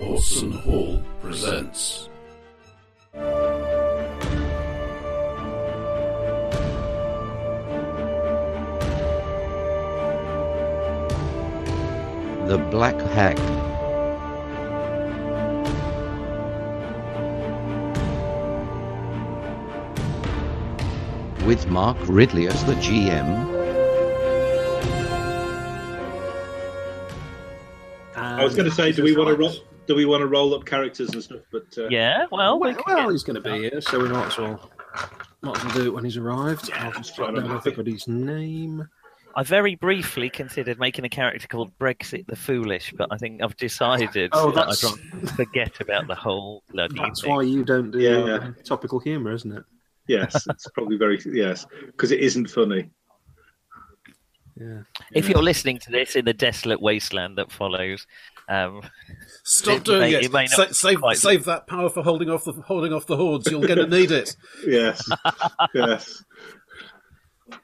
Thompson Hall presents. The Black Hag. With Mark Ridley as the GM. And Um, I was Um, going to say, do we want to roll? roll? Do we want to roll up characters and stuff? But uh, Yeah, well, we Well, can well, get- he's going to be here, so we might as well might as well do it when he's arrived. I'll just Right, drop down I'm happy. everybody's name. I very briefly considered making a character called Brexit the Foolish, but I think I've decided Oh, that that's- I'd rather forget about the whole bloody That's thing. why you don't do Yeah, uh, yeah. topical humour, isn't it? yes, it's probably very yes because it isn't funny. Yeah. If you're listening to this in the desolate wasteland that follows, um, Stop It doing may- it. it may not Sa- save, quite- save that power for holding off the holding off the hordes. You're going to need it. Yes, yes. Do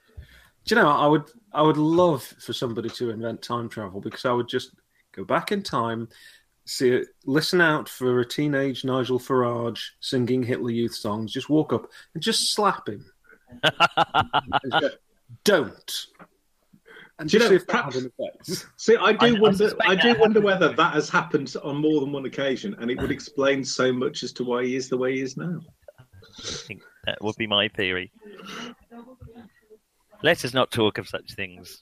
you know? I would I would love for somebody to invent time travel because I would just go back in time, see, listen out for a teenage Nigel Farage singing Hitler Youth songs. Just walk up and just slap him. And go, don't. And Do you just know, see if that perhaps- has an effect. See, I I- do I wonder. suspect I, do that wonder happened. whether that has happened on more than one occasion, and it would explain so much as to why he is the way he is now. I think that would be my theory. Let us not talk of such things,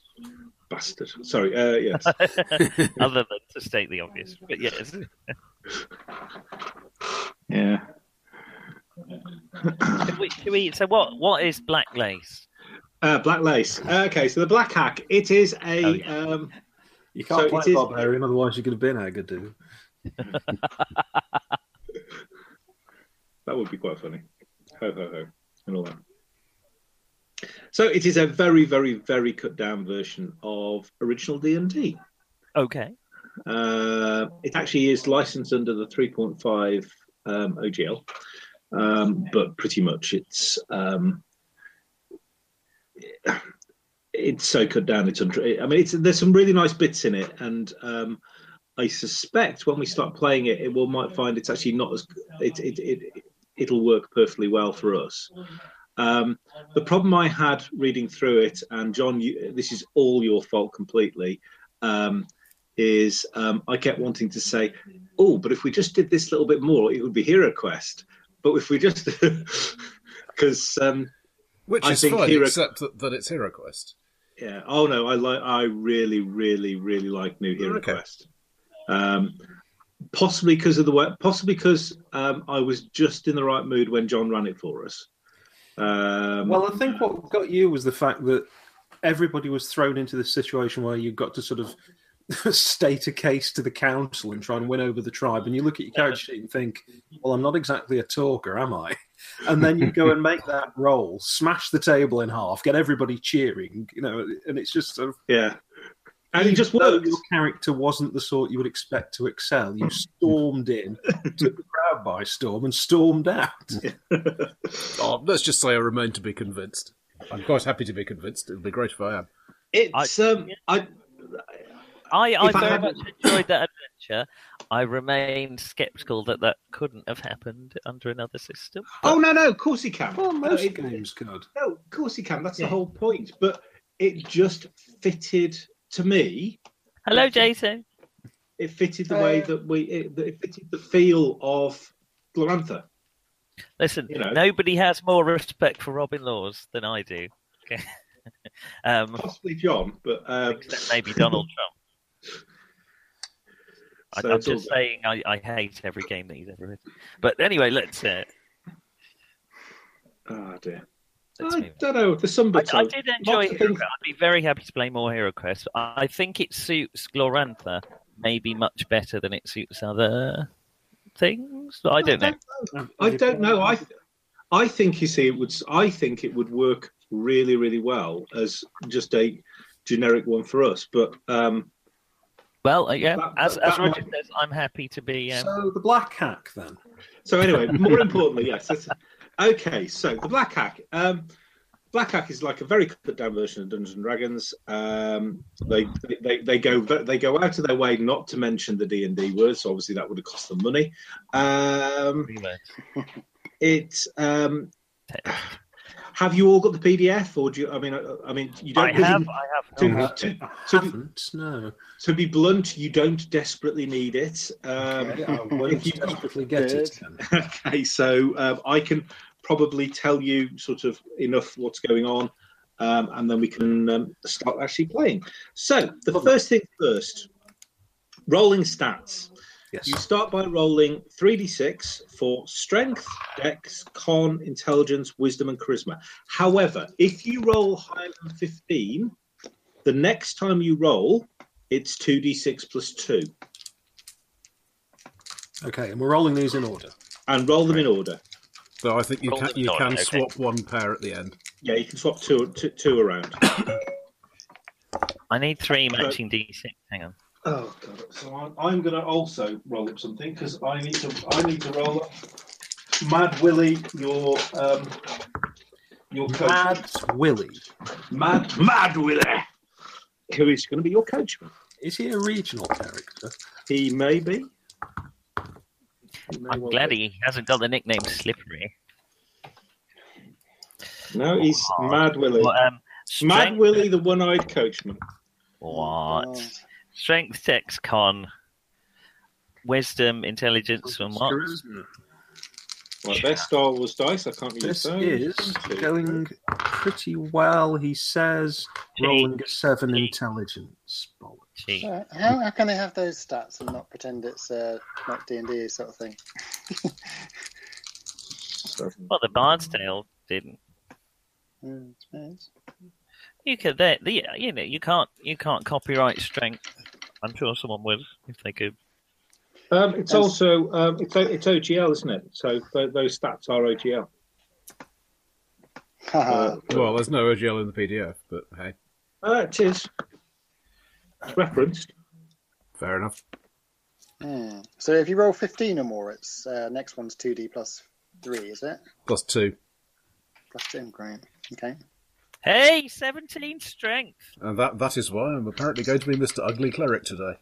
Bastard. Sorry. Uh, yes. other than to state the obvious. But yes, yeah. Should we, should we, so what? What is black lace? Uh, black lace. okay, so the black hack. It is a. Oh, yeah. um, You can't So play it is- barbarian, otherwise you could have been Agadoo. That would be quite funny. Ho ho ho, and all that. So it is a very, very, very cut down version of original D and D. Okay. Uh, It actually is licensed under the 3.5 um, OGL, um, but pretty much it's um, it's so cut down. It's under. I mean, it's there's some really nice bits in it, and um, I suspect when we start playing it, it will might find it's actually not as it it it it'll work perfectly well for us. Um, the problem I had reading through it, and John, you, this is all your fault completely. Um, is um, I kept wanting to say, "Oh, but if we just did this little bit more, it would be Hero Quest." But if we just, because um, Which I is think fine, Hero- except that, that it's HeroQuest. yeah. Oh no, I like. I really, really, really like New Hero Okay. Quest. Um, possibly because of the way. Possibly because um, I was just in the right mood when John ran it for us. Um, Well, I think what got you was the fact that everybody was thrown into this situation where you got to sort of state a case to the council and try and win over the tribe. And you look at your character sheet and think, well, I'm not exactly a talker, am I? And then you go and make that roll, smash the table in half, get everybody cheering, you know, and it's just sort of. yeah, and it just even though worked. Your character wasn't the sort you would expect to excel. You stormed in, took the crowd by storm, and stormed out. Oh, let's just say I remain to be convinced. I'm quite happy to be convinced. It'll be great if I am. It's um, I I, I If I very hadn't- much enjoyed that adventure. I remain sceptical that that couldn't have happened under another system. oh no no, of course he can. Well, No, most it- games could. No, of course he can. That's Yeah. the whole point. But it just fitted to me. Hello, Jason. It fitted the way that we. It, that it fitted the feel of Glorantha. Listen, You know. nobody has more respect for Robin Laws than I do. Okay. um, Possibly John, but um, except maybe Donald Trump. I, so I'm it's all just good. saying I, I hate every game that he's ever written. But anyway, let's. Uh, Ah dear. let's I move on. don't know. There's some I, bits. I of- did enjoy uh, lots of Hero things- Quest. I'd be very happy to play more Hero Quest. I I think it suits Glorantha maybe much better than it suits other things. I don't know. I don't know. I I think you see it would. I think it would work really, really well as just a generic one for us. But um, Well, uh, yeah, That- as, that- as that Roger says, I'm happy to be. Um, So the black hack then. So anyway, more importantly, yes. that's- okay, so the black hack. Um, Black Hack is like a very cut down version of Dungeons and Dragons. Um, they, they they go they go out of their way not to mention the D and D word, so obviously that would have cost them money. Um, Anyway, it um, have you all got the PDF or do you? I mean, uh, I, I mean, you don't. I have, I have. To, not. Uh, to- I to- haven't. No. to be blunt, you don't desperately need it. Um, Okay, I won't if you- desperately get it. then. Okay, so um, I can probably tell you sort of enough what's going on, um, and then we can um, start actually playing. So the first thing first, rolling stats. Yes. You start by rolling 3d6 for strength, dex, con, intelligence, wisdom, and charisma. However, if you roll higher than 15, the next time you roll, it's 2d6 plus 2. Okay, and we're rolling these in order. And roll them in order. So I think you Roll can the you die, can okay. swap one pair at the end. Yeah, you can swap two, two, two around. I need three matching D6. Hang on. Oh god! So I'm, I'm going to also roll up something because I need to. I need to roll up. Mad Willie, your um, your coach. Mad Willie. Mad, Mad Willie, who is going to be your coachman? Is he a regional character? He may be. He may I'm well glad be. he hasn't got the nickname Slippery. No, he's Oh, Mad Willie. Well, um, Mad strength- Willie, the one-eyed coachman. What? Strength, dex, con, wisdom, intelligence, and what? Charisma. Well, they're Star Wars dice. I can't use This those. is going pretty well. He says rolling a seven intelligence. Bollocks. Gee, Uh, how, how can they have those stats and not pretend it's uh, not D and D sort of thing? Well, the Barnsdale didn't. Mm, it's nice. You could, they, the, you know, you can't, you can't copyright strength. I'm sure someone would if they could. Um, it's As- also um, it's, O- it's OGL, isn't it? So tho- those stats are OGL. Haha. Well, there's no OGL in the PDF, but hey, Uh, it is. It's referenced. fair enough. Mm. So if you roll fifteen or more, it's uh, next one's two D plus three, is it? Plus two, Plus two, great. Okay. Hey, 17 strength. and that that is why I'm apparently going to be Mr. Ugly Cleric today.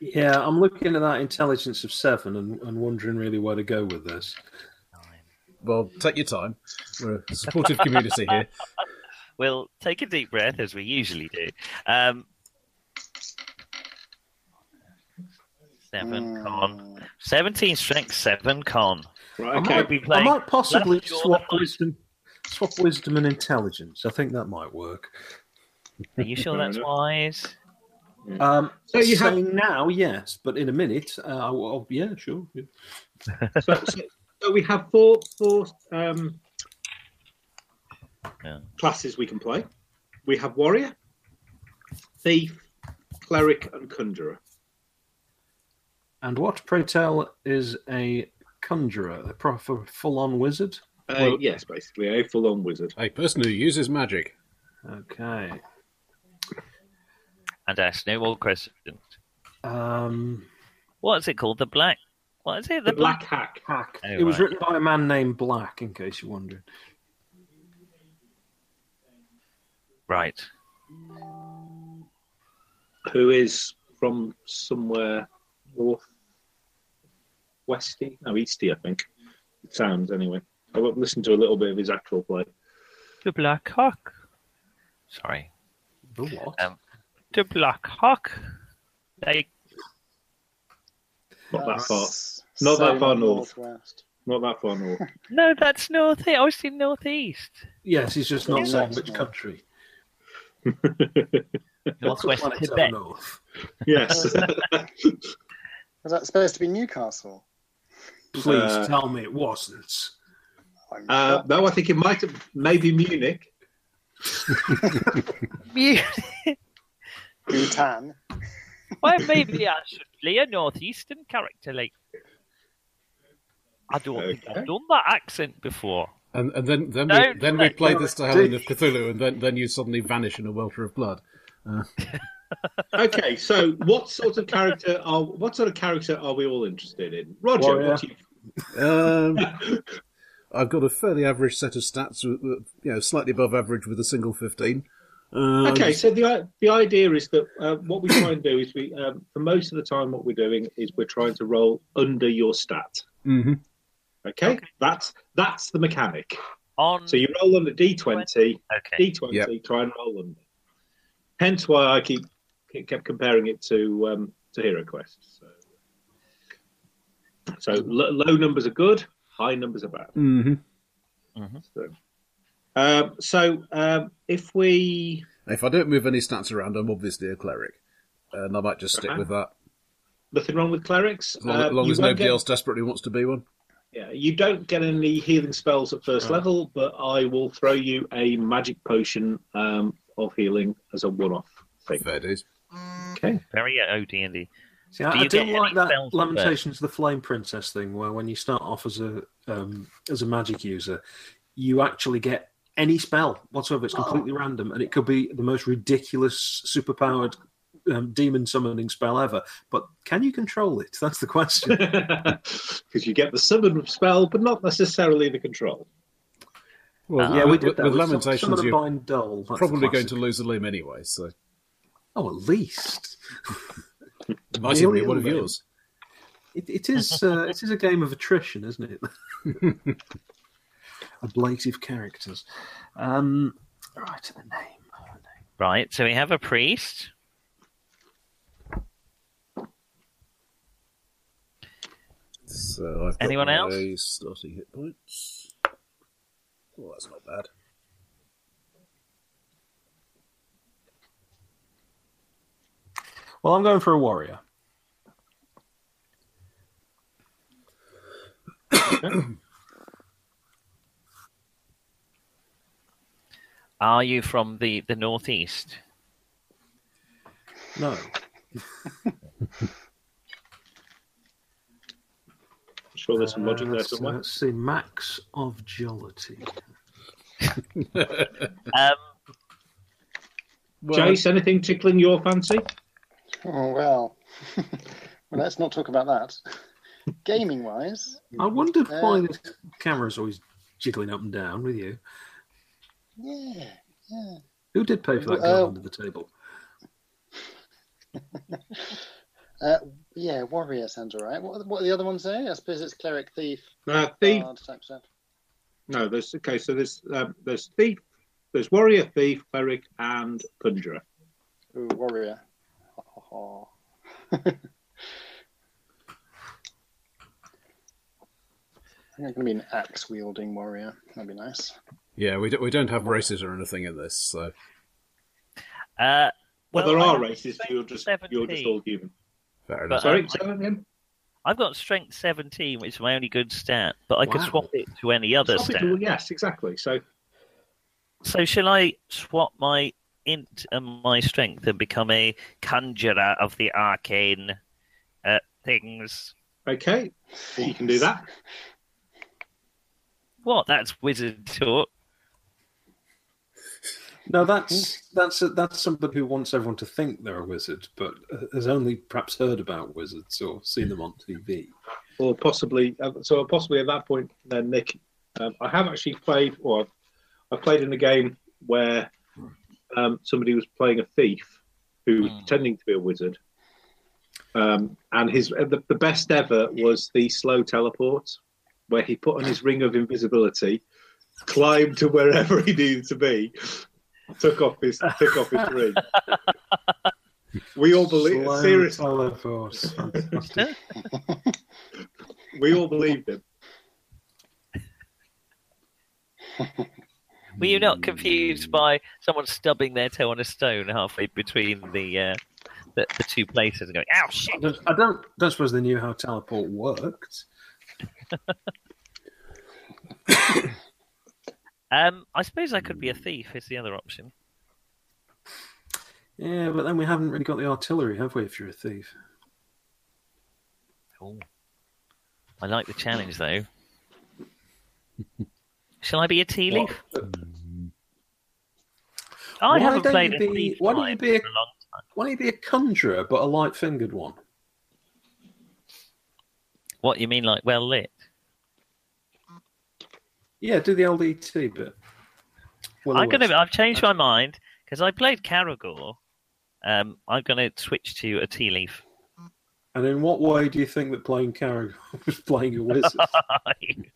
Yeah, I'm looking at that intelligence of seven and, and wondering really where to go with this. Well, take your time. We're a supportive community here. We'll take a deep breath as we usually do. Um, Hmm. seven con, Mm. 17 strength, seven con. Right, I okay. might, be I playing might possibly left shoulder swap fight. wisdom, swap wisdom and intelligence. I think that might work. Are you sure that's enough. wise? Um, So you have- saying now, yes, but in a minute, uh, I will- yeah, sure. yeah. so, so, so we have four four um, Yeah. classes we can play. We have warrior, thief, cleric, and conjurer. And what, pray tell, is a conjurer, a proper full-on wizard? Uh, Well- yes, basically a full-on wizard. A person who uses magic. Okay. And ask no more questions. Um, What's it called? The black. What is it? The black hack. hack. Oh, it was right. written by a man named Black, in case you're wondering. Right. who is from somewhere north westy, no easty, I think. It sounds anyway. I will listen to a little bit of his actual play. The black hawk. Sorry. The what? Um, The black hawk. They Not that That's far. so Not that far north. northwest. Not that far north. no, that's north. E, I was in northeast. yes, he's just not Yeah. saying which country. Northwest Planet to the Tibet. north. yes. Was that supposed to be Newcastle? Please Uh, tell me it wasn't. I'm uh, shocked. no, I think it might have maybe Munich. Bhutan. Why maybe I should play a northeastern character like. I don't think Okay. I've done that accent before. And, and then then No, we, then we no, play no, this to I Helen do. of Cthulhu, and then, then you suddenly vanish in a welter of blood. Okay, so what sort of character are what sort of character are we all interested in? Roger, Warrior. what do you, Um, I've got a fairly average set of stats, with- with, you know, slightly above average with a single fifteen. Um, Okay, so the i- the idea is that uh, what we try and do is we, um, for most of the time, what we're doing is we're trying to roll under your stat. mhm. Okay, that's that's the mechanic. On So you roll under D twenty, okay, D twenty, Yep. try and roll under. Hence why I keep kept comparing it to um, to Hero Quest. So, so lo- low numbers are good, high numbers are bad. Mhm. So, um, so um, if we If I don't move any stats around, I'm obviously a cleric, and I might just stick Uh-huh. with that nothing wrong with clerics, as long, as Um, long you as won't nobody get- else desperately wants to be one. Yeah, you don't get any healing spells at first level, but I will throw you a magic potion um, of healing as a one-off thing. Fair dues. Okay. very OD&D. See, I, Do I you didn't get like any that spells with Lamentations of the Flame Princess thing, where when you start off as a um, as a magic user, you actually get any spell whatsoever. It's completely Oh. random, and it could be the most ridiculous, superpowered um, demon summoning spell ever. But can you control it? That's the question. Because you get the summon spell, but not necessarily the control. Well, Ah. Yeah, we did with, that. with with lamentations, Summon a you're Bind Dole. That's the probably going classic. to lose a limb anyway. So, Oh, at least might even be Really? one of yours. it, it is. Uh, it is a game of attrition, isn't it? Ablative characters. Um, right, a name. Right, so we have a priest. So I've got Anyone my else? starting hit points. Well, that's not bad. Well, I'm going for a warrior. Are you from the the northeast? No. I'm sure there's some logic Uh, there let's, uh, somewhere. let's see. Max of jollity. Um, Well, Jace, anything tickling your fancy? Oh, well. well, let's not talk about that. Gaming wise, I wondered why Uh, this camera's always jiggling up and down with you. yeah, yeah. Who did pay for that Uh, girl under the table? Uh, yeah, warrior sounds all right. What, what are the other ones there? I suppose it's cleric, thief, Uh, thief. bard type stuff. No, there's okay. So there's um, there's thief, there's warrior, thief, cleric, and conjurer. Ooh, warrior. Ha, ha, ha. I think I'm going to be an axe wielding warrior. That'd be nice. yeah, we don't, we don't have races or anything in this. So, uh, Well, well, there I are have races. strength You're just you're just 17. all human. fair But- enough. Sorry, um, say that again. I've got strength 17, which is my only good stat, but I could Wow. swap it to any other Some stat. people- yes, exactly. So So shall I swap my int and my strength and become a conjurer of the arcane uh, things? okay, you can do that. What? That's wizard talk. No, that's that's that's somebody who wants everyone to think they're a wizard, but has only perhaps heard about wizards or seen them on TV. or possibly uh, so possibly at that point then nick um, i have actually played or I've, i played in a game where um, somebody was playing a thief who was Hmm. pretending to be a wizard um, and his uh, the, the best ever was the slow teleport where he put on his ring of invisibility climbed to wherever he needed to be took off his took off his ring we all believe Slow seriously teleport. Fantastic. we all believed him Were you not confused by someone stubbing their toe on a stone halfway between the uh, the, the two places and going, "Ow, I shit!" don't, I don't don't suppose they knew how teleport worked. Um, I suppose I could be a thief. Is the other option? Yeah, but then we haven't really got the artillery, have we? If you're a thief, Ooh. I like the challenge though. Shall I be a tea leaf? I Hmm. Why haven't don't played you a be- thief why don't line you be a- for a long time. why don't you be a conjurer, but a light fingered one? What you mean, like well lit? Yeah, do the LDT bit. Well, I'm gonna. otherwise- I've changed my mind because I played Caragor. Um, I'm gonna switch to a tea leaf. And in what way do you think that playing Carrigan was playing a wizard? Okay.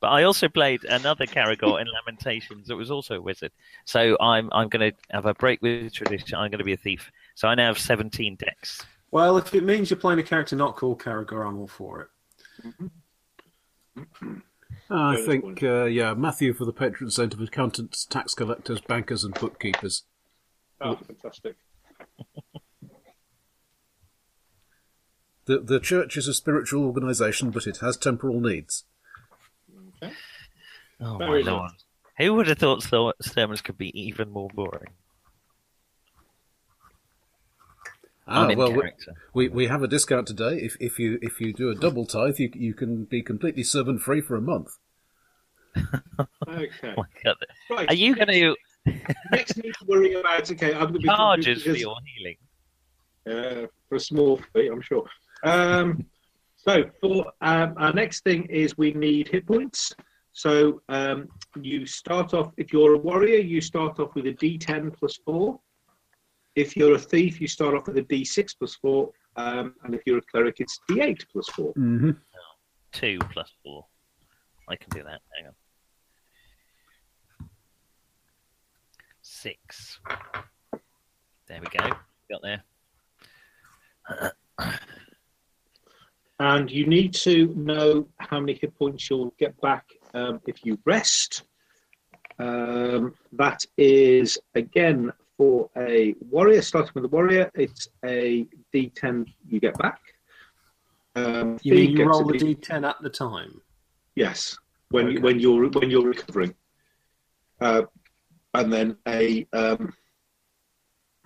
But I also played another Caragor in Lamentations that was also a wizard. So I'm I'm going to have a break with tradition. I'm going to be a thief. So I now have 17 decks. well, if it means you're playing a character not called Carrigan, I'm all for it. I that's think, wonderful. uh, yeah, Matthew for the patron saint of accountants, tax collectors, bankers, and bookkeepers. Oh, fantastic. The, the church is a spiritual organisation, but it has temporal needs. Oh Very my nice. lord! Who would have thought so- sermons could be even more boring? Ah, I'm in well, we, character. we, we have a discount today. If, if you if you do a double tithe, you you can be completely sermon free for a month. Okay. Oh my God. Right. Are you going to next need to worry about? Okay, I'm going to be charges for because- your healing? uh, for a small fee, I'm sure. Um, so for um, our next thing is we need hit points. So um, you start off if you're a warrior, you start off with a D10 plus four. If you're a thief, you start off with a D6 plus four, um, and if you're a cleric, it's D8 plus four. Mm-hmm. Two plus four. I can do that. Hang on. Six. There we go. Got there. And you need to know how many hit points you'll get back um, if you rest. Um, that is again for a warrior, starting with a warrior, it's a d10 you get back. Um, You mean thief you gets roll a the D- D10 at the time? Yes, when Okay. when you're when you're recovering, uh, and then a um,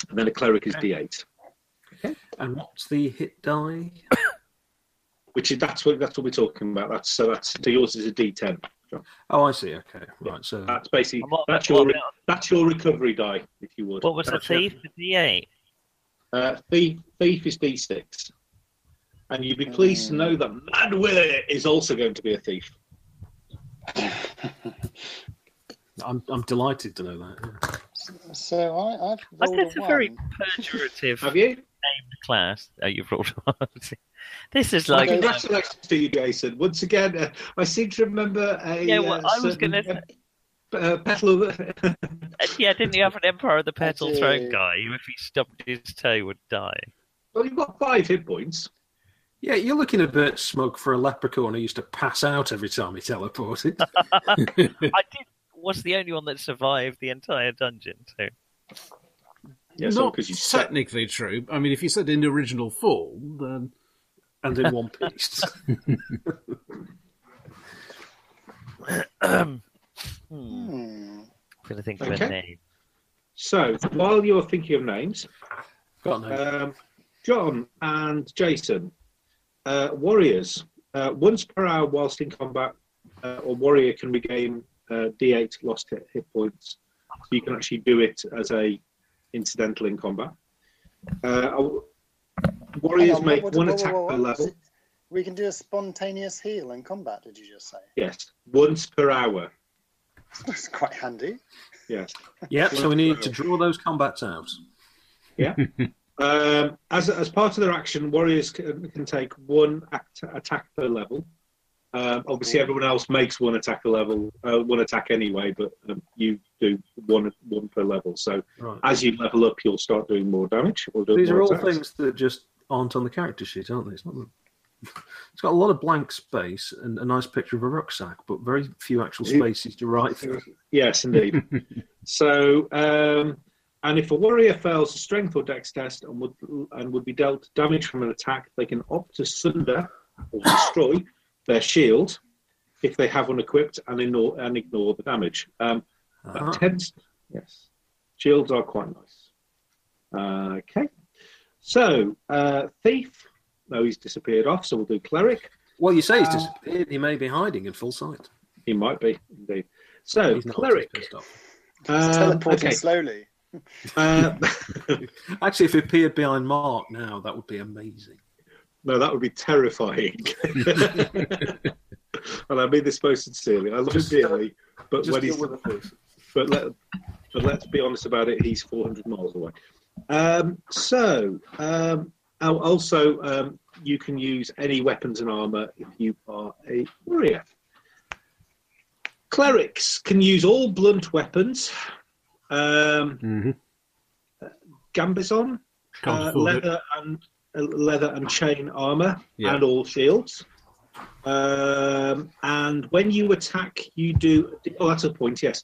and then a cleric is d8, And what's the hit die? which is that's what that's what we're talking about. That's so that's so yours is a d10. Oh, I see. Okay, right. So That's basically And what- that's what your about- That's your recovery die, if you would. What was the That's your- thief? The D8. Uh, thief, thief is D6. And you'd be pleased to know that Mad Willie is also going to be a thief. I'm, I'm delighted to know that. yeah. So I, I've That's rolled a a very one. pejorative Have you? named class. Oh, you've rolled one. This is Well, like. Congratulations to you, Jason. Once again, uh, I seem to remember a. Yeah, well, uh, I was certain, gonna- Uh, uh, petal of. yeah, didn't you have an Emperor of the Petal did. Throne guy who, if he stubbed his toe, would die? well, you've got five hit points. Yeah, you're looking a bit smug for a leprechaun who used to pass out every time he teleported. I did. Was the only one that survived the entire dungeon. So Yes, Not because you set. technically true. I mean, if you said in the original form, then and in one piece. um, hmm, Hmm. I'm going to think of Okay. a name. So, while you're thinking of names, Got no. Um, John and Jason, uh, warriors. Uh, once per hour whilst in combat, uh, a warrior can regain uh, D8 lost hit, hit points. So you can actually do it as a incidental in combat. Uh, a- Hang warriors on, make what- one what- attack what- per what- level. We can do a spontaneous heal in combat. Did you just say? Yes, once per hour. That's quite handy. Yes. Yep, so we need to draw those combats out. Um, as, as part of their action, warriors uh, can, can take one act, attack per level. Um, obviously, everyone else makes one attack a level, uh, one attack anyway, but um, you do one one per level. So Right. as you level up, you'll start doing more damage. Or do These more are all attacks. things that just aren't on the character sheet, aren't they? It's not. It's got a lot of blank space and a nice picture of a rucksack, but very few actual Who- spaces to write through. Yes, indeed. so, um, and if a warrior fails a strength or dex test and would and would be dealt damage from an attack, they can opt to sunder or destroy their shield if they have one equipped and ignore and ignore the damage. Um, that Ah, tends- yes, shields are quite nice. Uh, okay, so uh, thief. No, he's disappeared off. So we'll do cleric. Well, you say he's Uh, disappeared. He may be hiding in full sight. He might be indeed. So He's not. Oh, cleric. he's pissed off. Um, It's teleporting okay. slowly. Uh, Actually, if he appeared behind Mark now, that would be amazing. No, that would be terrifying. and I mean this most sincerely. I love Just uh, him dearly, but Just when deal he's with the voice. but let but let's be honest about it. He's 400 miles away. Um, so um, al- also um, you can use any weapons and armor if you are a warrior. Clerics can use all blunt weapons. Um, Mm-hmm. Gambison, Can't uh, afford it. leather and uh, leather and chain armor Yeah. and all shields. Um, and when you attack, you do. Oh, that's a point. Yes,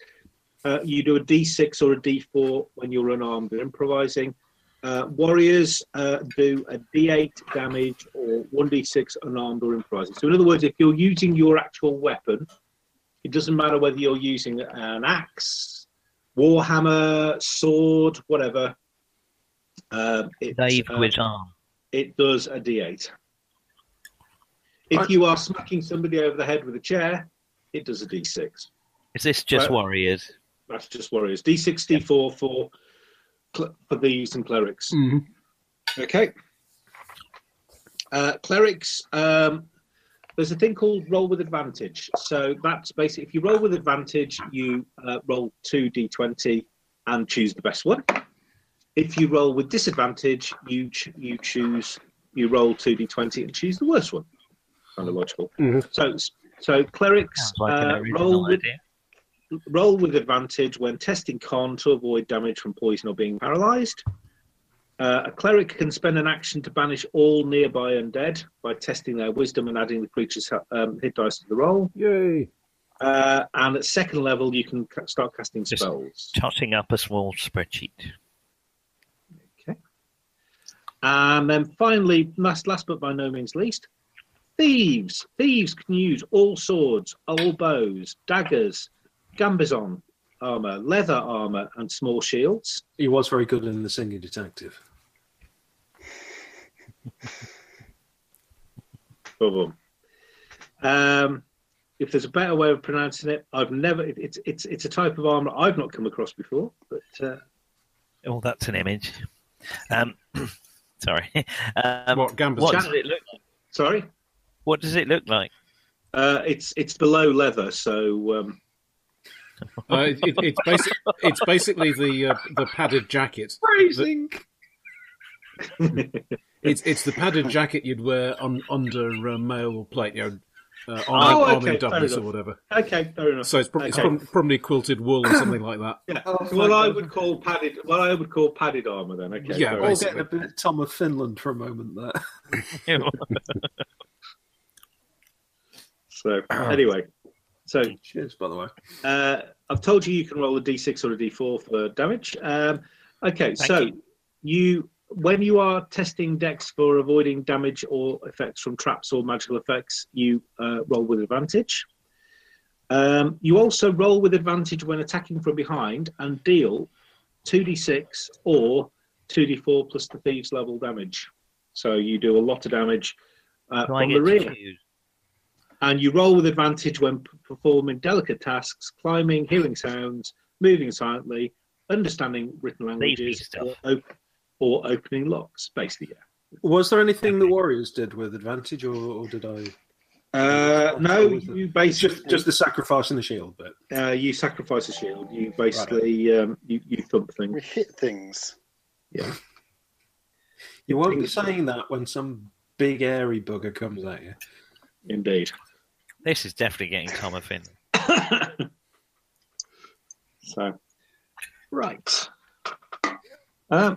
uh, you do a D6 or a D4 when you're unarmed and improvising. Uh, warriors uh, do a D8 damage or 1D6 unarmed or improvising. So, in other words, if you're using your actual weapon, it doesn't matter whether you're using an axe, warhammer, sword, whatever. Um, it's, Dave uh, with arm. it does a D8. If you are smacking somebody over the head with a chair, it does a D6. Is this just Right. warriors? That's just warriors. D6, D4 for cl- for thieves and clerics. Mm-hmm. Okay. Uh, clerics, um, there's a thing called roll with advantage. So that's basically if you roll with advantage, you uh, roll two d20 and choose the best one. If you roll with disadvantage, you ch- you choose you roll two d20 and choose the worst one. Kind of logical. So so clerics Sounds like an uh, roll original with idea. roll with advantage when testing con to avoid damage from poison or being paralyzed. Uh, a cleric can spend an action to banish all nearby undead by testing their wisdom and adding the creature's um, hit dice to the roll. Yay! Uh, and at second level, you can ca- start casting Just- spells. Totting up a small spreadsheet. And then finally, last, last but by no means least, thieves. Thieves can use all swords, all bows, daggers, gambizon armor, leather armor, and small shields. He was very good in the singing detective. Boom. Um, if there's a better way of pronouncing it, I've never. it- It's it's it's a type of armor I've not come across before. But uh, Oh, that's an image. Um, sorry. Um, what gamblers? what Jack- does it look? Like? sorry, What does it look like? uh, it's it's below leather, so um, Uh, it, it, it's, basic, it's basically the uh, the padded jacket. Phrasing. It's it's the padded jacket you'd wear on under uh, mail plate, you know, uh, army, Oh, okay, army fair doublet or enough. whatever. okay, fair enough. So it's, prob- it's Okay. prob- probably quilted wool or something like that. yeah. Oh, so fine, what I then. would call padded, what I would call padded armor, then. Okay, Yeah, fair All enough. getting a bit Tom of Finland for a moment there. so anyway, so Cheers, by the way. uh, I've told you you can roll a d6 or a d4 for damage. Um, okay, so you. when you are testing decks for avoiding damage or effects from traps or magical effects, you uh, roll with advantage. Um, you also roll with advantage when attacking from behind and deal 2d6 or 2d4 plus the thieves level damage. So you do a lot of damage uh, Do I from get the to rear choose? and you roll with advantage when p- performing delicate tasks, climbing, hearing sounds, moving silently, understanding written languages, stuff. or, op- or opening locks, basically. Was there anything the Warriors did with advantage, or, or did I? Yeah. Uh, no, you It's basically just just the sacrifice and the shield bit. uh, you sacrifice a shield. You basically um, you you thump We things. hit things. You won't be saying that when some big airy bugger comes at you. Indeed. This is definitely getting Tom of Finland. so, right. Um,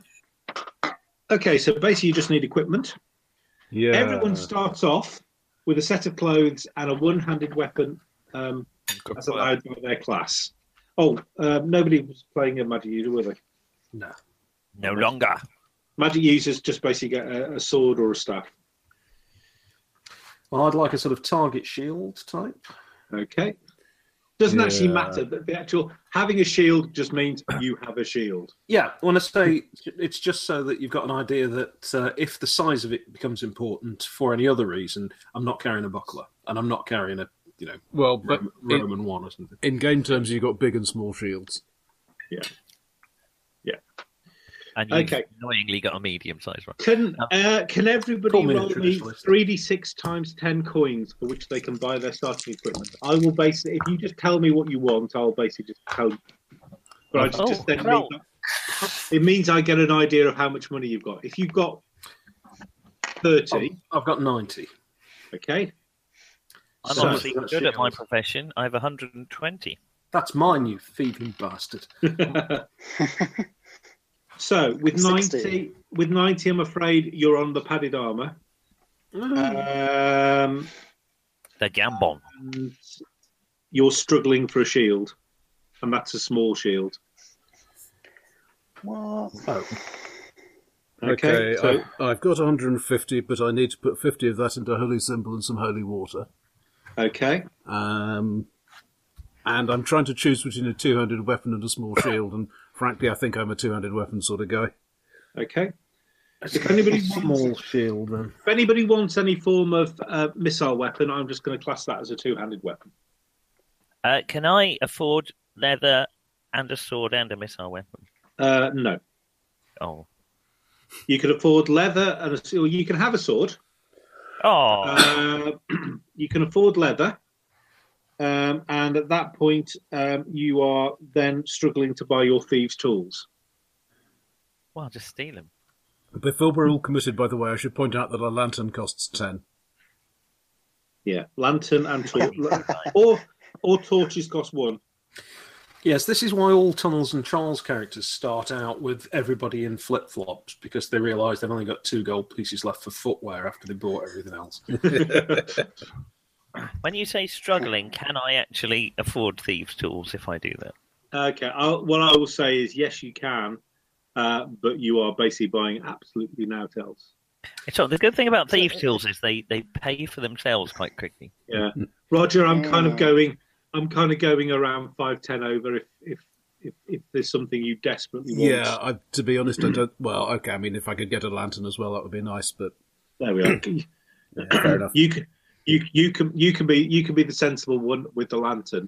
okay, so basically, you just need equipment. Yeah. Everyone starts off with a set of clothes and a one-handed weapon um, as allowed by their class. Oh, um, nobody was playing a magic user, were they? No. No longer. Magic users just basically get a, a sword or a staff. Well, I'd like a sort of target shield type. Okay. Doesn't actually Yeah. matter. But the actual having a shield just means you have a shield. Yeah, when I say it's just so that you've got an idea that uh, if the size of it becomes important for any other reason, I'm not carrying a buckler and I'm not carrying a you know Well, but Rom- in, Roman one or something. in game terms, you've got big and small shields. and you've Okay. annoyingly got a medium size one. Can uh, can everybody Call me a roll me traditionalist. three d six times ten coins for which they can buy their starting equipment? I will basically, if you just tell me what you want, I'll basically just tell. you. But I just, Oh, just then well. it means I get an idea of how much money you've got. If you've got thirty, I've got 90. Oh. okay, I'm So- obviously That's good yours. at my profession. I have 120. That's mine, you thieving bastard. so with 60. ninety, with ninety, I'm afraid you're on the padded armor. Uh. Um, The Gambon. and you're struggling for a shield, and that's a small shield. What? Oh, Okay, Okay, so I, I've got 150, but I need to put 50 of that into a holy symbol and some holy water. okay, Um, and I'm trying to choose between a 200 weapon and a small shield, and frankly, I think I'm a 200 weapon sort of guy. okay. If anybody small shield then. If anybody wants any form of uh, missile weapon, I'm just going to class that as a two-handed weapon. Uh, can I afford leather and a sword and a missile weapon? Uh, no, Oh. you can afford leather, and a, or you can have a sword. Oh. Uh, you can afford leather, um, and at that point, um, you are then struggling to buy your thieves' tools. well, just steal them. Before we're all committed, by the way, I should point out that a lantern costs 10. Yeah, lantern and torch, or or torches cost one. Yes, this is why all Tunnels and Charles characters start out with everybody in flip flops because they realise they've only got two gold pieces left for footwear after they bought everything else. When you say struggling, can I actually afford thieves' tools if I do that? Okay. I'll, what I will say is, yes, you can, uh, but you are basically buying absolutely now else. So the good thing about uh, thieves' tools is they, they pay for themselves quite quickly. Yeah, Mm-hmm. Roger, I'm kind of Mm. going. I'm kind of going around five ten over. If if if, if there's something you desperately want, Yeah, I, to be honest, I don't. Well, okay, I mean, if I could get a lantern as well, that would be nice, but there we are. yeah, fair enough. you can you you can you can be you can be the sensible one with the lantern,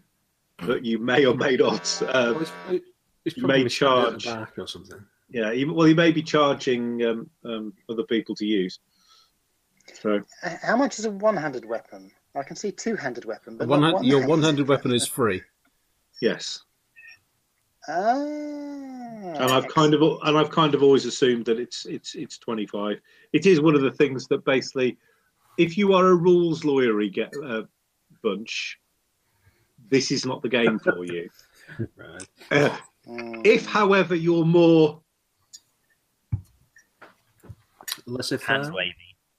but you may or may not. Well, Uh, it's, it- it's You probably may shot at the charge. back or something. yeah, you- well, you may be charging um, um, other people to use. So H- Uh, How much is a one-handed weapon? I can see two-handed weapon, but One not hand, your one-handed. one-handed weapon is free. yes, Ah, and I've kind of and I've kind of always assumed that it's it's it's 25. It is one of the things that basically, if you are a rules lawyery get uh, bunch, this is not the game for you. Right. Uh, Mm. if, however, you're more Unless if Hands wavy.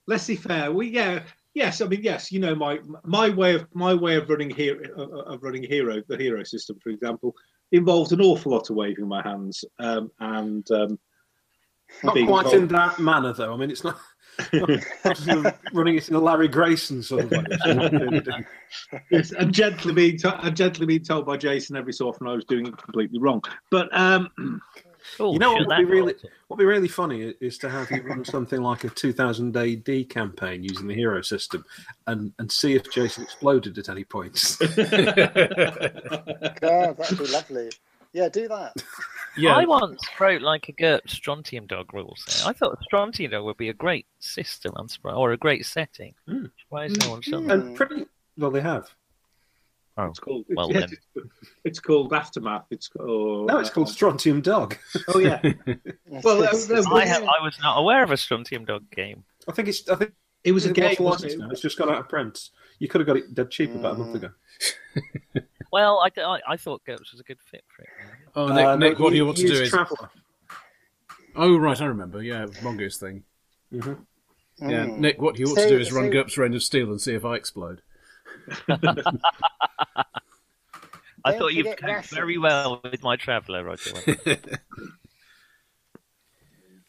laissez faire, we yeah. Yes, I mean yes. You know my my way of my way of running hero uh, of running hero the hero system, for example, involved an awful lot of waving my hands um, and um, not being quite bold. in that manner though. I mean, it's not, not sort of running it in a Larry Grayson sort of way. yes, and gently being to- and gently being told by Jason every so often I was doing it completely wrong. But um, Oh, You know what shut would be that really- bottle. What'd be really funny i- is to have you run something like a 2000 AD campaign using the hero system, and and see if Jason exploded at any point. God, Ah, that'd be lovely. Yeah, do that. I once wrote like a GURP Strontium Dog rules. set. I thought Strontium Dog would be a great system I'm surprised- or a great setting. Hmm. Why is no one Hmm. done that? and pretty well they have. it's called Well, it's, then. it's called aftermath. It's um, or, No, it's called Strontium Dog. oh yeah. Well, Yes, uh, yes, uh, I, yes. have, I was not aware of a Strontium Dog game. I think it's. I think It was a game. lost Wasn't license it? now. It's just got out of print. You could have got it dead cheap about a month ago. Well, I, I, I thought GURPS was a good fit for it. Oh, Nick, Uh, Nick no, what do you- you want to use do is... Traveller. Oh, right, I remember. Yeah, it was Mongoose thing. Mhm. Yeah, Mm. Nick, what you ought So- to do is run so- GURPS Reign of Steel and see if I explode. I Don't thought you've forget coped very rations. well with my traveller, Roger.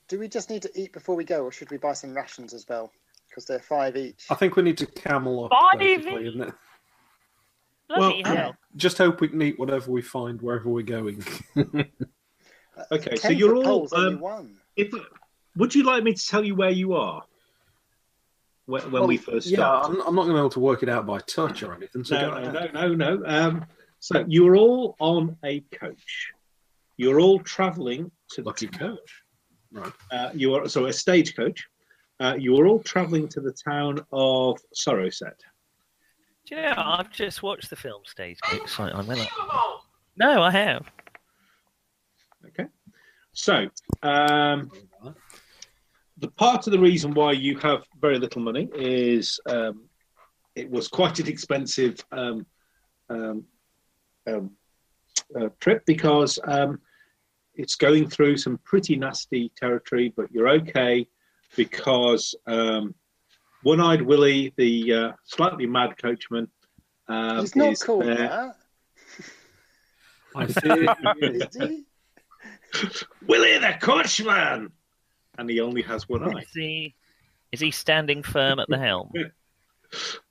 Do we just need to eat before we go, or should we buy some rations as well? Because they're five each. Ah, I think we need to camel up. Five basically, isn't it? Bloody Well, hell. Just hope we can eat whatever we find wherever we're going. Okay, so Uh, Ten you're for all. poles, only Um, one. if, would you like me to tell you where you are? When, when we Well, first yeah, started. I'm, I'm not going to be able to work it out by touch or anything. So go No, no, ahead. no, no, no. Um, so you're all on a coach. You're all travelling to the Lucky town. coach. Right. Uh, you are so a stagecoach. Uh, you are all travelling to the town of Sorrowset. Do you know, I've just watched the film Stagecoach. So I'm in it. No, I have. So, um, the part of the reason why you have very little money is um, it was quite an expensive um, um, um, uh, trip because um, it's going through some pretty nasty territory, but you're okay because um, One Eyed Willie, the uh, slightly mad coachman, um, He's not is called there. that. I fear Is he? Willie the coachman! And he only has one eye. Is he, is he standing firm at the helm?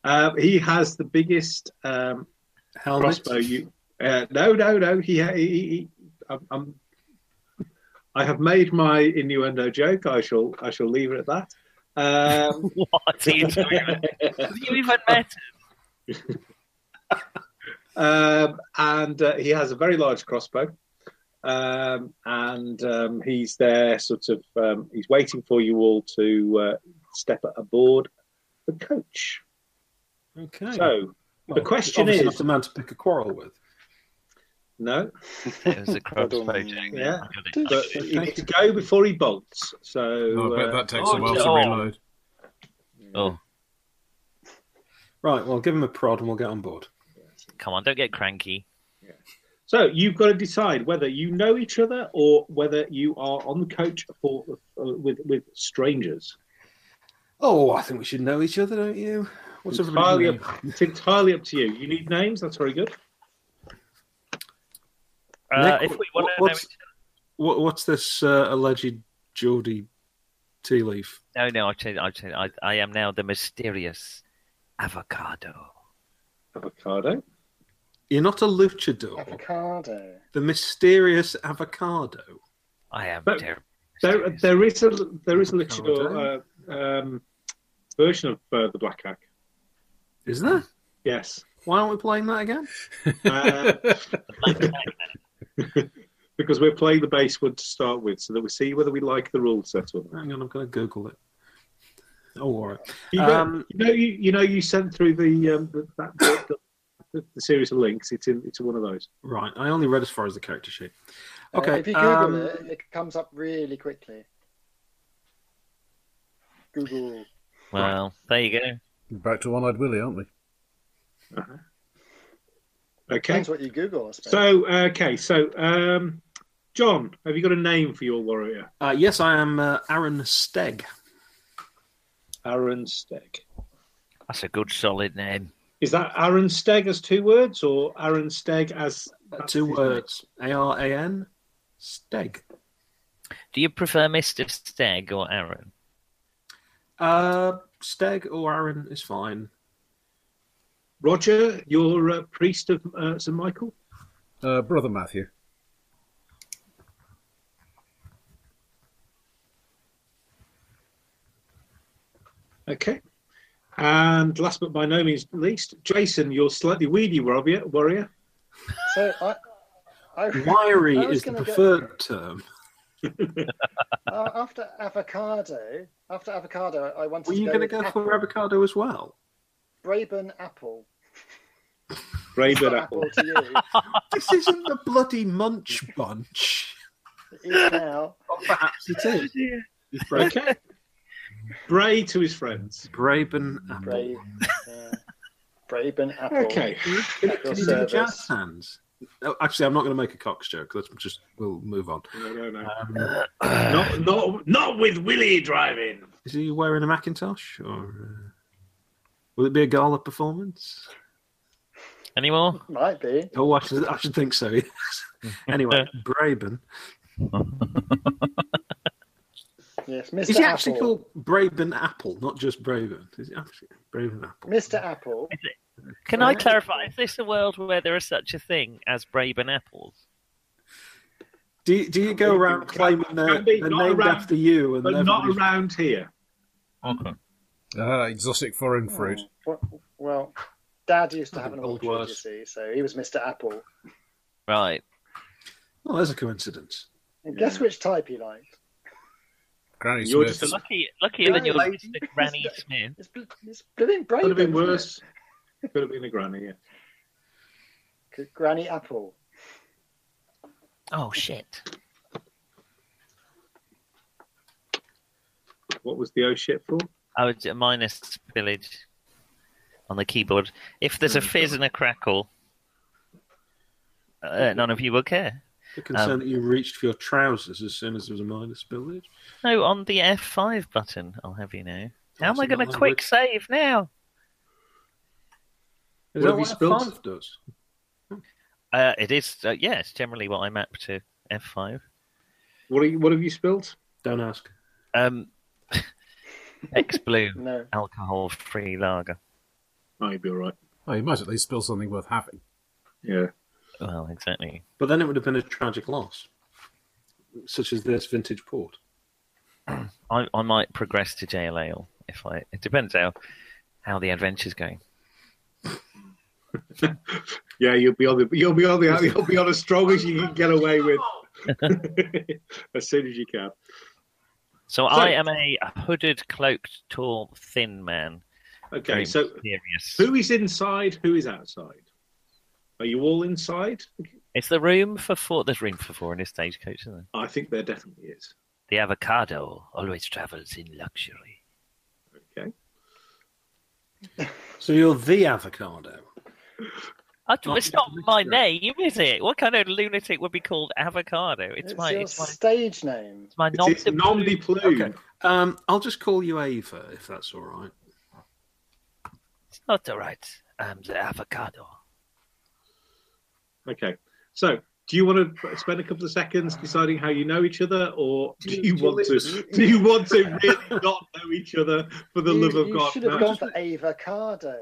Uh, he has the biggest um, helmet. crossbow. You uh, no, no, no. He, he, he I'm, I'm, I have made my innuendo joke. I shall, I shall leave it at that. Um, What are you doing? Have you even met him? um, and uh, he has a very large crossbow, um, and um, he's there, sort of. Um, he's waiting for you all to uh, step aboard the coach. Okay. So Well, question obviously is- not the man to pick a quarrel with. no, It was a crossbow, crossbow, Jack. Yeah. Did- but you need to go before he bolts. So Oh, I bet uh, that takes oh, a while to no. reload. Oh, Right. Well, give him a prod, and we'll get on board. come on, don't get cranky. So you've got to decide whether you know each other or whether you are on the coach for uh, with with strangers. Oh, I think we should know each other, don't you? What's It's everybody's entirely, name? up, it's entirely up to you. You need names. That's very good. Uh, Nick, if we what- want to know, what's- What, what's this uh, alleged Geordie tea leaf? no, no, I've changed. I've changed. I, I am now the mysterious avocado. Avocado. You're not a luchador. Avocado. The mysterious avocado. I am But- terrible. There, mysterious. there is a there is a Avocado. little uh, um, version of uh, the Black Hack. Is there? Yes. Why aren't we playing that again? Uh, because we're playing the base one to start with, so that we see whether we like the rules set or not. Hang on, I'm going to Google it. Oh, all right. You know, Um, you, know you, you know, you sent through the um, the, that, the, the, the series of links. It's in, it's one of those. Right. I only read as far as the character sheet. Uh, Okay. if you Google um, it, it comes up really quickly. Google. well, there you go. Back to one-eyed Willie, aren't we? Okay. Depends what you Google, I suppose. So okay, so um, John, have you got a name for your warrior? Uh, yes, I am uh, Aaron Steg. Aaron Steg. That's a good solid name. Is that Aaron Steg as two words or Aaron Steg as Uh, that's two his words. A R A N. Steg. Do you prefer Mister Steg or Aaron? Uh, Steg or Aaron is fine. name? Roger, you're uh, priest of uh, St Michael. Uh, Brother Matthew. Okay. And last but by no means least, Jason, you're slightly weedy warrior. warrior. So I, I, Wiry I was is the gonna go- preferred term. uh, after avocado, after avocado, I wanted Were to you go, going to with go apple. for avocado as well? Braben apple. Braver apple. apple to you. This isn't the bloody munch bunch. It is now. Or perhaps it is. It's Bra- Okay. Bray to his friends. Braben apple. Brave. Yeah. Braben uh, apple. Okay. Can, Your can you do service. jazz hands? Oh, actually, I'm not going to make a cock's joke. Let's just we'll move on. No, no, no. Um, Not, not, not with Willie driving. is he wearing a Macintosh or uh, will it be a gala performance? Any more? Might be. Oh, I should, I should think so. Yes. anyway, Braben. Yes, Mr. Is he apple. actually called Braben Apple, not just Braben? Is it actually Braben Apple? Mr. Apple. Can I clarify? Is this a world where there is such a thing as Braben apples? Do you, do you go around claiming they're, Can be, they're not named around, after you and But not everybody's- around here. Okay. Ah, exotic foreign fruit. Mm, Well, well, Dad used to have an Old orchard, you words. see, so he was Mr. Apple. Right. Well, there's a coincidence. And guess which type he liked? Granny You're Smith. just a Lucky, luckier than Granny your lady. Mr. Granny Smith. It's, bl- it's blooming brave. Could have been isn't it? worse. Could have been a granny. Yeah. Good Granny Apple. Oh shit! What was the oh shit for? I would uh, minus village on the keyboard. If there's a fizz and a crackle, uh, none of you will care. The concern Um, that you reached for your trousers as soon as there was a minus village. No, on the F5 button, I'll have you know. How am That's I going to another quick word. save now? Is What that have you what spilled? F5 does? Uh, it is, uh, yeah, it's generally what I map to F5. What are you, What have you spilled? Don't ask. Um, X Blue No. alcohol free lager. Oh, you'd be all right. Oh, you might at least spill something worth having. Yeah. Well, exactly. But then it would have been a tragic loss, such as this vintage port. I, I might progress to jail ale if I. It depends how how the adventure's going. Yeah, you'll be on the you'll be on the you'll be on as strong as you can get away with as soon as you can. So, I am a hooded, cloaked, tall, thin man. Okay, Very so mysterious. who is inside? Who is outside? Are you all inside? It's the room for four. There's room for four in a stagecoach, isn't there? I think there definitely is. The avocado always travels in luxury. Okay. So you're the avocado. I, it's not my name, is it? What kind of lunatic would be called avocado? It's, It's, my, your it's my, it's stage name. my nom. It's, it's nom de plume. Okay. Um, I'll just call you Ava if that's all right. It's not the right. I'm the avocado. Okay. So, do you want to spend a couple of seconds deciding how you know each other, or do you, want to? Do you want to really not know each other for the you, love of you God? should have no. gone for avocado.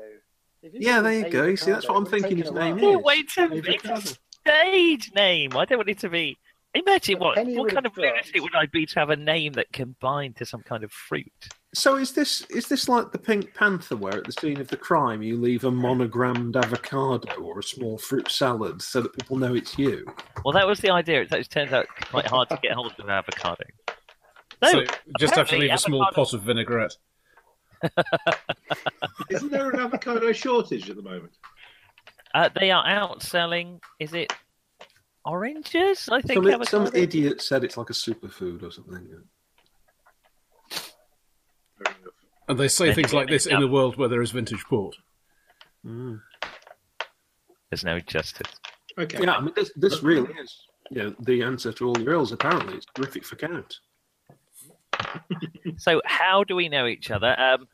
If you Yeah, said there you go. You see, that's what I'm it would've thinking taken his a name while. is. Oh, wait a Ava minute. Carter. Stage name. I don't want it to be. Imagine But what, Penny what would kind have of lunatic thought. would I be to have a name that combined to some kind of fruit? So is this is this like the Pink Panther, where at the scene of the crime you leave a monogrammed avocado or a small fruit salad so that people know it's you? Well, that was the idea. It actually turns out quite hard to get hold of avocado. No, so you just have to apparently leave a small avocado- pot of vinaigrette. Isn't there an avocado shortage at the moment? Uh, they are outselling. Is it oranges? I think Some, avocado. some idiot said it's like a superfood or something. Fair enough. And they say Then things you like get this mixed in a up. world where there is vintage port. Mm. There's no justice. Okay. Yeah, I mean this this really is you know, the answer to all your ills. Apparently, it's terrific for count. So, how do we know each other? Um,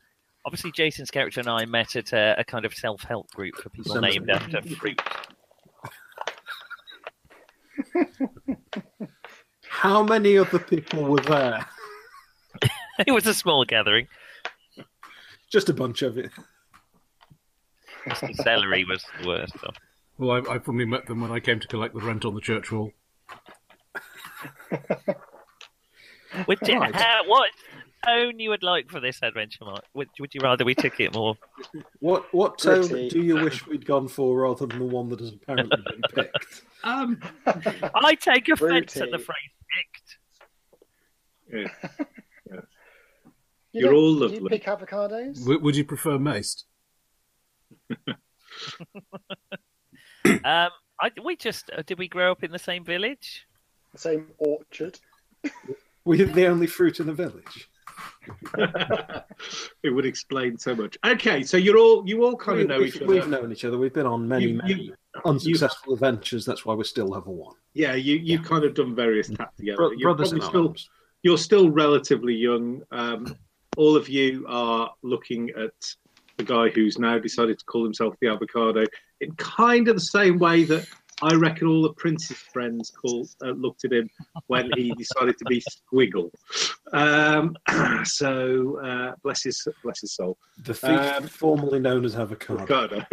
obviously, Jason's character and I met at a, a kind of self-help group for people Cemetery. named after fruit. How many other people were there? it was a small gathering. Just a bunch of it. The celery was the worst. Of. Well, I, I probably met them when I came to collect the rent on the church wall. Would you, Right. how- what tone you would like for this adventure, Mark? Would, would you rather we took it more? What what tone Gritty. do you wish we'd gone for rather than the one that has apparently been picked? Um, I take offence at the Fruity. phrase "picked." yeah. You You're don't- all do You lovely. pick avocados. W- would you prefer maced? Um, I, we just uh, did we grow up in the same village? The same orchard. We're the only fruit in the village. it would explain so much. Okay, so you're all you all kind We- of know we've, each other. we've known each other. We've been on many, You- many you- unsuccessful adventures. That's why we're still level one. Yeah, you you kind of done various tasks together. Bro- you're brothers in probably still arms. you're still relatively young. Um, all of you are looking at the guy who's now decided to call himself the avocado in kind of the same way that I reckon all the prince's friends called uh, looked at him when he decided to be Squiggle. Um, so uh, bless his bless his soul, The thief Um, formerly known as avocado. avocado.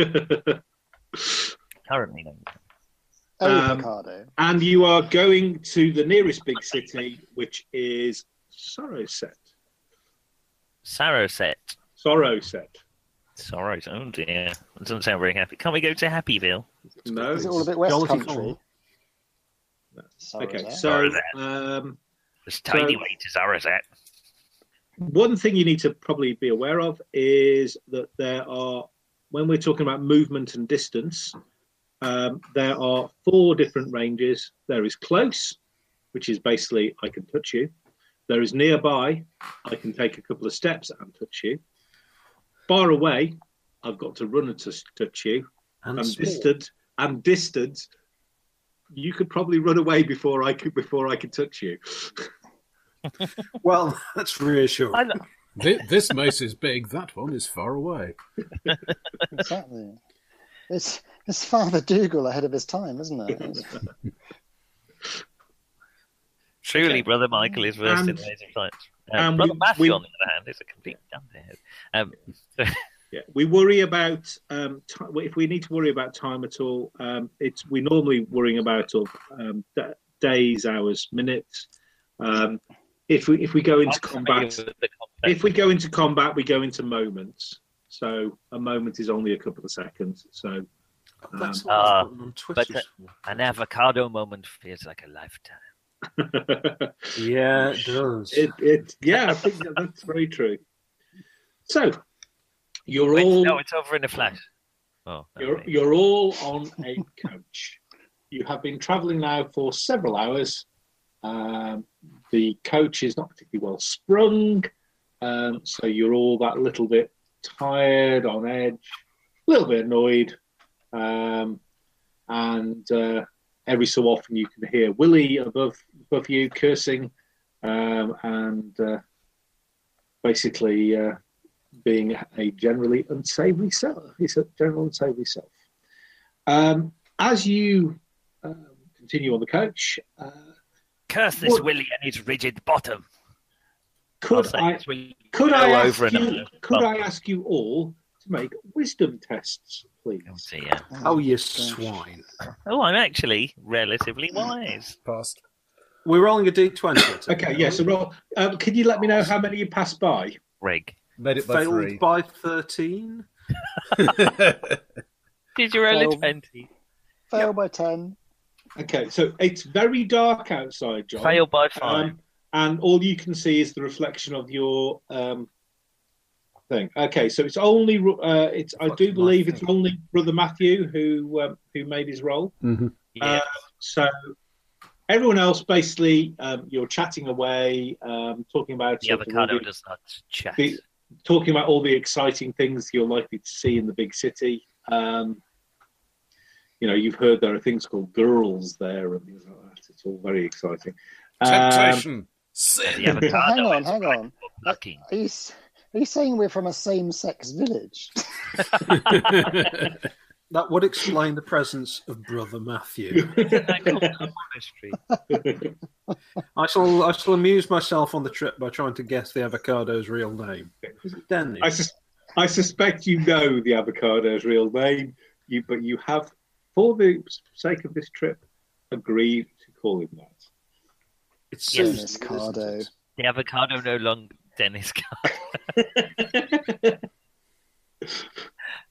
Currently, no. Um, Oh, Avocado. and you are going to the nearest big city, which is Soroset. Saroset. Soroset. Sorrows. Oh dear, that doesn't sound very happy. Can't we go to Happyville? No, Is it all a bit West Jollity Country? Cool. Sorry, Okay, there. so Or that. um, There's tiny So- way to Saroset. one thing you need to probably be aware of is that there are, when we're talking about movement and distance, um, there are four different ranges. There is close, which is basically I can touch you. There is nearby, I can take a couple of steps and touch you. Far away, I've got to run and to touch you. And I'm small. distant. I'm distant. You could probably run away before I could before I could touch you. Well, that's reassuring. I, Thi- this mace is big. That one is far away. Exactly. It's it's Father Dougal ahead of his time, isn't it? It's- truly, Brother Michael is versed in And- ways of science. and Um, Brother we- Matthew, we- on the other hand, is a complete dunderhead. Um, Yeah, we worry about um, ti if we need to worry about time at all. Um, it's we normally worrying about all, um, da- days, hours, minutes. Um, if we if we go into I'm combat, familiar with the concept. if we go into combat, we go into moments. So a moment is only a couple of seconds. So That's Um, what I was uh, putting on Twitter. but, An avocado moment feels like a lifetime. yeah, it does. it, it yeah, I think that, that's very true. So you're Wait, all no, it's over in a flash. Oh, no, You're, wait. you're all on a coach. You have been traveling now for several hours. Um, the coach is not particularly well sprung, um, so you're all that little bit tired, on edge, a little bit annoyed. Um, and uh, every so often you can hear Willie above, above you cursing um, and uh, basically. Uh, being a generally unsavory self. He's a general unsavory self. Um, as you um, continue on the coach, uh, Curse this What- Willie and his rigid bottom. I'll could say I this Willie. could I Go ask over and you, over. could I ask you all to make wisdom tests, please? Oh, dear. oh, um, you swine. Oh, I'm actually relatively wise. Past. We're rolling a d20. I take Okay, it. yes. so roll. Um, can you let me know how many you passed by? Rig. Made it by Failed three. by 13. Did you roll a Well- 20? Fail by ten. Okay, so it's very dark outside, John. Fail by 5. Um, and all you can see is the reflection of your um, thing. Okay, so it's only uh, it's. I do Reflection of my believe it's thing. only brother Matthew who um, who made his roll. Mhm. yeah. So everyone else, basically, um, you're chatting away, um, talking about the sort of avocado all the- does not chat. the- talking about all the exciting things you're likely to see in the big city. Um, you know, you've heard there are things called girls there and things like that. It's all very exciting. Um, Temptation. The Sin. avocado hang on, is hang like on. lucky. Are you, s- are you saying we're from a same-sex village? That would explain the presence of Brother Matthew. monastery. I shall, I shall amuse myself on the trip by trying to guess the avocado's real name. Is it Denny? I, sus- I suspect you know the avocado's real name, you, but you have, for the sake of this trip, agreed to call him that. It's Yes. Susan, Dennis isn't Cardo. it? The avocado no longer Dennis. Car-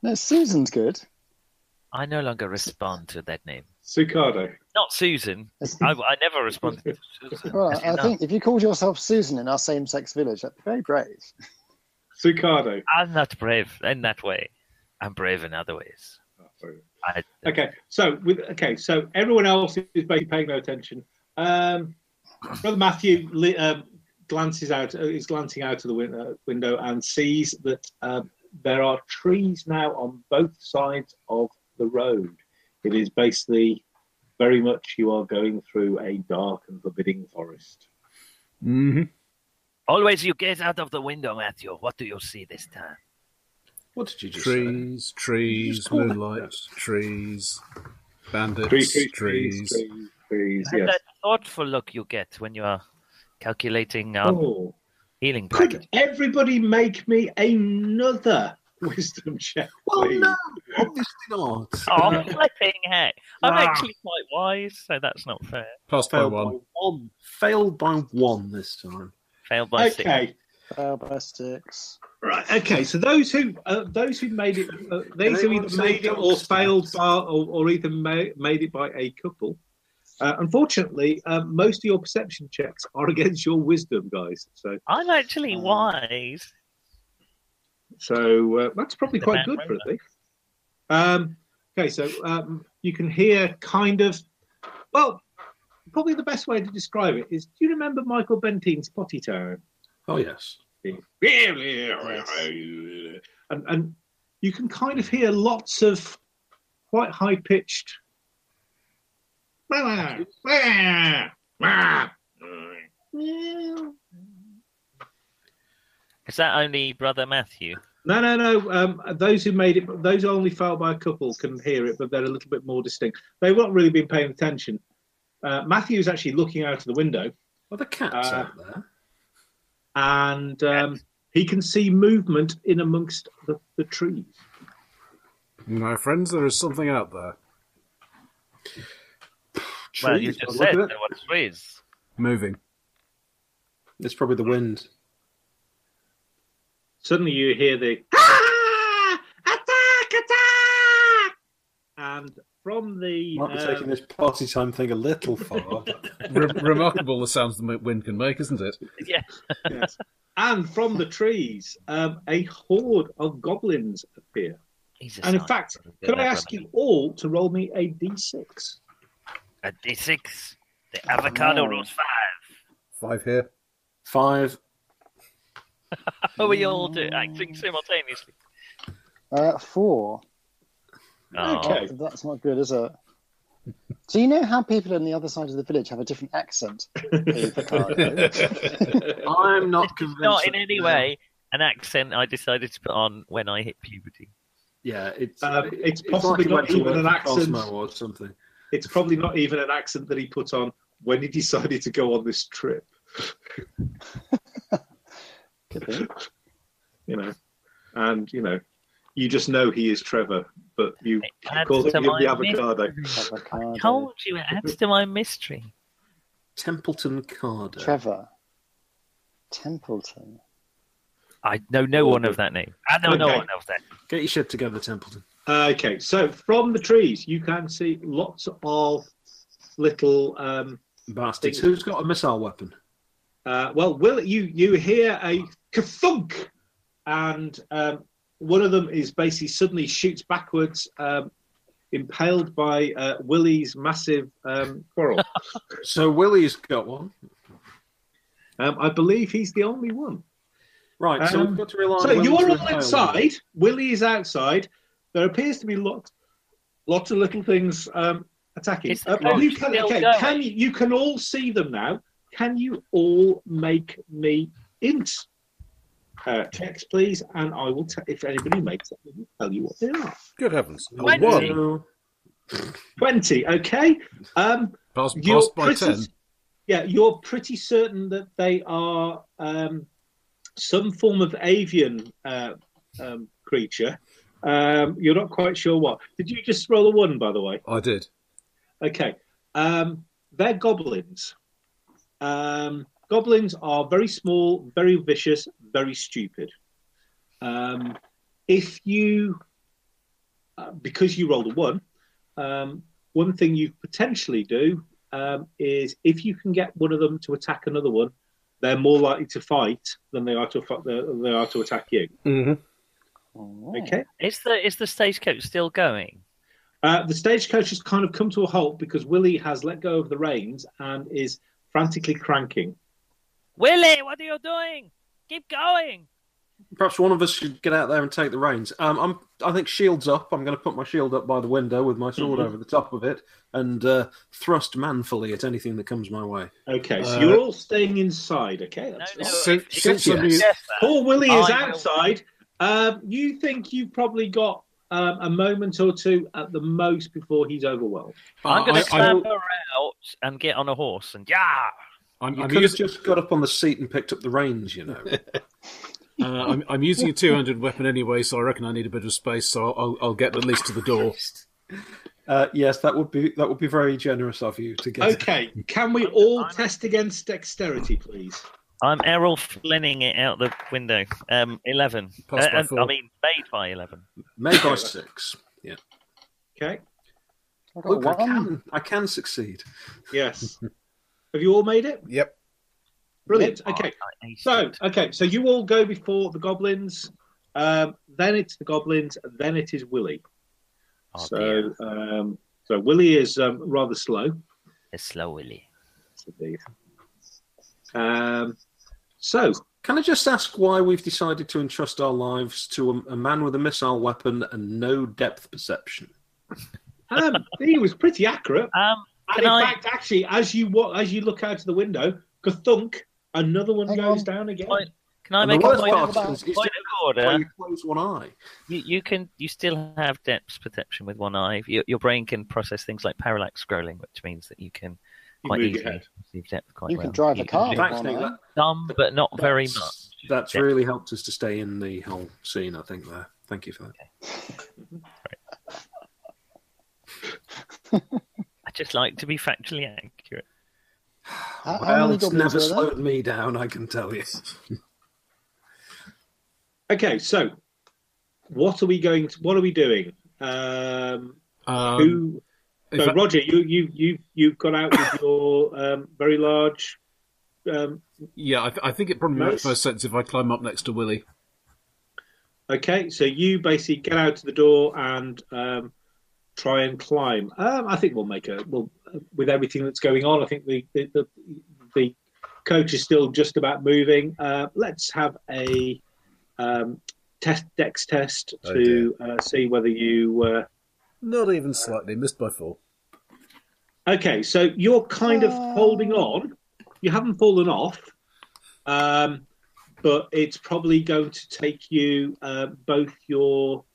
No, Susan's good. I no longer respond to that name. Sucado. Not Susan. I, I never responded to Susan. Well, That's I enough. think if you called yourself Susan in our same-sex village, that'd be very brave. Sucado. I'm not brave in that way. I'm brave in other ways. I, Okay, so with okay, so everyone else is basically paying no attention. Um, Brother Matthew li- um, glances out, uh, is glancing out of the window, window and sees that um, there are trees now on both sides of the road. It is basically very much you are going through a dark and forbidding forest. hmm Always you get out of the window, Matthew. What do you see this time? What did you just say? Trees, trees, call that- moonlight, trees, bandits, Trees, trees. trees, trees, trees, trees, And yes. that thoughtful look you get when you are calculating um, Oh, healing could package. everybody make me another wisdom check? Well, please? no, obviously not. Oh, flipping heck. I'm Ah. actually quite wise, so that's not fair. Passed by Failed one. by one. Failed by one this time. Failed by six. Okay. Fail by six. Right. Okay. So those who uh, those who made it, uh, those who Anyone either say made it don't or stand? failed by, or, or either ma- made it by a couple, Uh, unfortunately, um, most of your perception checks are against your wisdom, guys. So, I'm actually Um, wise. so uh, that's probably The quite Mad good for a Rover. thief. Um, okay, so um, you can hear kind of, well, probably the best way to describe it is: Do you remember Michael Bentine's Potty Town? Oh yes. and, and you can kind of hear lots of quite high pitched. No, Is that only Brother Matthew? no, no. Um, those who made it, those who only fell by a couple can hear it, but they're a little bit more distinct. They've not really been paying attention. Uh, Matthew's actually looking out of the window, Are the cats Uh, out there? and um, he can see movement in amongst the, the trees. My friends, there is something out there. well, Trees, by you the just look said of there it. were trees. Moving. It's probably the wind. suddenly you hear the "Ah! attack, attack, and from the Might be um, taking this party time thing a little far. Re- remarkable the sounds the wind can make, isn't it? Yeah. Yes. uh, and from the trees, um, a horde of goblins appear. He's a And in scientist. fact, Yeah, could I that's ask right. you all to roll me a d6? A D6. The avocado Oh. rolls five. Five here. Five. Oh, we all do acting simultaneously. Uh, four. Oh, Okay. That's not good, is it? Do you know how people on the other side of the village have a different accent? I'm not It's convinced. not in that- any way an accent I decided to put on when I hit puberty. Yeah, it's Um, it- it's it's like possibly he not went to even work an for accent. Cosmo or something. It's probably not even an accent that he put on when he decided to go on this trip. Could be. You know, and you know, you just know he is Trevor, but you It adds call to him my the avocado. mystery. Avocado. Told you it adds to my mystery. Templeton Carder. Trevor. Templeton. I know no one of that name. I know no Okay. one of that. Get your shit together, Templeton. Okay, so from the trees, you can see lots of little. Um, Bastards. Think- Who's got a missile weapon? uh, well, will you you hear a kafunk, and um, one of them is basically suddenly shoots backwards, um, impaled by uh, Willie's massive um, quarrel. So Willie's got one. um, I believe he's the only one. Right, so Um, we've got to rely on So Willie you're to all repel inside. Willie is outside. There appears to be lots, lots of little things um, attacking. Is the Uh, you boat can, still okay, going? can you, you can all see them now? Can you all make me int uh, checks, please? And I will. T- if anybody makes it, I will tell you what they are. Good heavens. A Twenty. one. them. Twenty. Okay. Um, Passed, you're passed by pretty, ten. Yeah, you're pretty certain that they are um, some form of avian uh, um, creature. Um, you're not quite sure what. Did you just roll a one, by the way? I did. Okay. Um, they're goblins. Um, goblins are very small, very vicious, very stupid. Um, if you, uh, because you rolled a one, um, one thing you potentially do um, is if you can get one of them to attack another one, they're more likely to fight than they are to fu- than they are to attack you. Mm-hmm. Alright. Okay. Is the is the stagecoach still going? Uh, the stagecoach has kind of come to a halt because Willie has let go of the reins and is frantically cranking. Willie, what are you doing? Keep going. Perhaps one of us should get out there and take the reins. Um, I'm, I think shield's up. I'm going to put my shield up by the window with my sword Mhm. over the top of it and uh, thrust manfully at anything that comes my way. Okay, so Uh, you're all staying inside. Okay, No, that's no. fine. Since- if- if since you I'm- suggest that, Poor Willie is I will- outside. Um, you think you've probably got um, a moment or two at the most before he's overwhelmed. I'm going I- to I- I- clamber out and get on a horse and yeah. I'm, You I'm could have using- just got up on the seat and picked up the reins, you know. Uh, I'm, I'm using a 200 weapon anyway, so I reckon I need a bit of space, so I'll, I'll get at least to the door. Uh, yes, that would be that would be very generous of you to get. Okay, can we all test against dexterity, please? I'm Errol Flinning it out the window. Um, eleven. Passed by and- four. I mean, made by eleven. Made by six. Okay. I've got Look, I one. can, I can succeed. Yes. Have you all made it? Yep. Brilliant. Yep. Okay. I aced So, it. okay. So you all go before the goblins. Um, then it's the goblins. Then it is Willie. Oh, so, dear. um, so Willie is um, rather slow. It's slowly. Indeed. Um, so Can I just ask why we've decided to entrust our lives to a, a man with a missile weapon and no depth perception? um, he was pretty accurate. Um, And Can in I- fact, actually, as you wa- as you look out of the window, kathunk, another one Hang goes on. down again. Point- can I And the make a worst point, part of, is, about- it's just point of why order? you close one eye. You, you can you still have depth perception with one eye. Your, your brain can process things like parallax scrolling, which means that you can You quite move your easily head. perceive depth quite You well. can drive a You car. do In fact, one Nick, eye. that, Some, but not very that's- much. That's Yeah. really helped us to stay in the whole scene, I think, there. Thank you for that. I just like to be factually accurate. How, how well, many it's goblins never were there? slowed me down, I can tell you. Okay, so what are we going? To, what are we doing? Um, Um, who? if So I- Roger, you you you you've got out with your um, very large. Um, yeah, I, th- I think it probably makes Nice. most sense if I climb up next to Willie. okay, so you basically get out to the door and um, try and climb. Um, I think we'll make a well uh, with everything that's going on. I think the the, the, the coach is still just about moving. Uh, let's have a um, test dex test Oh, to uh, see whether you. Uh, Not even slightly. Missed by four. Okay, so you're kind of Oh. holding on. You haven't fallen off, um, but it's probably going to take you uh, both your.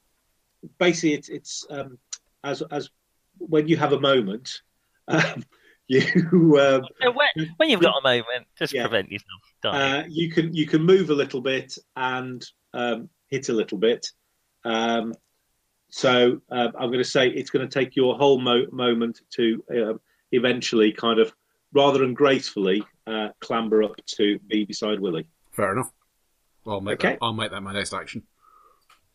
Basically, it's it's um, as as when you have a moment, um, you um, So when, when you've got a moment, just Yeah. prevent yourself from dying. uh, you can you can move a little bit and um, hit a little bit. Um, so uh, I'm going to say it's going to take you a whole mo- moment to um eventually kind of rather ungracefully uh, clamber up to be beside Willie. Fair enough. I'll make Okay. that, I'll make that my next action.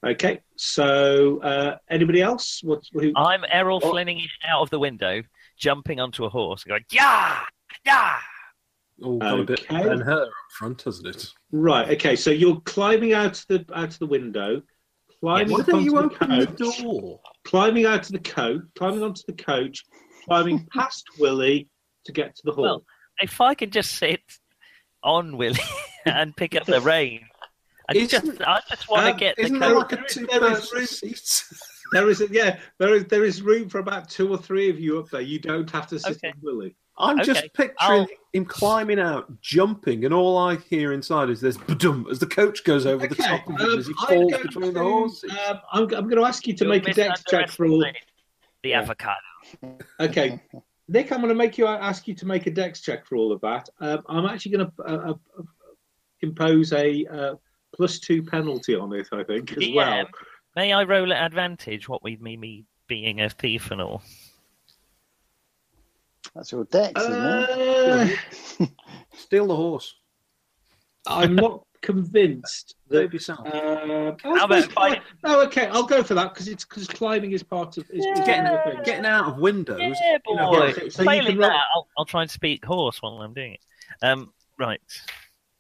Okay. So uh, anybody else? What? Who? I'm Errol Oh. Flinning out of the window, jumping onto a horse, going, yeah, yeah. All got a bit Okay. and her up front, hasn't it? Right. Okay. So you're climbing out the out of the window. Climbing Why up onto don't you the open the couch. door? climbing out of the coach, climbing onto the coach, climbing past Willie to get to the hall. Well, If I can just sit on Willie and pick up the reins, I just, Isn't- I just want to Um, get the Isn't there like coach. a There is- two there is person seat? there is, yeah, there is there is room for about two or three of you up there. You don't have to sit Okay. with Willie. I'm just Okay, picturing I'll- him climbing out, jumping, and all I hear inside is this badum as the coach goes over the top of him as he um, I'm, falls going between to, the horses. um, I'm, I'm going to ask you to You're make a dex check for all. misunderestimating The Yeah. avocado. Okay, Nick, I'm going to make you ask you to make a dex check for all of that. Um, I'm actually going to uh, uh, impose a uh, plus two penalty on it. I think as well. DM, May I roll at advantage? What with me, me being a thief and all? That's your dex, isn't Uh, Steal the horse. I'm not convinced that Save yourself. Uh, How about fighting? Oh, okay. I'll go for that because it's because climbing is part of. Is, is Getting, one of the things. getting out of windows. Yeah, you boy. know, so you can Failing roll- that, I'll, I'll try and speak horse while I'm doing it. Um, right.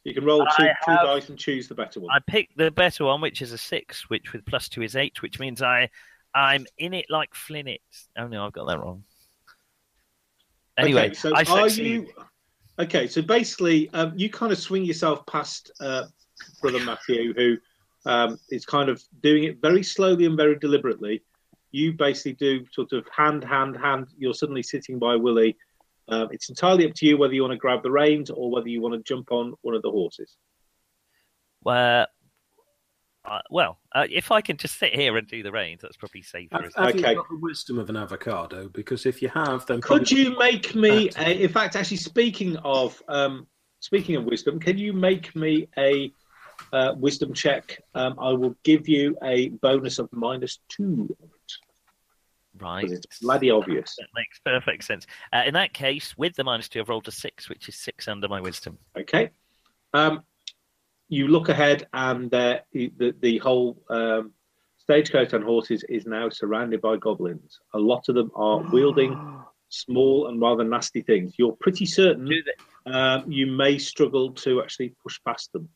You can roll two, I two have- dice and choose the better one. I picked the better one, which is a six, which with plus two is eight, which means I I'm in it like Flinnit. Oh no, I've got that wrong. Anyway, okay, so I are succeed. you? Okay, so basically, um, you kind of swing yourself past uh, Brother Matthew, who um, is kind of doing it very slowly and very deliberately. You basically do sort of hand, hand, hand. You're suddenly sitting by Willie. Um, it's entirely up to you whether you want to grab the reins or whether you want to jump on one of the horses. Uh, uh, well, uh, if I can just sit here and do the reins, that's probably safer. Have, isn't it? have you Okay. got the wisdom of an avocado? Because if you have, then Could probably- you make me a, in fact actually speaking of um, speaking of wisdom, can you make me a uh, wisdom check? Um, I will give you a bonus of minus two right? because it's bloody obvious. That makes perfect sense. Uh, in that case, with the minus two, I've rolled a six, which is six under my wisdom. Okay. Um, you look ahead and uh, the, the the whole um, Stagecoach and Horses is now surrounded by goblins. A lot of them are wielding small and rather nasty things. You're pretty certain Do they- um, you may struggle to actually push past them.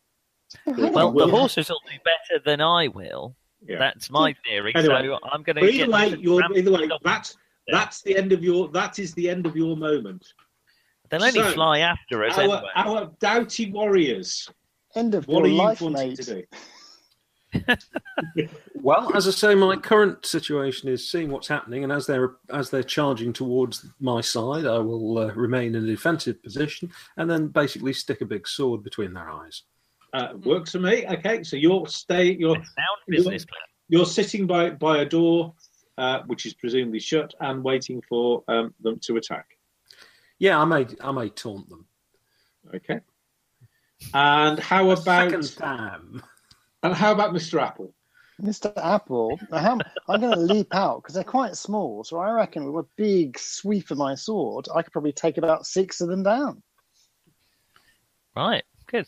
Well, the Well- horses will do better than I will. Yeah. That's my theory. Anyway. so I'm going But to. either way, you're, either way, that's that's the end of your that is the end of your moment. They'll only so, fly after us Our, anyway. our doughty warriors. End of What your are you life, wanting mate. to do? Well, as I say, my current situation is seeing what's happening, and as they're as they're charging towards my side, I will uh, remain in a defensive position, and then basically stick a big sword between their eyes. Uh, works for me. Okay, so you're stay you're Sound business plan. you're sitting by by a door, uh, which is presumably shut, and waiting for um, them to attack. Yeah, I may I may taunt them. Okay. And how A about second time. and how about Mr. Apple? Mr. Apple, I'm, I'm going to leap out because they're quite small. So I reckon with a big sweep of my sword, I could probably take about six of them down. Right. Good.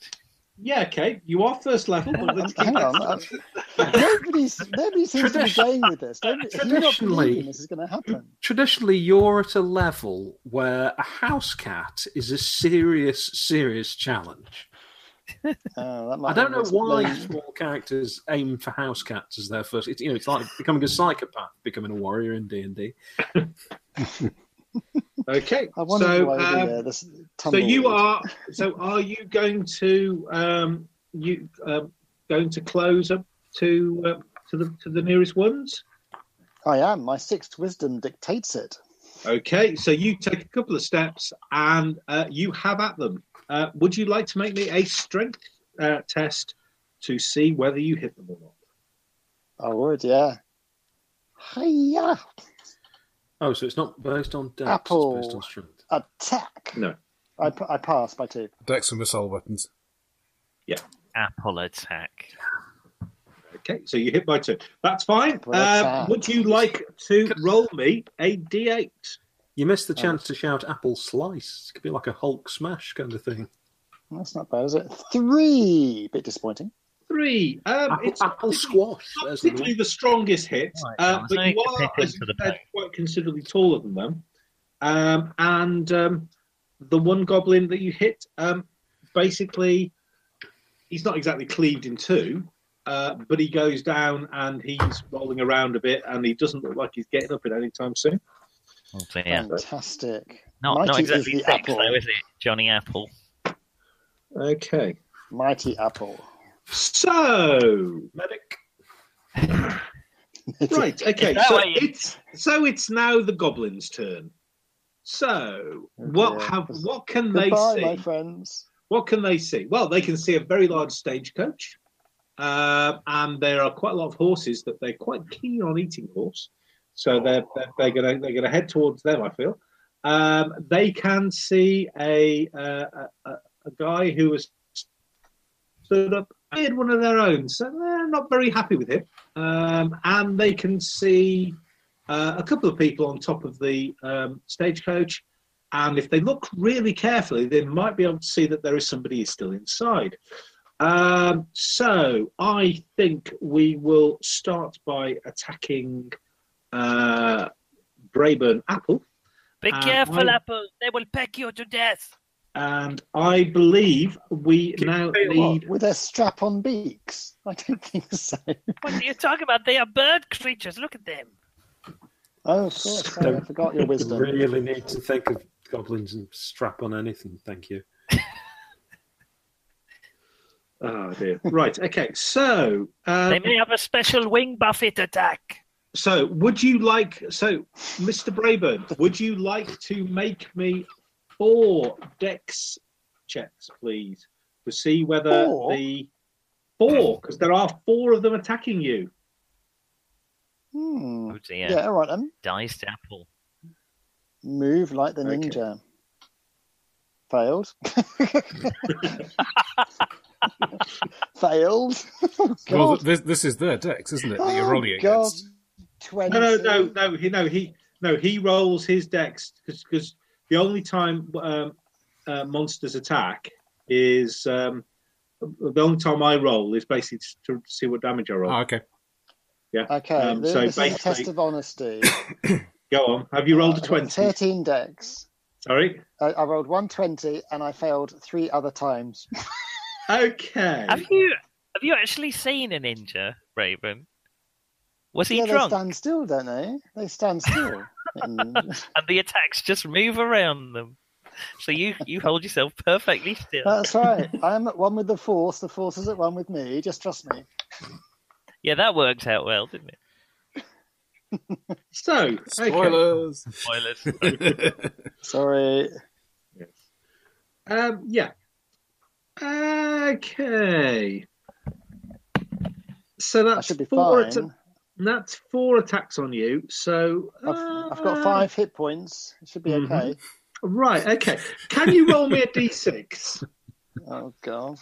Yeah, okay. You are first level. But let's keep Hang on. that. I- Nobody's, nobody seems to be Tradition- playing with this. Nobody, you're not Traditionally- believing this is going to happen. Traditionally, you're at a level where a house cat is a serious, serious challenge. Oh, that might I don't be know what's why playing. small characters aim for house cats as their first. It's you know, it's like becoming a psychopath, becoming a warrior in D and D. Okay. I wonder So, why um, the, uh, this so you tumbleweed- are. So are you going to um, you um, going to close up to uh, to the to the nearest ones? I am. My sixth wisdom dictates it. Okay. So you take a couple of steps and uh, you have at them. Uh, would you like to make me a strength uh, test to see whether you hit them or not? I would, yeah. Hiya! Oh, so it's not based on dex, Apple. it's based on strength. Attack! No. I, p- I pass by two. Dex and missile weapons. Apple attack. Okay, so you hit by two. That's fine. Well, that's Uh, out. would you like to roll me a d8? You missed the Oh. chance to shout apple slice. It could be like a Hulk smash kind of thing. That's not bad, is it? Three! Bit disappointing. Three. Um, Apple, it's apple not squash. not There's another particularly one. the strongest hit, Right, uh, I but think you it's are hit as into you the said, bone. quite considerably taller than them. Um, and um, the one goblin that you hit, um, basically, he's not exactly cleaved in two. Uh, but he goes down and he's rolling around a bit, and he doesn't look like he's getting up at any time soon. Oh, dear. Fantastic. Not, not Um, Mighty exactly is the sex, apple. though, is it? Johnny Apple. Okay. Mighty apple. So, medic. Right. Okay. that So why you- it's so it's now the goblins' turn. Oh, So what Okay. have what can Goodbye, they see? my friends. What can they see? Well, they can see a very large stagecoach, Um and there are quite a lot of horses that they're quite keen on eating horse. So they're they're, they're gonna they're gonna head towards them. I feel um, they can see a, uh, a a- a guy who has stood up did one of their own, so they're not very happy with him. Um, and they can see uh, a couple of people on top of the um, stagecoach. And if they look really carefully, they might be able to see that there is somebody is still inside. Um, so I think we will start by attacking uh, Brayburn Apple. Be Uh, careful, I- Apple. They will peck you to death. And I believe we Keep now it need. With their strap on beaks? I don't think so. What are you talking about? They are bird creatures. Look at them. Oh, of course. Sorry, I forgot your wisdom. Really need to think of goblins and strap on anything. Thank you. Oh dear. Right. Okay. So. Um, They may have a special wing buffet attack. So, would you like, so, Mr. Brayburn, would you like to make me four dex checks, please, to see whether Four? the four, because there are four of them attacking you. Hmm. Oh, dear. Yeah. all right then. Diced apple. Move like the Okay. ninja. Failed. Failed. oh, God. Well, th- this, this is their Dex, isn't it? That you're Oh, rolling God. against. 20. No, no, no, no, he, no, he, no, he rolls his dex because the only time um, uh, monsters attack is Uh, um, the only time I roll is basically to see what damage I roll. Ah, okay. Yeah. Okay, Um, th- so this is a basically- test of honesty. Go on. Have you rolled a I've 20? got Thirteen decks. Sorry. I, I rolled one twenty and I failed three other times. Okay. Have you have you actually seen a ninja, Raven? Was he yeah, drunk? they stand still, don't they? They stand still. Mm. And the attacks just move around them. So you you hold yourself perfectly still. That's right. I'm at one with the force. The force is at one with me. Just trust me. Yeah, that worked out well, didn't it? So, okay. Spoilers. Spoilers. Sorry. Um, yeah. Okay. So I that's should be four. fine. atta- that's four attacks on you. So I've, I've got uh, five hit points. It should be Mhm. okay. Right. Okay. Can you roll me a d6? Oh god.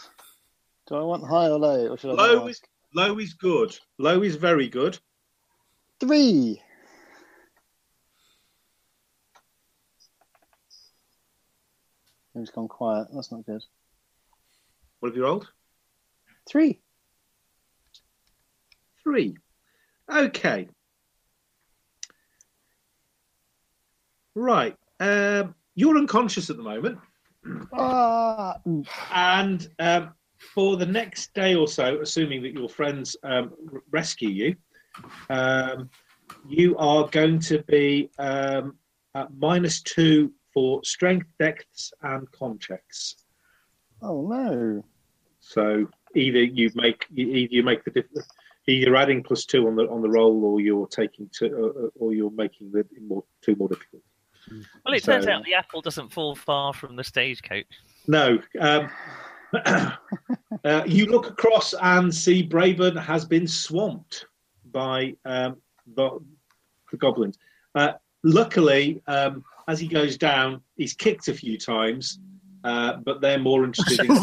Do I want high or low? Or should I Low not is ask? low is good. Low is very good. three. Who's gone quiet? That's not good. What have you rolled? Three. Three. Okay. Right. Um, you're unconscious at the moment. Ah, And um, for the next day or so, assuming that your friends um, r- rescue you, um, you are going to be um, at minus two for strength, depths, and con checks. oh no. So either you make e-, either you make the difference. Either you're adding plus two on the on the roll, or you're taking two, uh, or, or you're making the more two more difficult. Well, it So- turns out the apple doesn't fall far from the stagecoach. No. Um, uh, you look across and see Braeburn has been swamped by um, the, the goblins. Uh, luckily, um, as he goes down, he's kicked a few times, uh, but they're more interested in.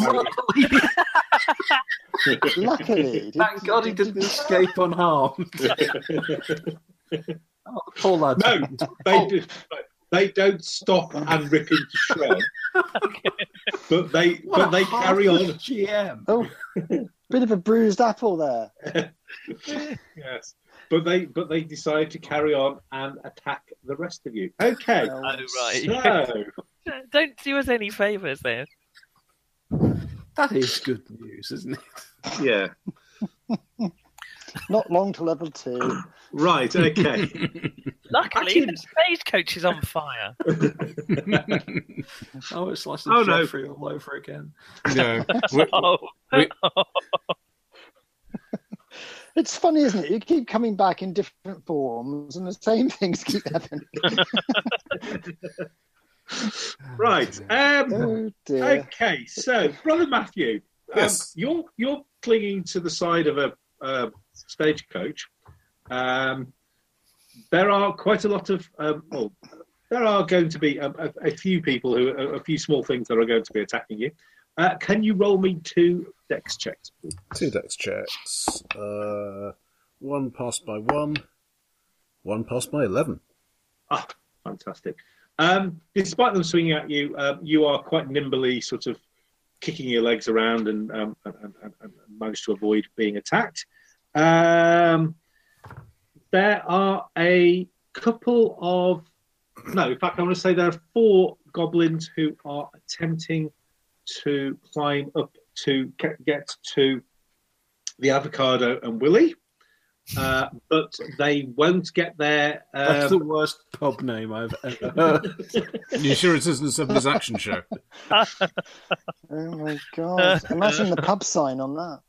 Luckily, did- Thank God he did you didn't do- escape unharmed. oh, the poor lad. No, Oh. they, do, they don't stop and rip into shreds. But they, What a but they carry heartless on. GM. Oh, bit of a bruised apple there. Yes, but they, but they decide to carry on and attack the rest of you. Okay, Oh, Oh right. so Don't do us any favours there. That is good news, isn't it? yeah, Not long to level two. Right, okay. Luckily, Actually- the stagecoach is on fire. Oh, it's like Oh, oh, no. Jeffrey all over again. no, we- Oh, It's funny, isn't it? You keep coming back in different forms, and the same things keep happening. right. Um, Oh dear. okay, so Brother Matthew, um, Yes. you're you're clinging to the side of a uh, stagecoach. Um, there are quite a lot of um, well, there are going to be a, a, a few people who a, a few small things that are going to be attacking you. Uh, can you roll me two dex checks? please? two dex checks. Uh, one passed by one. One passed by eleven. Ah, fantastic. Um, despite them swinging at you, um, you are quite nimbly sort of kicking your legs around and, um, and, and, and and manage to avoid being attacked. Um, there are a couple of. No, in fact, I want to say there are four goblins who are attempting to climb up to get, get to the avocado and Willie, uh, but they won't get there. That's Um, the worst pub name I've ever heard. You sure it isn't a seventies action show? Oh my god! Imagine the pub sign on that.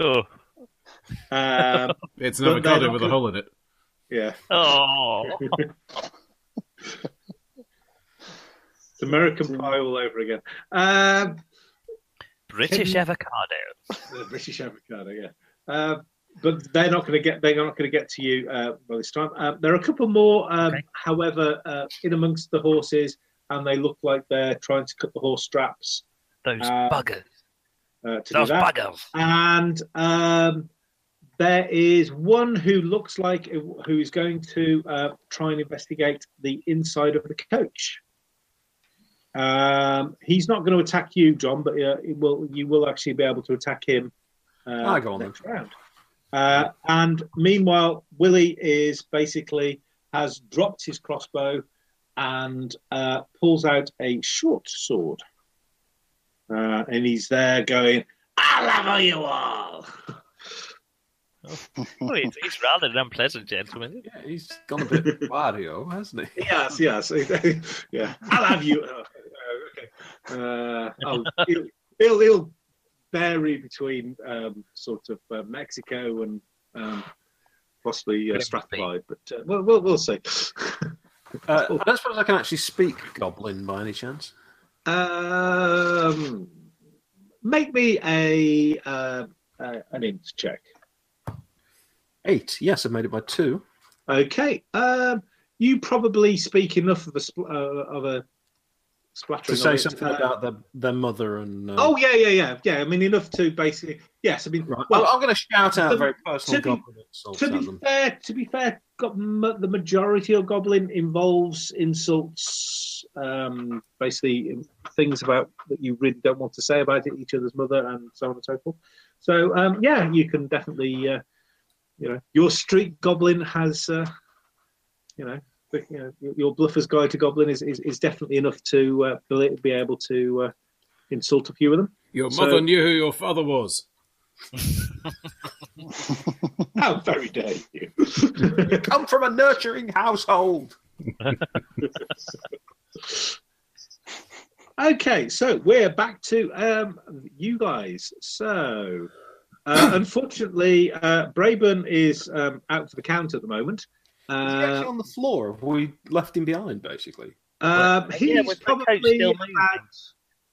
oh, Um, It's an But they're avocado not with a good. hole in it. yeah, oh. it's American Pie all over again. Um, British avocado. the British avocado, yeah. Um, but they're not going to get. They're not going to get to you uh, by this time. Um, there are a couple more, um, Okay. however, uh, in amongst the horses, and they look like they're trying to cut the horse straps Those Uh, buggers. uh, to Those do that. buggers. and um, there is one who looks like who is going to uh, try and investigate the inside of the coach. Um, he's not going to attack you, John, but uh, it will, you will actually be able to attack him. Uh, Ah, go on next round. Uh, and meanwhile, Willie is basically has dropped his crossbow and uh, pulls out a short sword. Uh, and he's there going, I'll level you all. Well, it's, it's Oh, rather an unpleasant gentleman. Yeah, he's gone a bit Mario, hasn't he? yes, yes, yeah. I'll have you. Uh, uh, okay. Uh, I'll, he'll, he'll, he'll vary between um, sort of uh, Mexico and um, possibly uh, Could it Strathclyde, but uh, we'll, we'll we'll see. Uh, I don't suppose I can actually speak Goblin by any chance. um, make me a uh, uh, an int check. Eight. Yes, I've made it by two. Okay. Um, you probably speak enough of a spl- uh, of a To splattering say of it, something uh, about their, their mother and. Uh, Oh yeah, yeah, yeah, yeah. I mean, enough to basically. Yes, I mean. Right. Well, I'm, going to shout out to- very personal to be- Goblin insults to at be them. fair, to be fair, got m- the majority of Goblin involves insults, um, basically things about that you really don't want to say about it, each other's mother, and so on and so forth. So um, yeah, you can definitely, uh, you know, your street Goblin has, uh, you know. You know, your- your bluffer's guide to goblin is, is, is definitely enough to uh, be- be able to uh, insult a few of them. Your So- mother knew who your father was. How very dare you! Come from a nurturing household. Okay, so we're back to um, you guys. So, uh, unfortunately, uh, Braben is um, out for the count at the moment. Is he actually Uh, on the floor? Have we left him behind, basically? um, he's Yeah, with the coach probably still about, moving.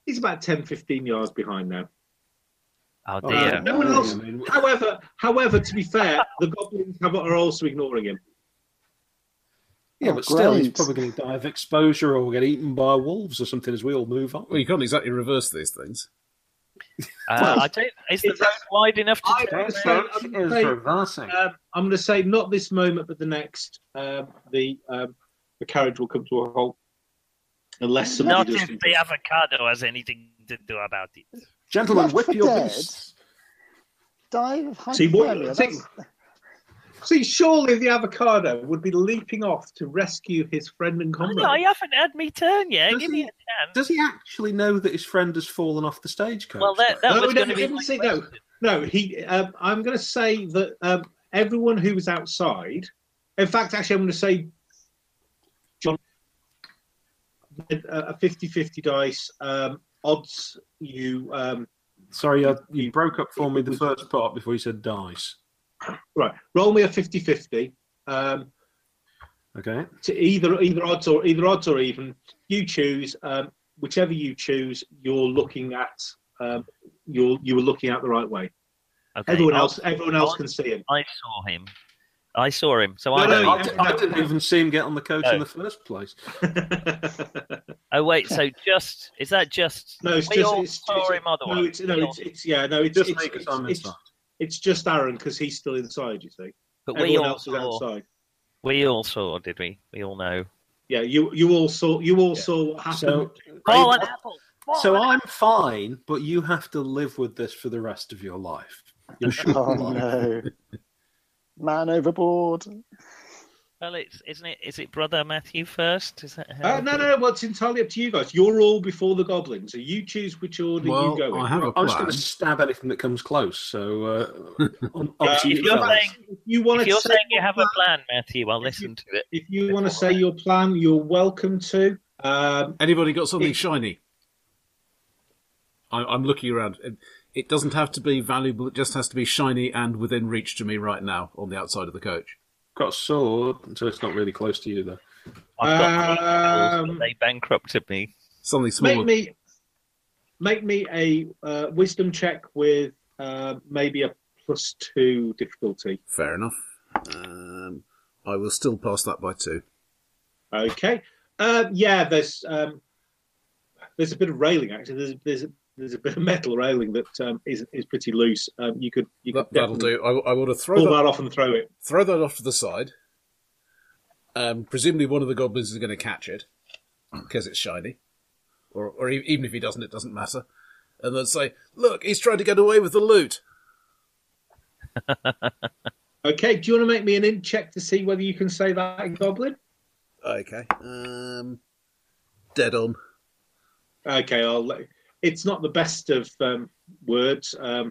he's about 10, 15 yards behind now. Oh Oh, dear. Uh, no one Oh, else. I mean, However, however, to be fair, the goblins have, are also ignoring him. Yeah, Oh, but still, he's great. probably going to die of exposure or get eaten by wolves or something as we all move on. Well, you can't exactly reverse these things. Uh, Well, I don't. Is the it's- road wide enough to? I- turn it's- around? it's- it's Uh, Um, I'm going to say not this moment, but the next. Um, the um, the carriage will come to a halt unless somebody Not does if something. the avocado has anything to do about it. Gentlemen, Left whip for your dead? beasts. Die of See, what- hypothermia. see- that's- See, surely the avocado would be leaping off to rescue his friend and Oh, no, I comrade. haven't had me turn yet. Does Give he- me a chance. Does he actually know that his friend has fallen off the stagecoach? well, that, that No, was we going to don't- be didn't my say no. question. No, he. Um, I'm going to say that um, everyone who was outside. In fact, actually, I'm going to say John. A 50-50 dice um, odds. You um, Sorry, I, you broke up for me the first part before you said dice. right. Roll me a 50-50. Um, Okay. to either either odds or either odds or even you choose um, whichever you choose you're looking at um, you're you were looking at the right way Okay, everyone I'll- else everyone else I'll- can see him I saw him. I saw him. So No, I no, know. you I, him. di- I didn't even see him get on the coach in the first place. Oh wait, so just is that just? no it's we just all it's, saw it's, him otherwise. no it's no We all- it's, it's yeah no it's Just it's, make us it's, I'm it's, inside. it's just Aaron because he's still inside you see but we everyone all else is saw. outside We all saw, did we? We all know. yeah you you all saw you all saw what happened So, Paul and Apple. so I'm fine, but you have to live with this for the rest of your life. Your short oh life. no. Man overboard. Well, it's isn't it? Is it brother Matthew first? Is that? How uh, no, no, no. Well, it's entirely up to you guys. You're all before the goblins, so you choose which order you go Well, in. Uh, I have a I'm plan. just going to stab anything that comes close. So, uh, on, on Uh, to if you you're fellas. saying- If you want If to you're say saying you what have a plan, Matthew, I'll If you- listen to it. if you want to say your plan, you're welcome to. Um, Anybody got something It- shiny? I, I'm looking around. It- It doesn't have to be valuable. It just has to be shiny and within reach to me right now on the outside of the coach. got a sword, so it's not really close to you though. I've got tools, but um, they bankrupted me. Something smaller. make me make me a uh, wisdom check with uh, maybe a plus two difficulty. Fair enough. Um, I will still pass that by two. Okay. Um, yeah, there's um, there's a bit of railing actually. There's there's a, there's a bit of metal railing that um, is is pretty loose. Um, you could you could That, that'll definitely do. I, will- I want to throw pull that, that off and throw it. throw that off to the side. Um, presumably, one of the goblins is going to catch it because it's shiny, or, or e- even if he doesn't, it doesn't matter. And then say, "Look, he's trying to get away with the loot." Okay, do you want to make me an int check to see whether you can say that in Goblin? Okay. Um, dead on. Okay, I'll. Let, it's not the best of um, words, um,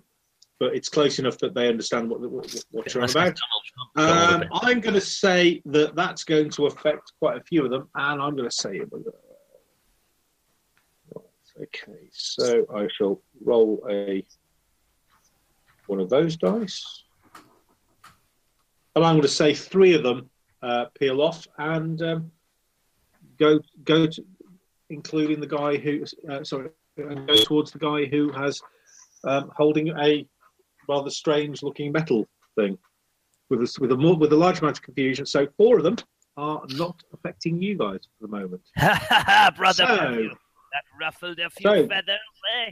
but it's close enough that they understand what what, what you're on That's 'cause about. Donald Trump got all of Um, it. I'm going to say that that's going to affect quite a few of them, and I'm going to say it. was, uh, Okay, so I shall roll a one of those dice, and I'm going to say three of them uh, peel off and um, go go to, including the guy who uh, sorry, and go towards the guy who has um, holding a rather strange-looking metal thing with a, with a more, with a large amount of confusion. So four of them are not affecting you guys for the moment. Ha ha ha, brother! Um, So- Matthew, that ruffled a few So- feathers, eh?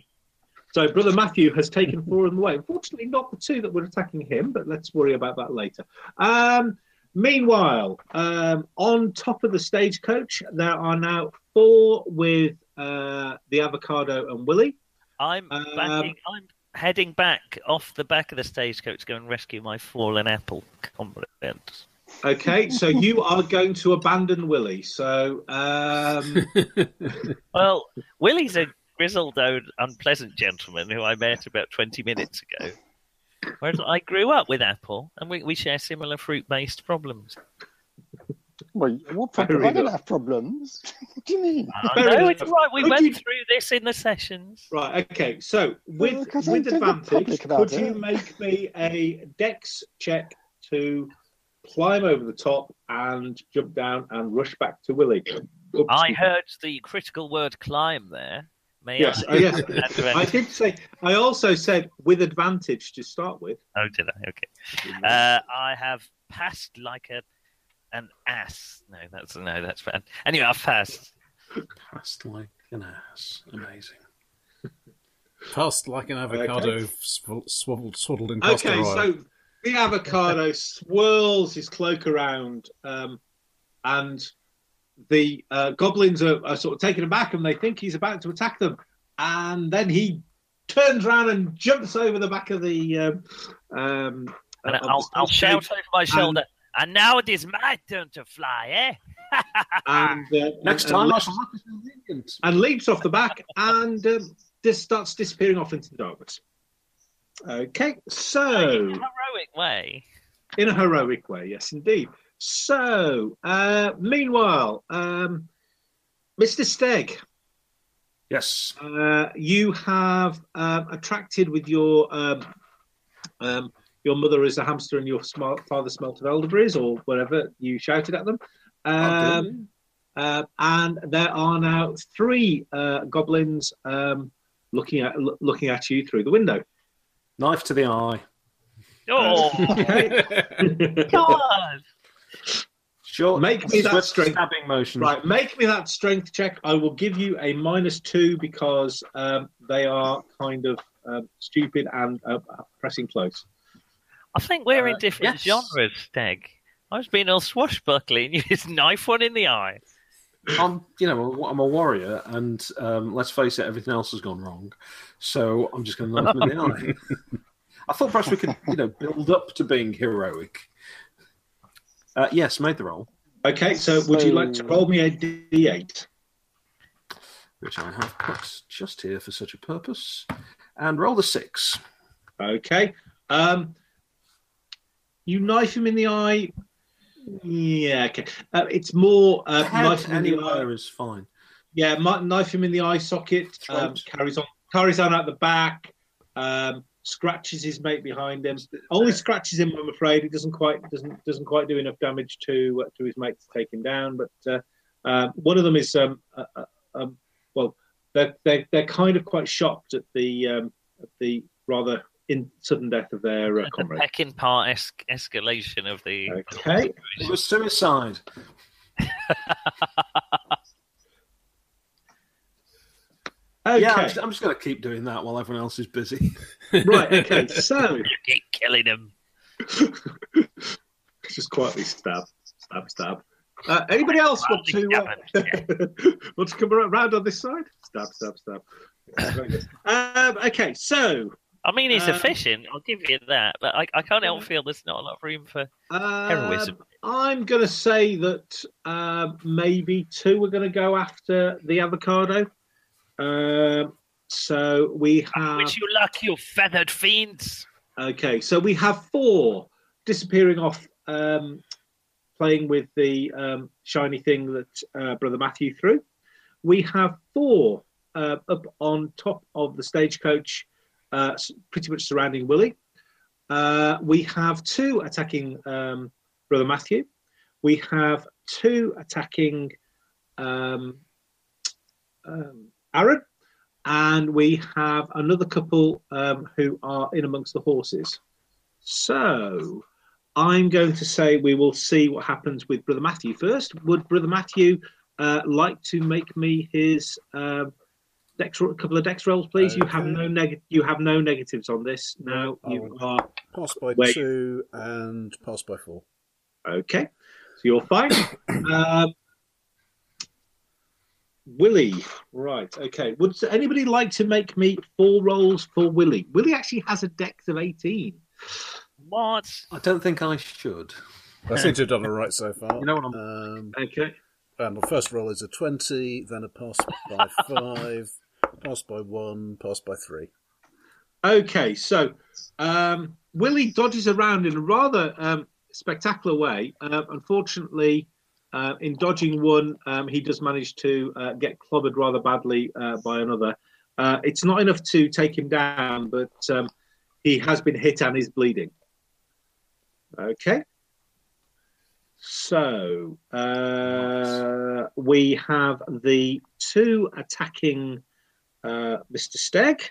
So brother Matthew has taken four of them away. Unfortunately, not the two that were attacking him, but let's worry about that later. Um, meanwhile, um, on top of the stagecoach, there are now four with uh, the avocado and Willie. I'm Um, backing, I'm heading back off the back of the stagecoach to go and rescue my fallen apple comrades. Okay, so you are going to abandon Willie. So um, Well, Willie's a grizzled old unpleasant gentleman who I met about twenty minutes ago. Whereas I grew up with Apple and we, we share similar fruit based problems. Well, what problem? Fair I don't enough. have problems. what do you mean? I Fair know enough. it's right, we Could went you- through this in the sessions. Right. Okay. So with Well, 'cause I with don't look advantage, public about could it. you make me a dex check to climb over the top and jump down and rush back to Willie? Oops, excuse I me. heard the critical word climb there. May Yes. I oh, yes. address- I did say. I also said with advantage to start with. Oh, did I? Okay. Uh, I have passed like a an ass. No, that's no, that's bad. Anyway, I've passed. Passed like an ass. Amazing. Passed like an avocado Okay. sw- swaddled, swaddled in castor Okay. oil. So the avocado swirls his cloak around, um, and the uh, goblins are, are sort of taken aback, and they think he's about to attack them, and then he turns around and jumps over the back of the. Um, um, And of the I'll, I'll stage shout over my shoulder. And, now it is my turn to fly, eh? ah, and, uh, Next and- time and, I shall look at the ingredients. and leaps off the back and um, just starts disappearing off into the darkness. Okay, In a so heroic way. in a heroic way, yes, indeed. So, uh, meanwhile, um, Mr. Steg, Yes. uh, you have um, attracted with your um, um, your mother is a hamster and your smart father smelt of elderberries or whatever you shouted at them. Um, uh, and there are now three uh, goblins um, looking at loo- looking at you through the window. Knife to the eye. Oh, God. Short. Make me that swift straight. stabbing motion. Right, make me that strength check. I will give you a minus two because um, they are kind of um, stupid and uh, pressing close. I think we're in Uh, different yes. genres, Steg. I was being all swashbuckling, and you just knife one in the eye. I'm, you know, I'm a warrior, and um, let's face it, everything else has gone wrong. So I'm just going to knife him in the eye. I thought perhaps we could, you know, build up to being heroic. Uh, yes, made the roll, Okay, so, would you like to So- roll me a d8? which I have put just here for such a purpose, and roll the six. Okay. Um, you knife him in the eye. Yeah, okay. Uh, it's more uh, knife him in the eye. anywhere is fine. Yeah, mi- knife him in the eye socket. Um, Throat. carries on, carries on out the back. Um, scratches his mate behind him. Only scratches him, I'm afraid. It doesn't quite doesn't doesn't quite do enough damage to uh, to his mate to take him down. But uh, uh, one of them is um, uh, uh, um, well, they're, they're they're kind of quite shocked at the um, at the rather in sudden death of their uh, The comrade. Peckinpah esque escalation of the. Okay. It was suicide. Okay. Yeah, I'm just, I'm just going to keep doing that while everyone else is busy. right. Okay. So. You keep killing him. just quietly stab, stab, stab. Uh, anybody else want to uh, want to come around on this side? Stab, stab, stab. Um, okay, so I mean, he's Um, efficient. I'll give you that, but I, I can't help feel there's not a lot of room for Um, Heroism. I'm going to say that um, maybe two are going to go after the avocado. Um, so we have. Wish you luck, you feathered fiends. Okay, so we have four disappearing off, um, playing with the um, shiny thing that uh, Brother Matthew threw. We have four uh, up on top of the stagecoach, uh, s- pretty much surrounding Willie. Uh, we have two attacking um, Brother Matthew. We have two attacking um, um, Aaron. And we have another couple um, who are in amongst the horses. So I'm going to say we will see what happens with Brother Matthew first. Would Brother Matthew uh, like to make me his um, dex, a couple of dex rolls, please? You have no neg- you have no negatives on this. Now you are Pass by Wait. two and pass by four. Okay, so you're fine. um, Willie, right? Okay. Would anybody like to make me four rolls for Willie? Willie actually has a dex of eighteen. What? I don't think I should. I seem to have done all right so far. You know what I'm- Um, Okay. and the first roll is a twenty, then a pass by five, pass by one, pass by three. Okay. So um, Willie dodges around in a rather um, spectacular way. Um, unfortunately. Uh, in dodging one, um, he does manage to uh, get clobbered rather badly uh, by another. Uh, it's not enough to take him down, but um, he has been hit and is bleeding. Okay. So uh, we have the two attacking uh, Mr. Steg.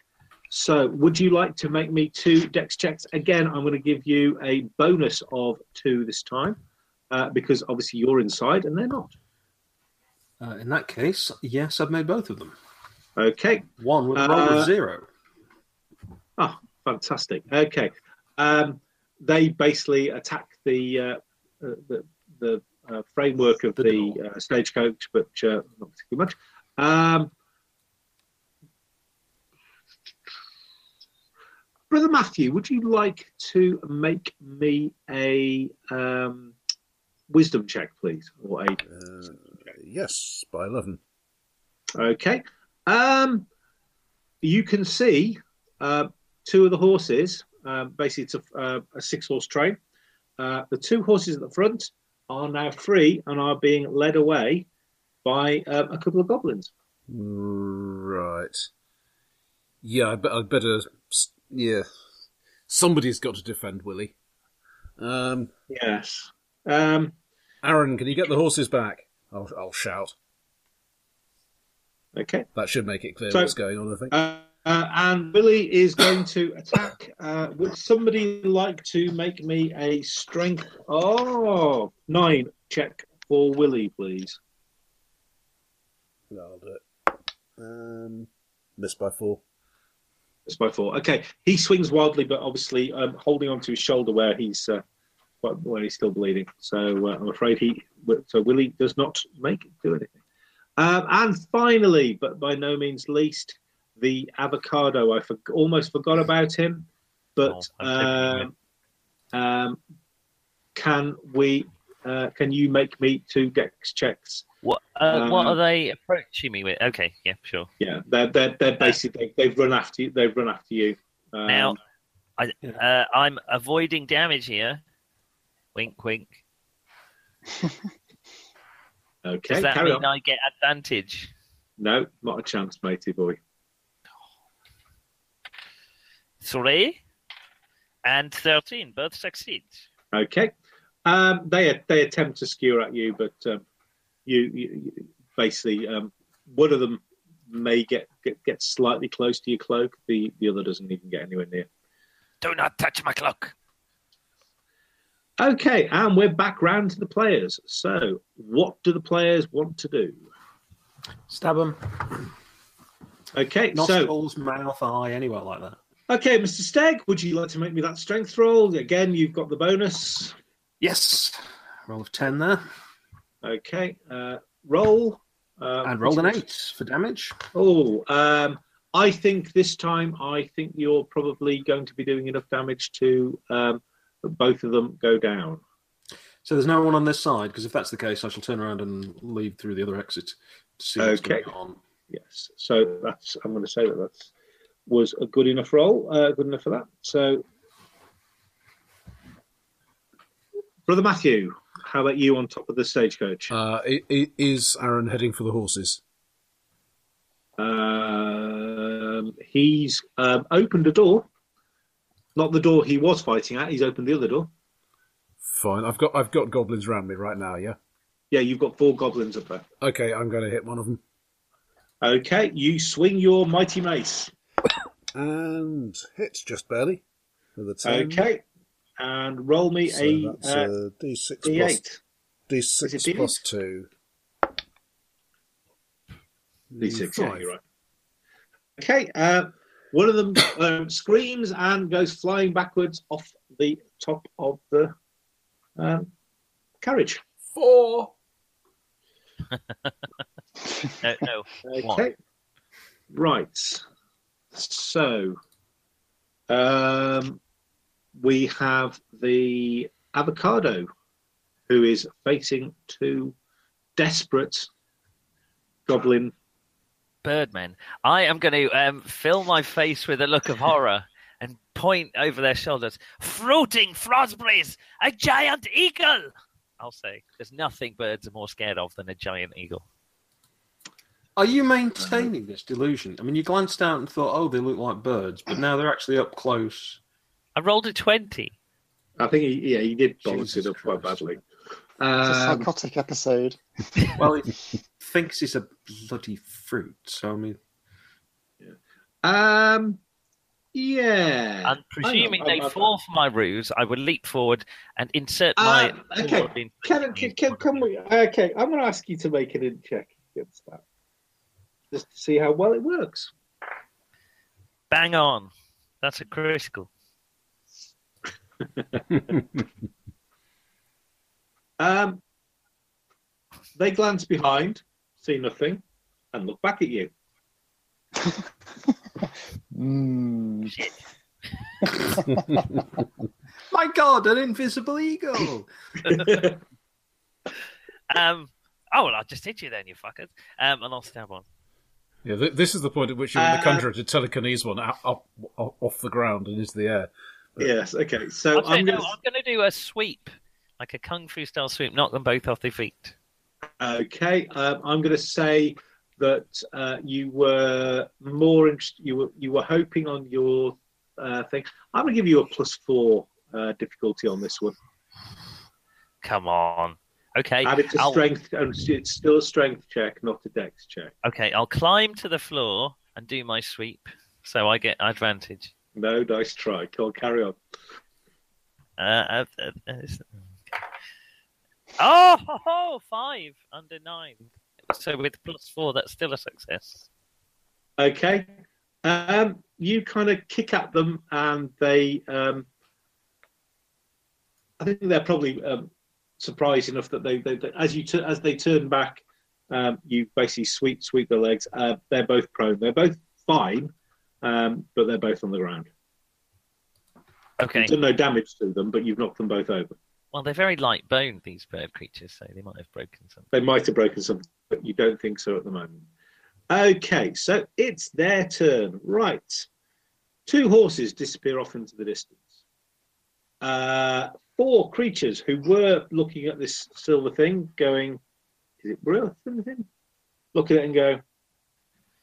So would you like to make me two dex checks? Again, I'm going to give you a bonus of two this time uh, because obviously you're inside and they're not. Uh, in that case, yes, I've made both of them. Okay. One with a roll Uh, of zero. Oh, fantastic. Okay. Um, they basically attack the uh, uh, the, the uh, framework of The the, uh, stagecoach, but uh, not particularly much. Um, Brother Matthew, would you like to make me a um, wisdom check, please, or a Uh, yes, by eleven. Okay. Um, you can see uh, two of the horses. Um, basically, it's a, uh, a six-horse train. Uh, the two horses at the front are now free and are being led away by um, a couple of goblins. Right. Yeah, I, be- I better. s- Yeah, somebody's got to defend Willie. Um, Yes. Um, Aaron, can you get the horses back? I'll, I'll shout. okay. That should make it clear So- what's going on. I think. Uh, uh, and Willie is going to attack. Uh, would somebody like to make me a strength? Oh, nine check for Willie, please. No, I'll do it. Um, missed by four. It's by four. Okay, he swings wildly, but obviously um, holding onto his shoulder where he's uh, quite- where he's still bleeding. So uh, I'm afraid he. So Willie does not make it do anything. Um, and finally, but by no means least, the avocado. I for- almost forgot about him, but Oh, I'm um, um, can we? Uh, can you make me two dex checks? What? Uh, Um, what are they approaching me with? Okay, yeah, sure. Yeah, they're they're, they're basically they've run after you. They've run after you. Um, Now, I, Yeah. uh, I'm avoiding damage here. Wink, wink. okay, Does that carry mean on. I get advantage? No, not a chance, matey boy. Three and thirteen, both succeed. Okay. Um, they they attempt to skewer at you, but um, you, you, you basically um, one of them may get, get get slightly close to your cloak. The the other doesn't even get anywhere near. Do not touch my clock. Okay, and we're back round to the players. So, what do the players want to do? Stab him. Okay, so Nostrils, mouth, eye, anywhere like that. okay, Mr. Steg, would you like to make me that strength roll again? You've got the bonus. Yes. Roll of 10 there. Okay, uh, roll uh, And rolled an which- 8 for damage. Oh, um, I think this time, I think you're probably going to be doing enough damage to um, both of them go down. So there's no one on this side because if that's the case, I shall turn around and leave through the other exit to see what's Okay. going on. Yes. So that's I'm going to say that that was a good enough roll. Uh, good enough for that. So, brother Matthew, how about you on top of the stagecoach? Uh, Uh, i- i- is Aaron heading for the horses? um, he's um, opened a door. Not the door he was fighting at. He's opened the other door. Fine. I've got I've got goblins around me right now. Yeah. Yeah, you've got four goblins up there. Okay, I'm going to hit one of them. Okay, you swing your mighty mace. and hit just barely with a ten. Okay, and roll me so a that's uh, a d6 plus d8. Is d6 it plus two. D6, yeah, Five. you're right. Okay, uh, one of them um, screams and goes flying backwards off the top of the um, carriage. Four. No, no. Okay. One. Right. So um, we have the avocado who is facing two desperate goblin. Birdmen. I am going to um, fill my face with a look of horror and point over their shoulders. Fruiting Frosberries! A giant eagle! I'll say. There's nothing birds are more scared of than a giant eagle. Are you maintaining this delusion? I mean, you glanced out and thought, "Oh, they look like birds," but now they're actually up close. I rolled a 20. I think, he, yeah, he did bollocks Jesus it up quite Christ. badly. It's a Um, psychotic episode. Well, he thinks it's a bloody fruit. So I mean, Um, yeah. And Hang presuming on, they I'm- fall for my ruse, I would leap forward and insert my. Uh, okay. Can, can, can, can we? Okay, I'm going to ask you to make an in check against that, just to see how well it works. Bang on. That's a critical. Um, they glance behind, see nothing, and look back at you. Hmm. Mm. my God, an invisible eagle! Um, oh, well, I'll just hit you then, you fuckers. Um, and I'll stab one. Yeah, th- this is the point at which you want Uh, the conjurer to telekinese one up, up, o- off the ground and into the air. yes. Okay. So I'll say, I'm no, going to. I'm going to do a sweep, like a kung fu style sweep, knock them both off their feet. Okay, um, I'm going to say that uh, you were more interested. You were you were hoping on your uh, thing. I'm going to give you a plus four uh, difficulty on this one. Come on. Okay. And it's a I'll, strength. And it's still a strength check, not a dex check. okay. I'll climb to the floor and do my sweep, so I get advantage. No dice try. Go on, carry on. Uh, uh, uh, uh, it's- oh, ho, ho, five under nine. So with plus four, that's still a success. Okay. Um, you kind of kick at them, and they. Um, I think they're probably um, surprised enough that they, they, they- as you tu- as they turn back, um, you basically sweep sweep their legs. Uh, they're both prone. They're both fine, um, but they're both on the ground. Okay. You've done no damage to them, but you've knocked them both over. Well, they're very light boned, these bird creatures, so they might have broken something. They might have broken something, but you don't think so at the moment. Okay, so it's their turn. Right. Two horses disappear off into the distance. Uh, four creatures who were looking at this silver thing going, is it real? silver thing?" Look at it and go,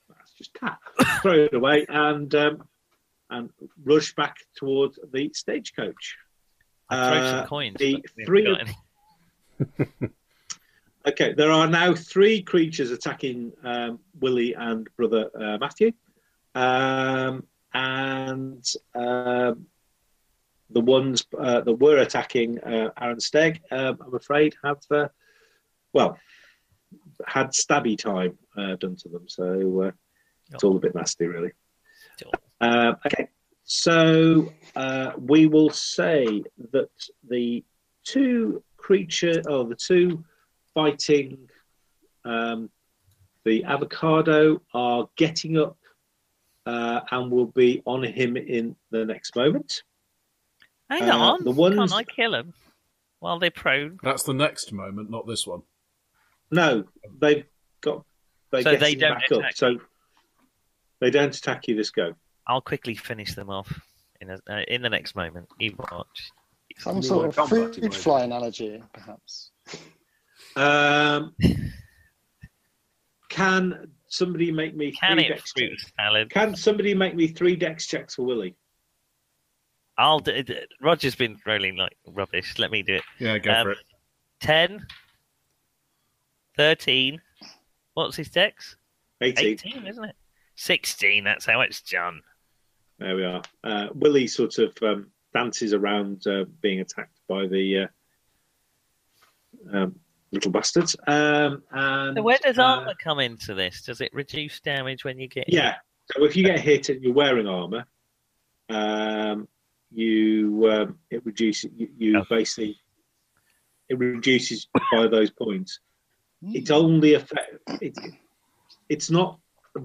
that's just cat. Throw it away and um, and rush back towards the stagecoach. I throw some Uh, coins. the but we haven't three- got any. Okay, there are now three creatures attacking um, Willie and brother uh, Matthew, um, and um, the ones uh, that were attacking uh, Aaron Steg, um, I'm afraid, have uh, well had stabby time uh, done to them. So uh, it's all a bit nasty, really. Sure. Um okay, so uh, we will say that the two creature or the two fighting um, the avocado are getting up uh, and will be on him in the next moment. Hang Uh, on. the ones- Can't I kill them while they're prone? That's the next moment, not this one. No, they've got. They're So they getting don't back up, attack. so they don't attack you this go. I'll quickly finish them off in a, uh, in the next moment. You watch. Some sort of combat, you food might fly analogy, perhaps. Um, can somebody make me Can three it dex fruit checks? salad? Can somebody make me three dex checks for Willie? I'll. Do, d- Roger's been rolling like rubbish. Let me do it. Yeah, go Um, for it. 10, 13. What's his dex? 18. 18, isn't it? 16. That's how it's done. There we are. Uh, Willie sort of um, dances around uh, being attacked by the uh, um, little bastards. Um, and So where does uh, armor come into this? Does it reduce damage when you get? hit? Yeah. So if you get hit and you're wearing armor, um, you um, it reduces you, you Oh. basically it reduces by those points. Hmm. It's only effect. It, it's not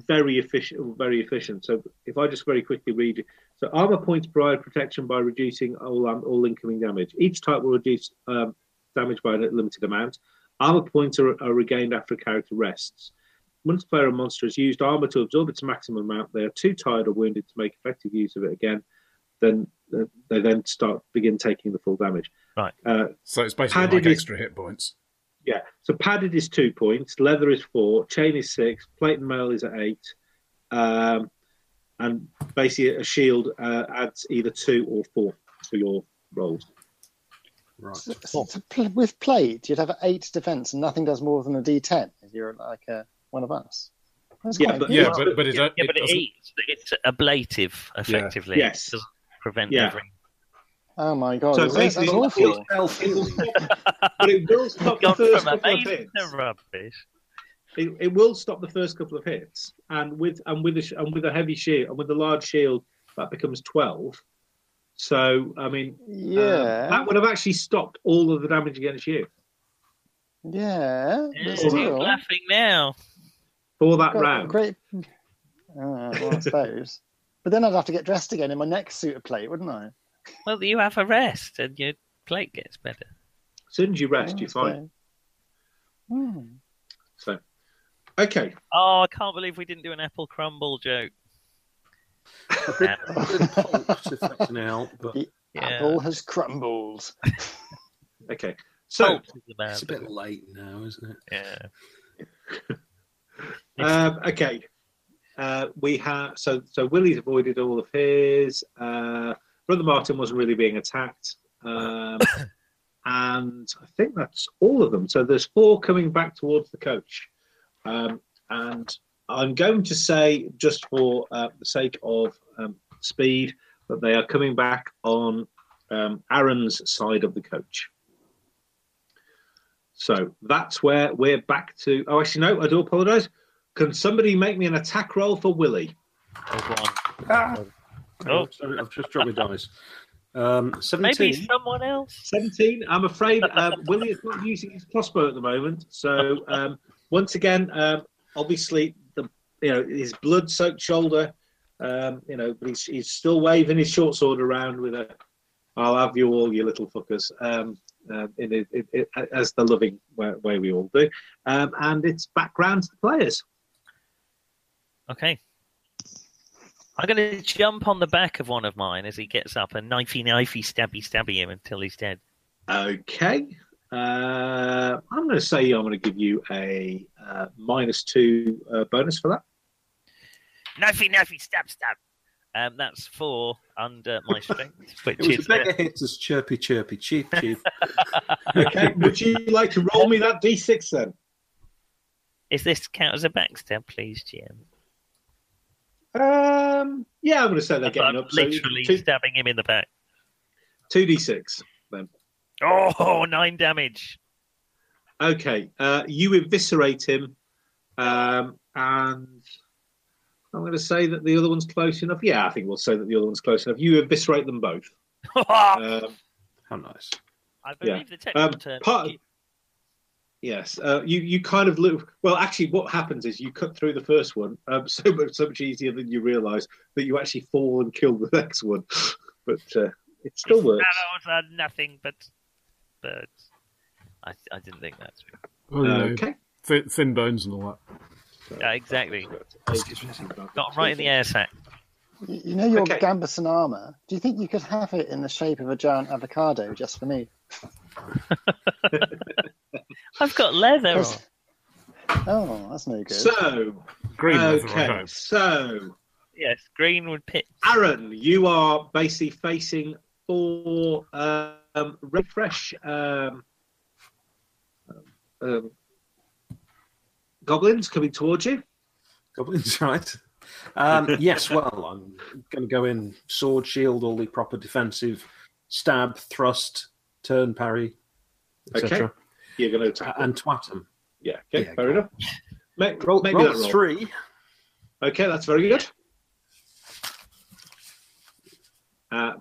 very efficient. Very efficient. So if I just very quickly read, it. so armor points provide protection by reducing all um, all incoming damage. Each type will reduce um, damage by a limited amount. Armor points are, are regained after a character rests. Once player or monster has used armor to absorb its maximum amount, they are too tired or wounded to make effective use of it again. Then uh, they then start begin taking the full damage. Right. Uh, So it's basically How like did it- extra hit points. yeah. So padded is two points, leather is four, chain is six, plate and mail is at eight, um, and basically a shield uh, adds either two or four to your rolls. Right. So- so to pl- with plate, you'd have eight defense, and nothing does more than a D10 if you're like a, one of us. That's Yeah, quite but- good. Yeah, but but it, Yeah, don't- it but it doesn't- eats. It's ablative, effectively. Yes. It doesn't prevent Yeah. everything. oh my god, So is that, basically- um, that's awful. It will stop- but it will stop the Gone first from couple of amazing hits. to rubbish. it, it will stop the first couple of hits, and with and with a sh- and with a heavy shield and with a large shield that becomes twelve. So I mean, uh, Yeah, that would have actually stopped all of the damage against you yeah. but Yeah, still- you're laughing now. for that got round. Great. Uh, well, I suppose. But then I'd have to get dressed again in my next suit of plate, wouldn't I? Well, you have a rest and your plate gets better. As soon as you rest, Yeah, you're Oh, I fine. suppose. Hmm. So, okay, Oh, I can't believe we didn't do an apple crumble joke. Yeah. I did pulse if that's an out, but The Yeah. apple has crumbled. okay. So, Pulp is the man. it's a bit late now, isn't it? Yeah. um, okay, uh, we have so so Willie's avoided all of his. Uh, Brother Martin wasn't really being attacked. Um, and I think that's all of them. So there's four coming back towards the coach. Um, and I'm going to say, just for uh, the sake of um, speed, that they are coming back on um, Aaron's side of the coach. So that's where we're back to. Oh, actually, no, I do apologise. Can somebody make me an attack roll for Willie? Oh, go on. Oh, sorry, I've just dropped my dice. Um, Maybe 17. someone else. 17. I'm afraid um, Willie is not using his crossbow at the moment. So um, once again, um, obviously the you know his blood-soaked shoulder, um, you know, but he's, he's still waving his short sword around with a "I'll have you all, you little fuckers," um, uh, in it, it, it, as the loving way, way we all do. Um, and it's background to the players. Okay. I'm going to jump on the back of one of mine as he gets up and knifey, knifey, stabby, stabby him until he's dead. Okay. Uh, I'm going to say I'm going to give you a uh, minus two uh, bonus for that. Knifey, knifey, stab, stab. Um, that's four under my strength, which It was is a bigger hit as chirpy, chirpy, cheep, cheep. Okay, would you like to roll me that d6 then? Is this count as a backstab, please, GM? Um, yeah, I'm going to say they're I'm getting up. So literally two, stabbing him in the back. two d6. Oh, nine damage. Okay, uh, you eviscerate him, um, and I'm going to say that the other one's close enough. Yeah, I think we'll say that the other one's close enough. You eviscerate them both. I Um, How nice. believe the technical um, term. part- Yes, uh, you you kind of look. Well, actually, what happens is you cut through the first one um, so much so much easier than you realise that you actually fall and kill the next one, but uh, it still works. Arrows are uh, nothing but birds. I, I didn't think that's true. Well, you know, Okay. thin, Oh, thin bones and all that. Yeah, exactly. Got right in the air sack. You you know your Okay. Gambeson armor. Do you think you could have it in the shape of a giant avocado just for me? I've got leather on. Yes. Oh, that's no good. So Green leather, I okay, hope. so Yes, Greenwood Pit. Aaron, you are basically facing four um, refresh um, um, goblins coming towards you. Goblins, right? Um, yes, well, I'm going to go in sword, shield, all the proper defensive stab, thrust, turn, parry, etc. Okay. You're going to attack. A- And twat 'em. yeah, okay, yeah, fair enough. Make, Roll, make roll me that roll. three. Okay, that's very good. Uh,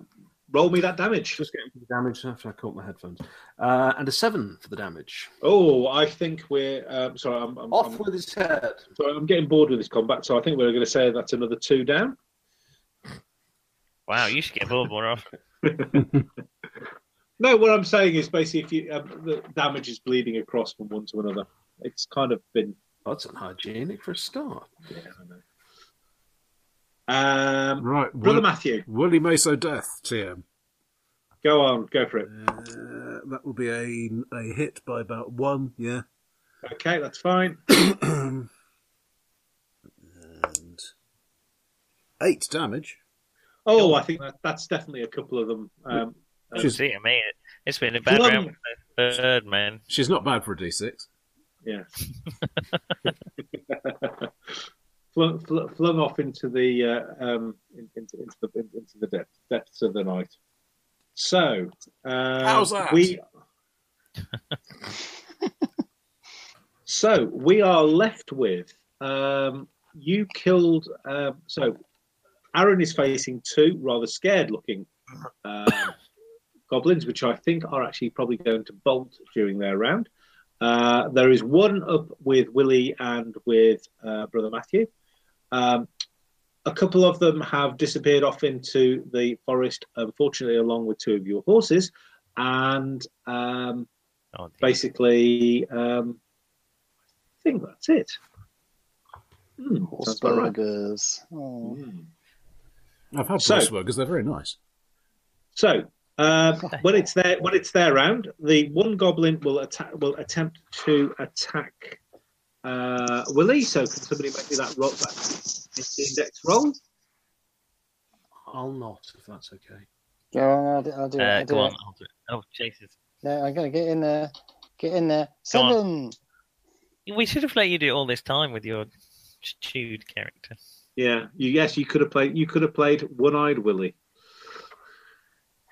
roll me that damage. Just getting for the damage after I caught my headphones. Uh, and a seven for the damage. Oh, I think we're um, sorry. I'm, I'm, Off I'm- with his head. sorry, I'm getting bored with this combat, so I think we're going to say that's another two down. Wow, you should get bored more often. No, what I'm saying is basically if you um, the damage is bleeding across from one to another. It's kind of been. That's unhygienic for a start. Yeah, I know. Um, Right, brother Wil- Matthew, Willie Meso Death, TM. go on, go for it. Uh, that will be a, a hit by about one, yeah. Okay, that's fine. and eight damage. Oh, I think that, that's definitely a couple of them. Um, Oh, She's, dear me, it- it's been a bad Plum. round with the bird, man. she's not bad for a d6. Yeah. flung, fl- flung off into the uh, um, in- into, into the in- into the depth, depths of the night. So uh, How's that? we. so we are left with um, you killed. Um, so Aaron is facing two rather scared looking um, goblins, which I think are actually probably going to bolt during their round. Uh, there is one up with Willie and with uh, Brother Matthew. Um, a couple of them have disappeared off into the forest, unfortunately, along with two of your horses. And um, Oh, dear. basically, um, I think that's it. Hmm, Horse sounds about right. burgers. Oh. Hmm. I've had So- so, because they're very nice. So um, when it's their when it's their round, the one goblin will attack will attempt to attack uh, Willie. So can somebody make me that roll that index roll? I'll not, if that's okay. Go on, I'll do, I'll do it. uh, I'll do go it. on, I'll do it. Oh, Jesus. No, I'm gonna get in there. Get in there. Go on. Seven. We should have let you do it all this time with your ch- chewed character. Yeah. You, yes, you could have played. You could have played one eyed Willie.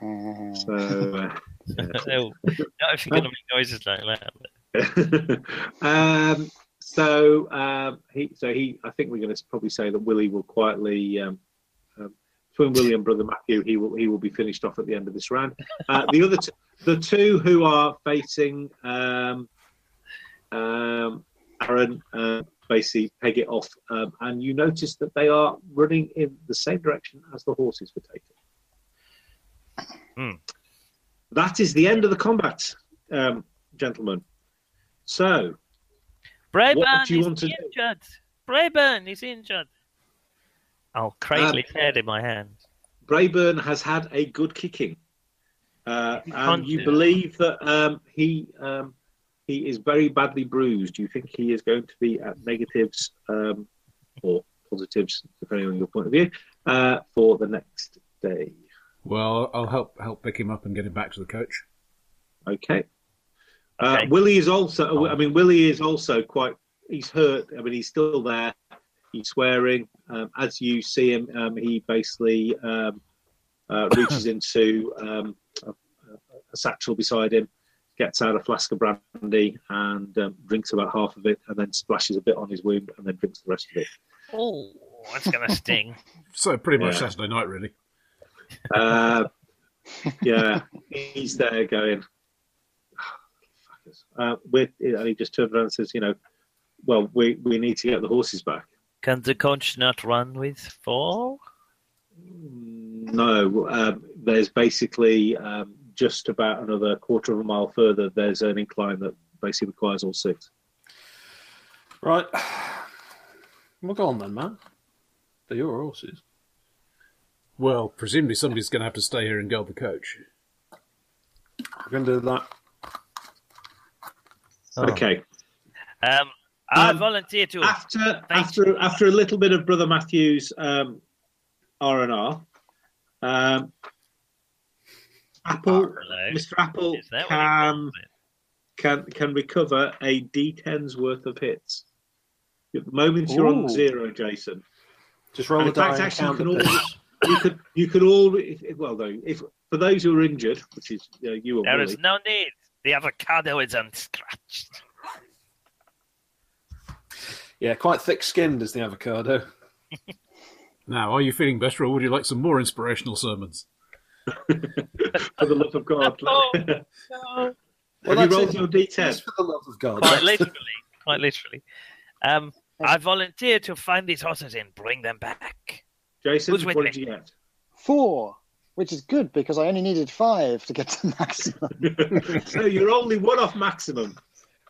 Mm. So. Uh, no, not if you're going to make noises like that. um, so um, he, so he. I think we're going to probably say that Willie will quietly. Um, um, Twin Willie and brother Matthew, he will he will be finished off at the end of this round. Uh, the other, t- the two who are facing um, um, Aaron, uh, basically peg it off, um, and you notice that they are running in the same direction as the horses were taken. Hmm. That is the end of the combat, um, gentlemen. So, Brayburn do you is want to do? injured. Brayburn is injured. I'll crazily his head in my hand. Brayburn has had a good kicking, uh, and can't you do believe that um, he um, he is very badly bruised. You think he is going to be at negatives um, or positives, depending on your point of view, uh, for the next day. Well, I'll help help pick him up and get him back to the coach. Okay. Uh, Okay. Willie is also. I mean, Willie is also quite. He's hurt. I mean, he's still there. He's swearing. Um, as you see him, um, he basically um, uh, reaches into um, a, a- a satchel beside him, gets out a flask of brandy, and um, drinks about half of it, and then splashes a bit on his wound, and then drinks the rest of it. Oh, that's going to sting. So pretty much Yeah. Saturday night, really. Uh, yeah, he's there going. "Oh, fucking horses. Uh, with and he just turned around and says, you know, well, we we need to get the horses back. Can the conch not run with four? No, um, there's basically um, just about another quarter of a mile further. There's an incline that basically requires all six. Right. Well, go on then, man. They're your horses. Well, presumably somebody's going to have to stay here and guard the coach. I can do that. Okay. Um, I Um, volunteer to. After Thank after after a little bit of Brother Matthew's um, R and R, um, Apple, Hello. Mr. Apple Is that what he can calls it? can can recover a D10's worth of hits. At the moment you're on Ooh. zero, Jason. Just roll And the in fact, die and actually, count you the can pips. You could you could all if- well no if for those who are injured, which is you, know, you and There Willie, is no need. The avocado is unscratched. Yeah, quite thick-skinned is the avocado. Now, are you feeling better, or would you like some more inspirational sermons? for the love of God, Oh, have no. Well, you that's rolled it. your D10? Just for the love of God. Quite literally. Quite literally. Um, I volunteer to find these horses and bring them back. Jason, Who's with what me? did you get? Four, which is good because I only needed five to get to maximum. so you're only one off maximum.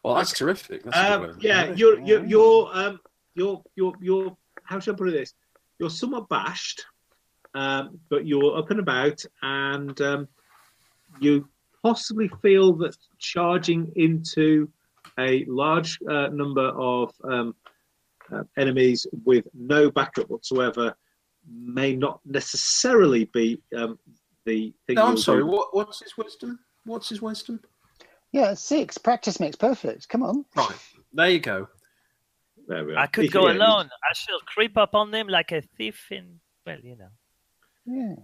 Well, that's terrific. That's a good way Um, of yeah, doing it. you're you're you're um you're you're you're how shall I put it this? You're somewhat bashed, um, but you're up and about, and um, you possibly feel that charging into a large uh, number of um, uh, enemies with no backup whatsoever may not necessarily be um, the thing. No, you'll I'm sorry. do. What, what's his wisdom? What's his wisdom? yeah, six. Practice makes perfect. Come on. Right. There you go. There we are. I could go Yeah, alone. I shall creep up on them like a thief in. Well, you know. Yes.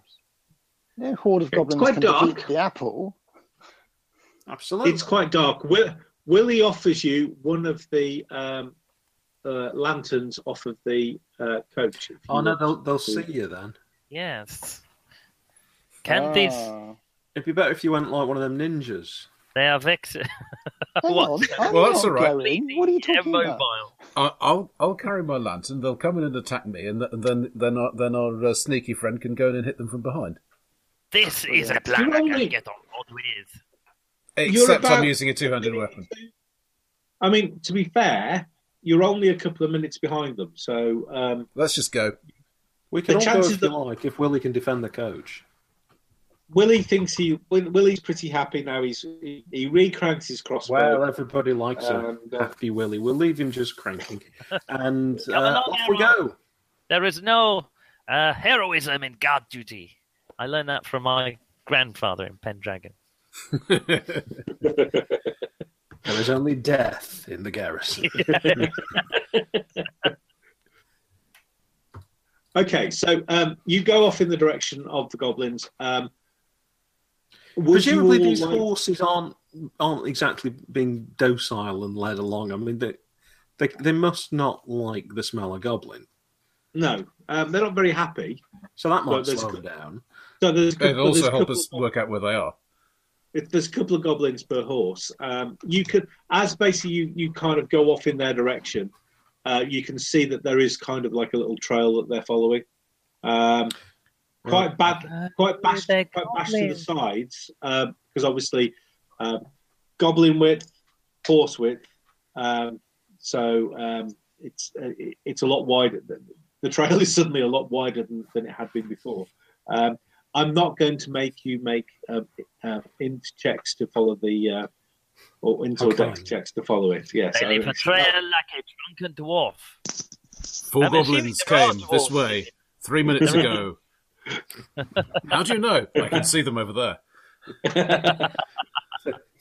No horde of It's goblins quite can dark. defeat the apple. Absolutely. It's quite dark. Will, Willie offers you one of the um, uh, lanterns off of the uh, coach. if you Oh no, want. they'll they'll see you then. Yes. Can these? Ah. It'd be better if you went like one of them ninjas. They are vex. Hang What? on. I'm Well, that's not all right. going. What are you talking about? Immobile. I, I'll I'll carry my lantern. They'll come in and attack me, and, th- and then then our, then our uh, sneaky friend can go in and hit them from behind. This is a plan You're I Oh, only- can get on board with. You're Except about- I'm using a two-handed weapon. I mean, to be fair, you're only a couple of minutes behind them, so um, Let's just go. We can The all go chances if you that- like if Willie can defend the coach. Willie thinks he Will, Willie's pretty happy now. He's he, he recranks his Well, crossbow. everybody likes a and, uh, happy Willie. We'll leave him just cranking, and Come uh, along, off we Errol. go. There is no uh, heroism in guard duty. I learned that from my grandfather in Pendragon. There is only death in the garrison. okay, so um, you go off in the direction of the goblins. Um, would you Presumably, all these like- horses aren't aren't exactly being docile and led along. I mean, they they, they must not like the smell of goblin, No, um, they're not very happy. so that Well, might there's slow a- them down. So there's It'll a couple- there's also a help couple us of- work out where they are. if there's a couple of goblins per horse, um, you could, as basically you, you kind of go off in their direction, uh, you can see that there is kind of like a little trail that they're following. Um, quite bad, quite bashed, they're quite bashed to the goblins. sides because obviously um, goblin width, horse width, um, so um, it's uh, it- it's a lot wider. The- The trail is suddenly a lot wider than, than it had been before. Um, I'm not going to make you make um, uh, int checks to follow the uh, or int or Okay. dex checks to follow it. Yes, They I- leave a trail like a drunken dwarf. 4 I'm assuming goblins there are came this dwarves. way three minutes ago. How do you know? I can see them over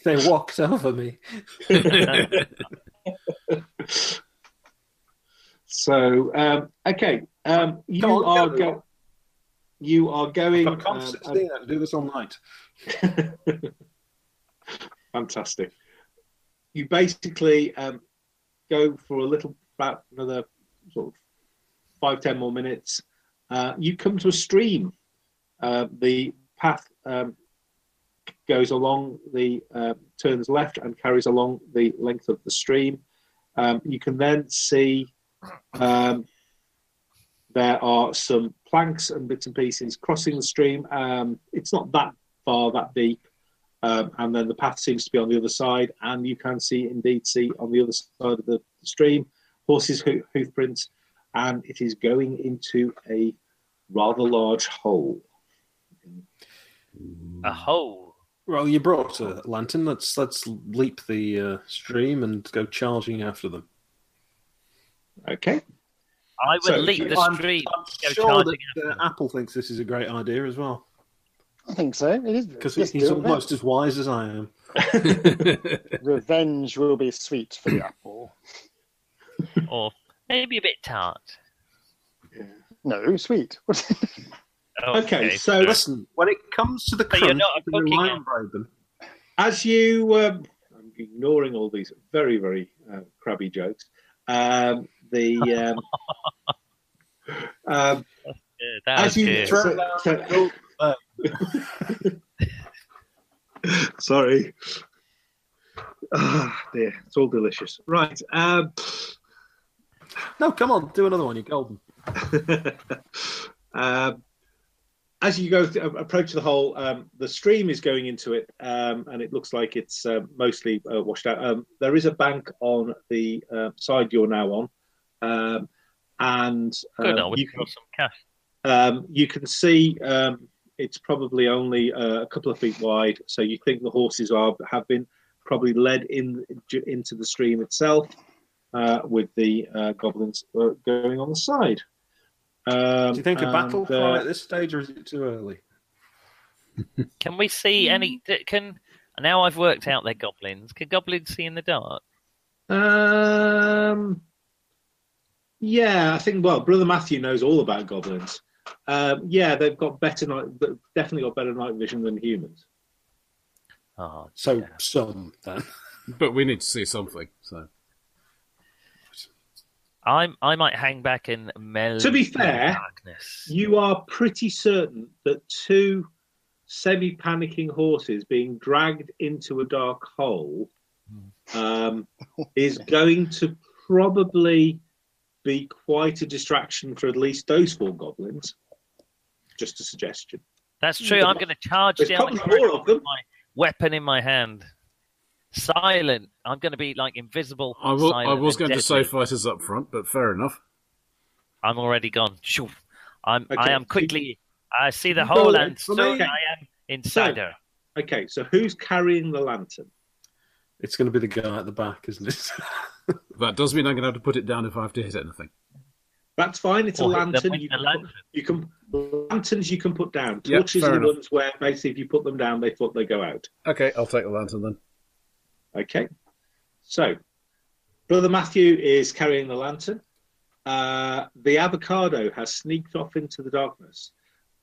They walked over me. there. So um, okay, um, you Go on, are go. go- you are going. I can't um, sit um, there and do this all night. Fantastic. You basically um, go for a little, about another sort of five, ten more minutes. Uh, you come to a stream. Uh, the path um, goes along the uh, turns left and carries along the length of the stream. Um, you can then see um, there are some planks and bits and pieces crossing the stream. Um, it's not that far, that deep, um, and then the path seems to be on the other side. And you can see, indeed, see on the other side of the stream horses' hoo- hoof prints, and it is going into a rather large hole. A hole. Well, you brought a lantern. Let's let's leap the uh, stream and go charging after them. Okay. I would So, leap the I'm- stream. I'm Go sure charging that uh, Apple thinks this is a great idea as well I think so. It is because let's he's do it. almost as wise as I am. Revenge will be sweet for the apple. or maybe a bit tart. No, sweet. Oh, Okay, so Alright. Listen, when it comes to the So you're crunch, not a you can cooking rely app. on Braben. As you, um, I'm ignoring all these very, very uh, crabby jokes. Um, the um, um, Good, that was as you good. throw so- Sorry. Ah, dear, it's all delicious. Right. Um, No, come on, do another one. You're golden. um, as you go th- approach the hole, um, the stream is going into it, um, and it looks like it's um mostly uh, washed out. Um, there is a bank on the uh, side you're now on, um, and Good, I um, would you, throw some cash. um, you can see um, it's probably only uh, a couple of feet wide, so you think the horses are have been probably led in into the stream itself uh, with the uh, goblins uh, going on the side. Um, Do you think a and, battle cry uh, at this stage, or is it too early? Can we see Mm. any? d- Can now I've worked out they're goblins. Can goblins see in the dark? Um, yeah, I think. Well, Brother Matthew knows all about goblins. Um, yeah, they've got better night. they've Definitely got better night vision than humans. Oh, So some then. but we need to see something. So I'm. I might hang back in mellow. To be fair, darkness. You are pretty certain that two semi-panicking horses being dragged into a dark hole Hmm. um, is going to probably be quite a distraction for at least those four goblins. Just a suggestion. That's true. I'm going to charge There's down the probably more corridor of them. with my weapon in my hand. Silent. I'm going to be like invisible. I, will, I silent, was and going to say deadly. fighters up front, but fair enough. I'm already gone. Shoo. I'm. I Okay. am quickly. I see the You go hole, then and for soon me. I am insider. Okay, so who's carrying the lantern? It's going to be the guy at the back, isn't it? That does mean I'm going to have to put it down if I have to hit anything. That's fine. It's a Or hit them lantern. with You the can, lantern. put, you can Mm. lanterns you can put down. Yep, Torches fair are the enough. ones where basically if you put them down, they thought they go out. Okay, I'll take the lantern then. Okay. So, Brother Matthew is carrying the lantern. Uh, the avocado has sneaked off into the darkness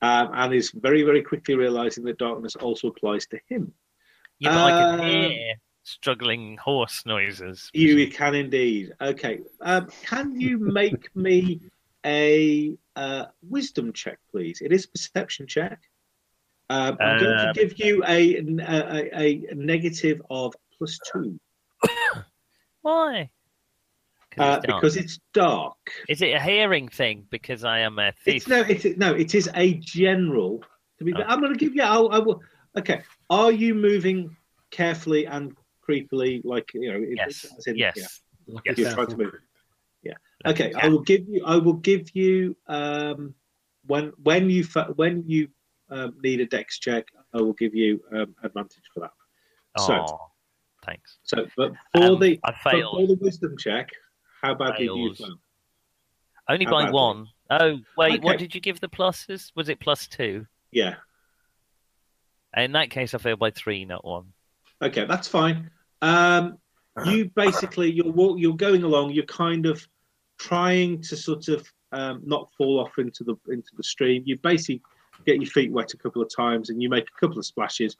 um, and is very, very quickly realizing that darkness also applies to him. Yeah, but I can Um, hear struggling horse noises. You can indeed. Okay. Um, can you make me a uh, wisdom check, please? It is a perception check. Um, I'm going to Um, give you a, a, a- a negative of plus two Why? 'Cause uh, it's dark. because it's dark. Is it a hearing thing? Because I am a It's thief. no, it's no, it is a general. To be, I'm going to give you. I'll, I will. Okay. Are you moving carefully and creepily, like you know? it- yes. as in- yes. yeah. Like Yes. a You're trying to careful- move. Okay. I will give you. I will give you. Um, when when you fa- when you um, need a dex check, I will give you um, advantage for that. So- Aw, thanks. So, but for Um, the I but for failed the wisdom check, how badly do you Fails. fail? only how by badly? one. Oh wait, what Okay. did you give the pluses? Was it plus two? Yeah. In that case, I failed by three, not one. Okay, that's fine. Um, you basically you're walk, you're going along. You're kind of trying to sort of um, not fall off into the into the stream. You basically get your feet wet a couple of times, and you make a couple of splashes.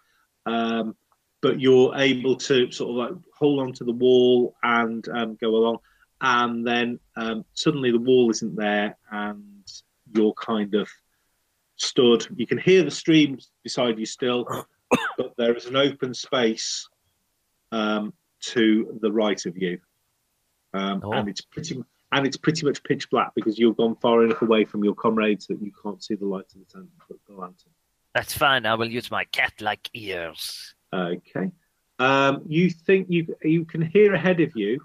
Um, but you're able to sort of like hold on to the wall and um, go along, and then um, suddenly the wall isn't there, and you're kind of stood. You can hear the stream beside you still, but there is an open space um, to the right of you, um, Oh. and it's pretty and it's pretty much pitch black because you've gone far enough away from your comrades that you can't see the light of the, tan- the lantern. That's fine. I will use my cat-like ears. Okay. Um, you think you you can hear ahead of you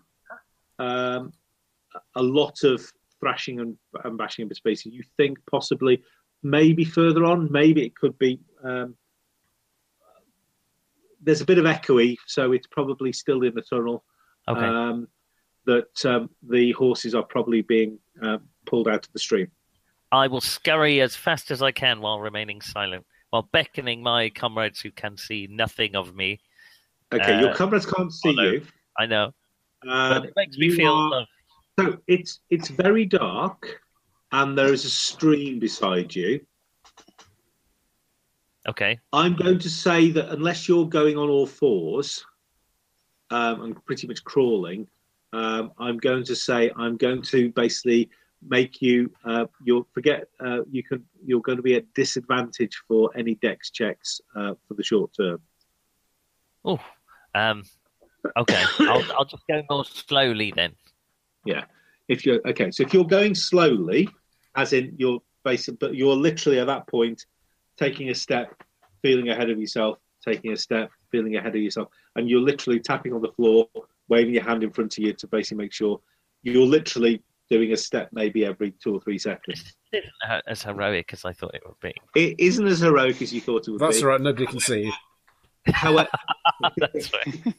um, a lot of thrashing and, and bashing of space. You think possibly maybe further on, maybe it could be. Um, there's a bit of echoey, so it's probably still in the tunnel. Okay. Um, that um, the horses are probably being uh, pulled out of the stream. I will scurry as fast as I can while remaining silent, while beckoning my comrades who can see nothing of me. Okay, Uh, your comrades can't see although- you. I know, Um, but it makes me you feel. are- loved. So it's it's very dark, and there is a stream beside you. Okay. I'm going to say that unless you're going on all fours um, and pretty much crawling, um, I'm going to say I'm going to basically make you uh, you'll forget uh, you can you're going to be at disadvantage for any dex checks uh, for the short term. Oh. Um. Okay. I'll, I'll just go more slowly then. If you're okay, so if you're going slowly, as in you're basically, but you're literally at that point taking a step, feeling ahead of yourself, taking a step, feeling ahead of yourself, and you're literally tapping on the floor, waving your hand in front of you to basically make sure you're literally doing a step maybe every two or three seconds. Isn't ho- uh, as heroic as I thought it would be. It isn't as heroic as you thought it would That's be. all right. Nobody can see you. However, That's right.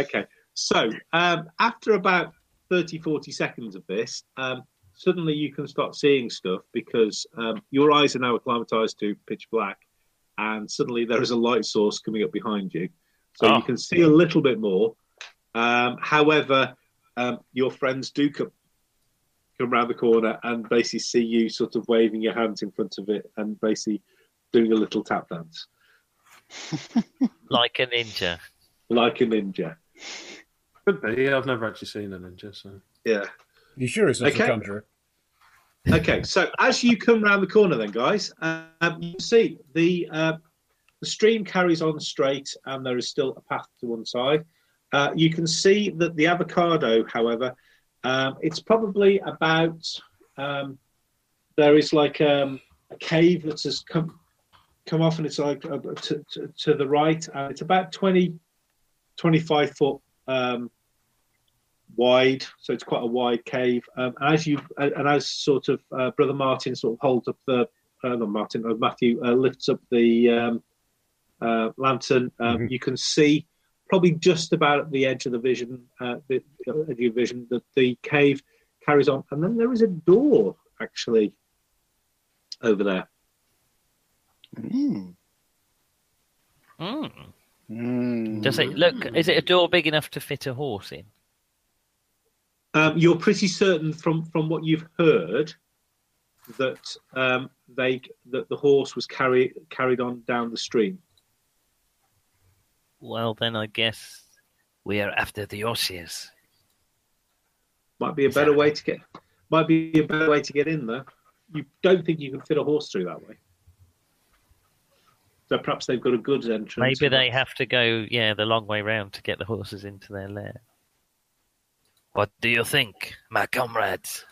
Okay. So um, after about 30, 40 seconds of this, um, suddenly you can start seeing stuff because um, your eyes are now acclimatized to pitch black, and suddenly there is a light source coming up behind you. So Oh. you can see a little bit more. Um, however, um, your friends do come, come round the corner and basically see you sort of waving your hands in front of it and basically doing a little tap dance Like a ninja. like a ninja. Could be. I've never actually seen a ninja, so Yeah. You sure it's not Okay. a conjurer? Okay, so as you come round the corner, then guys, um, you see the uh, the stream carries on straight, and there is still a path to one side. Uh, you can see that the avocado, however, um, it's probably about um, there is like um, a cave that has come come off, and it's like uh, to, to, to the right, and it's about 20, 25 foot um, wide, so it's quite a wide cave. Um, and as you and and as sort of uh, brother Martin sort of holds up the uh, not Martin, uh, Matthew uh, lifts up the um, uh, lantern, um, you can see probably just about at the edge of the vision, uh, the, uh, of your vision that the cave carries on, and then there is a door actually over there. Mm. Mm. Mm. Does it look? Is it a door big enough to fit a horse in? Um, you're pretty certain from from what you've heard that um, they that the horse was carry, carried on down the stream. Well, then I guess we are after the horses. Might be a better way to get. Might be a better way to get in there. You don't think you can fit a horse through that way. So perhaps they've got a goods entrance. Maybe they have to go, yeah, the long way round to get the horses into their lair. What do you think, my comrades?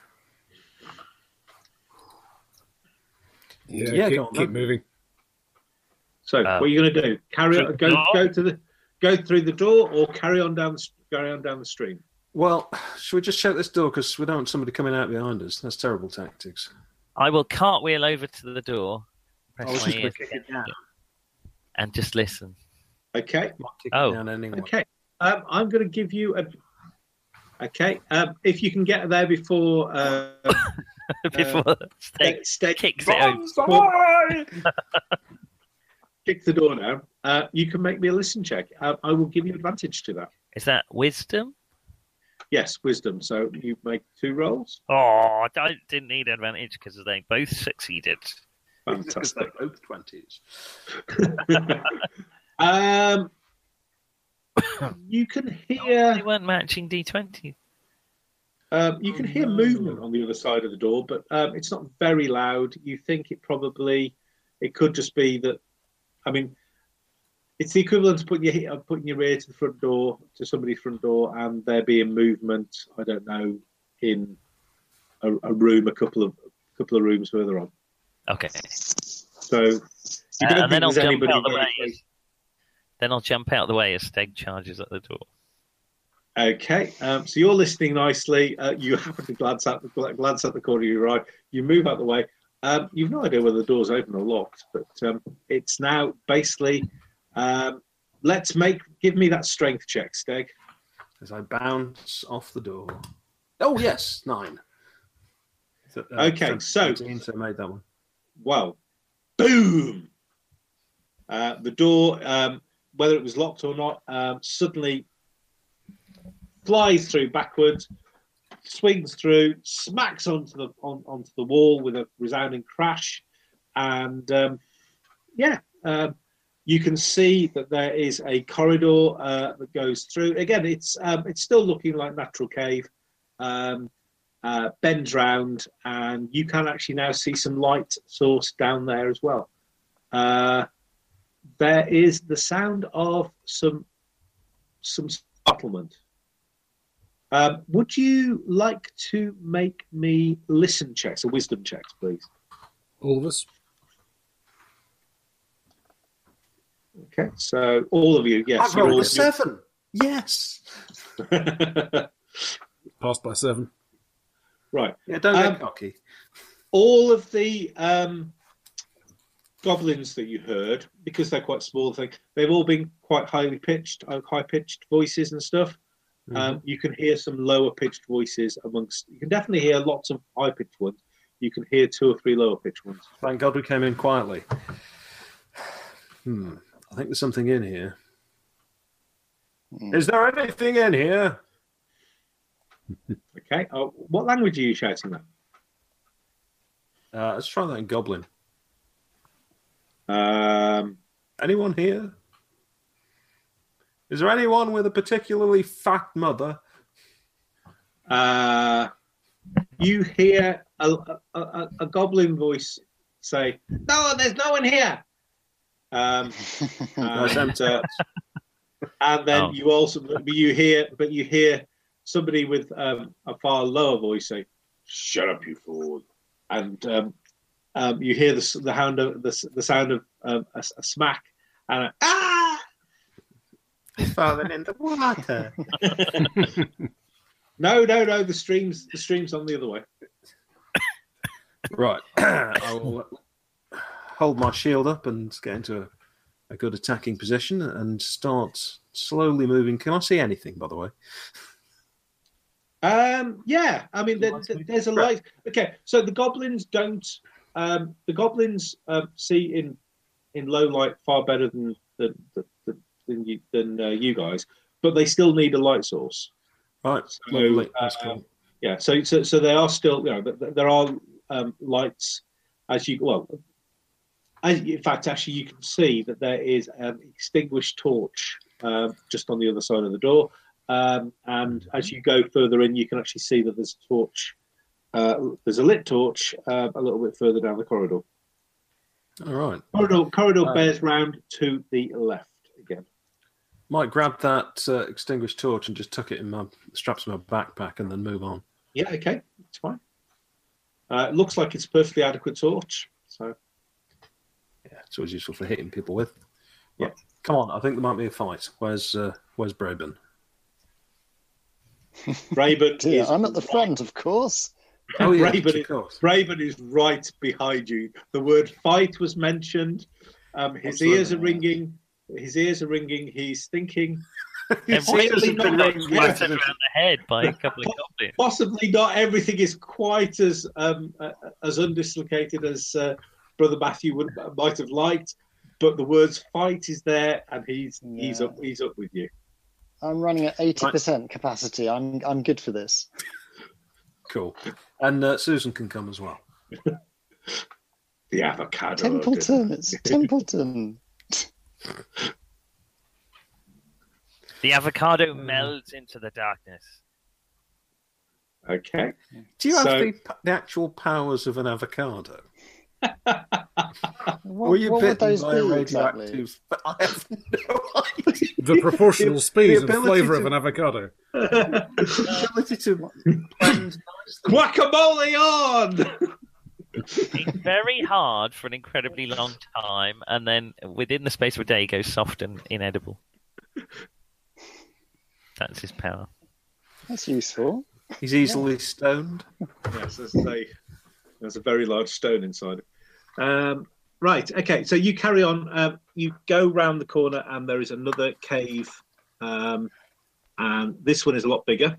Yeah, Yeah, keep, go on, keep then. moving. So Uh, what are you going to do? Carry through on, go the go to the go through the door or carry on down the carry on down the stream. well, should we just shut this door because we don't want somebody coming out behind us? That's terrible tactics. I will cartwheel over to the door, press I was my just going ears to kick it down. and just listen. Okay. Might kick Oh. it down anyway. Okay. Um, I'm going to give you a. Okay. Um, if you can get there before uh, Before Steg Steg- Steg- kicks it out. kick the door now, uh, you can make me a listen check. Uh, I will give you advantage to that. Is that wisdom? Yes, wisdom. So you make two rolls. Oh, I didn't need advantage because they both succeeded. Because Fantastic. they're both twenties. um, you can hear They weren't matching D20. um, you can hear movement on the other side of the door, but um, it's not very loud. You think it probably it could just be that. I mean, It's the equivalent of putting your of putting your ear to the front door to somebody's front door, and there being movement. I don't know in a, a room, a couple of couple of rooms further on. Okay. So you don't Uh, and then I'll think there's jump anybody out the very way. as- Then I'll jump out the way as Steg charges at the door. Okay, um, so you're listening nicely. Uh, you happen to glance at the glance at the corner of your eye. You move out the way. Um, you've no idea whether the door's open or locked, but um, it's now basically. Um, let's make give me that strength check, Steg. as I bounce off the door. Oh yes, nine. So, uh, Okay, so- 17, so I made that one. Wow, boom! Uh, the door, um, whether it was locked or not, um, suddenly flies through backwards, swings through, smacks onto the on, onto the wall with a resounding crash, and um, yeah, um, you can see that there is a corridor uh, that goes through. Again, it's um, it's still looking like natural cave. Um, uh, bends round, and you can actually now see some light source down there as well. Uh, there is the sound of some some startlement. Um, would you like to make me listen checks or wisdom checks, please? All of us. Okay, so all of you, yes, I've you're rolled all a seven. Yes. Passed by seven. right. Yeah, don't Um, get cocky. all of the um, goblins that you heard, because they're quite small, thing they've all been quite highly pitched, high pitched voices and stuff. Mm-hmm. Mm. Um, you can hear some lower pitched voices amongst. You can definitely hear lots of high pitched ones. You can hear two or three lower pitched ones. Thank God we came in quietly. Hmm. I think there's something in here. Hmm. Is there anything in here? Okay, uh, what language are you shouting that? Uh, let's try that in Goblin. Um, Anyone here? Is there anyone with a particularly fat mother? uh, you hear a, a, a, a goblin voice say, "No, there's no one here." Um, That's and, empty. uh, and then Oh. you also but you hear but you hear somebody with um, a far lower voice say shut up you fool and um, um, you hear the, s- the hound of the, s- the sound of um, a, s- a smack and a, ah Fallen in the water. no no no the streams the streams on the other way Right. I will uh, hold my shield up and get into a, a good attacking position and start slowly moving. Can I see anything, by the way? Um, yeah, I mean, there, wants me to there's a prep? light. Okay, so the goblins don't. Um, the goblins um, see in in low light far better than than than, than you than uh, you guys, but they still need a light source. Right. So, uh, Lovely. That's cool. Yeah, so so so they are still. You know, th- th- there are um, lights as you well. As, in fact, actually, you can see that there is an extinguished torch um, just on the other side of the door. Um, and as you go further in, you can actually see that there's a torch. Uh, there's a lit torch uh, a little bit further down the corridor. All right. Corridor corridor Uh, bears round to the left again. Might grab that uh, extinguished torch and just tuck it in my straps of my backpack and then move on. Yeah, okay, it's fine. Uh, it looks like it's a perfectly adequate torch. So Yeah, it's always useful for hitting people with. Yeah. Right. Come on, I think there might be a fight. Where's uh, Where's Braben? Raven Dear, is I'm at the right- front, of course. Oh yeah, Braben of is course. Raven is right behind you. The word fight was mentioned. Um, his Absolutely. ears are ringing. His ears are ringing. He's thinking. Then why really has he not got ringing? twatted around the head by a couple of goblins? Possibly not everything is quite as um, uh, as undislocated as uh, Brother Matthew would uh, might have liked, but the words "fight" is there, and he's he's Yeah. up he's up with you. I'm running at 80% capacity. I'm I'm good for this. Cool. And uh, Susan can come as well. The avocado. Templeton, it's Templeton. The avocado Hmm. melds into the darkness. Okay. Do you have So- the, the actual powers of an avocado? What, Were you what would bitten those by a be radioactive? exactly? I have no idea. The proportional speed and ability flavour of to- an avocado. The ability to blend nicely. Guacamole on! It's very hard for an incredibly long time, and then within the space of a day, it goes soft and inedible. That's his power. That's useful. He's easily stoned. yes, that's a, that's a very large stone inside. Um, right, okay, so you carry on. Um, you go round the corner, and there is another cave, um, and this one is a lot bigger.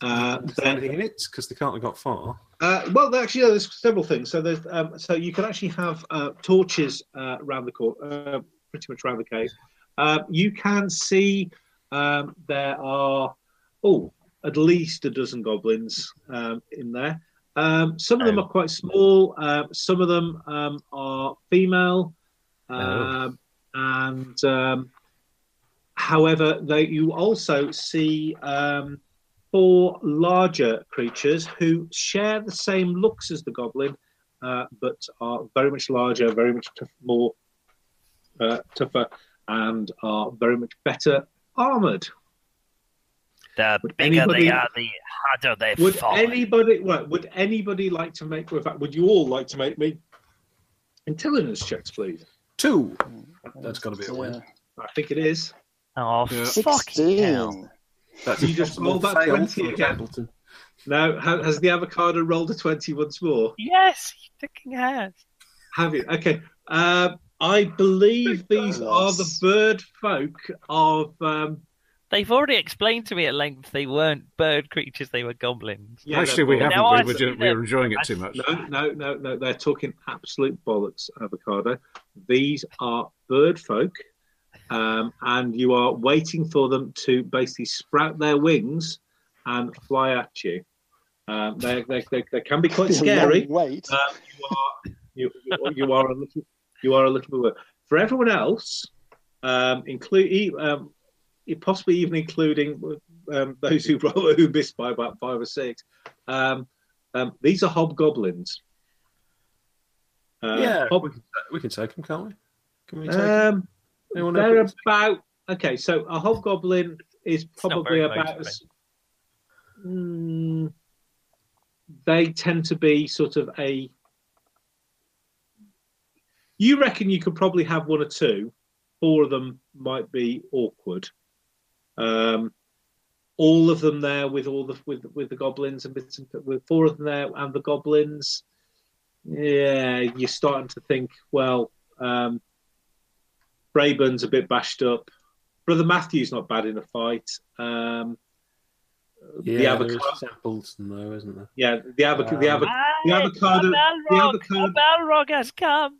Uh, Is there then- anything in it? Because they can't have got far. Uh, well, there- actually, yeah, there's several things. So, there's, um, so you can actually have uh, torches uh, around the court, uh, pretty much around the cave. Um, you can see um, there are oh, at least a dozen goblins um, in there. Um, some of them Oh. are quite small. Uh, some of them um, are female, um, and um, however, they, you also see. Um, four larger creatures who share the same looks as the goblin, uh, but are very much larger, very much tough, more uh, tougher, and are very much better armored. The Would bigger anybody- they are, the harder they Would fall. anybody? Well, would anybody like to make? In fact, would you all like to make me intelligence checks, please? Two. That's got to be a win. I think it is. Oh, Yeah. fucking hell. Sixteen. That's You just impossible rolled that fail 20 for again. Gambleton. Now, ha- has the avocado rolled a twenty once more? Yes, he fucking has. Have you? Okay. Uh, I believe these are the bird folk of um, They've already explained to me at length they weren't bird creatures, they were goblins. Yeah, Actually, we they're haven't. No, I we, we're, see ju- that. we're enjoying it I too see much. bollocks. No, no, no, no. They're talking absolute bollocks, avocado. These are bird folk, um, and you are waiting for them to basically sprout their wings and fly at you. Um, they, they, they, they can be quite Be a long scary. Wait. Oh, Um, you are you, you, you are a little you are a little bit worried. for everyone else, um, include um, possibly even including um, those who roll- who missed by about five or six. Um, um, these are hobgoblins. Uh, yeah, hob- we, can, we can take them, can't we? Can we take 'em? um, Anyone they're else? about okay. So a hobgoblin is not probably very about. motivating. As, Mm, they tend to be sort of a. You reckon you could probably have one or two. Four of them might be awkward. Um, all of them there with all the with with the goblins and bits and with four of them there and the goblins. Yeah, you're starting to think. Well, um, Brayburn's a bit bashed up. Brother Matthew's not bad in a fight. Um, Yeah, the there avocado, is Gambleton, though, isn't there? yeah, the avocado, the avocado. The Hey, avocado- a Balrog, the avocado- a Balrog has come.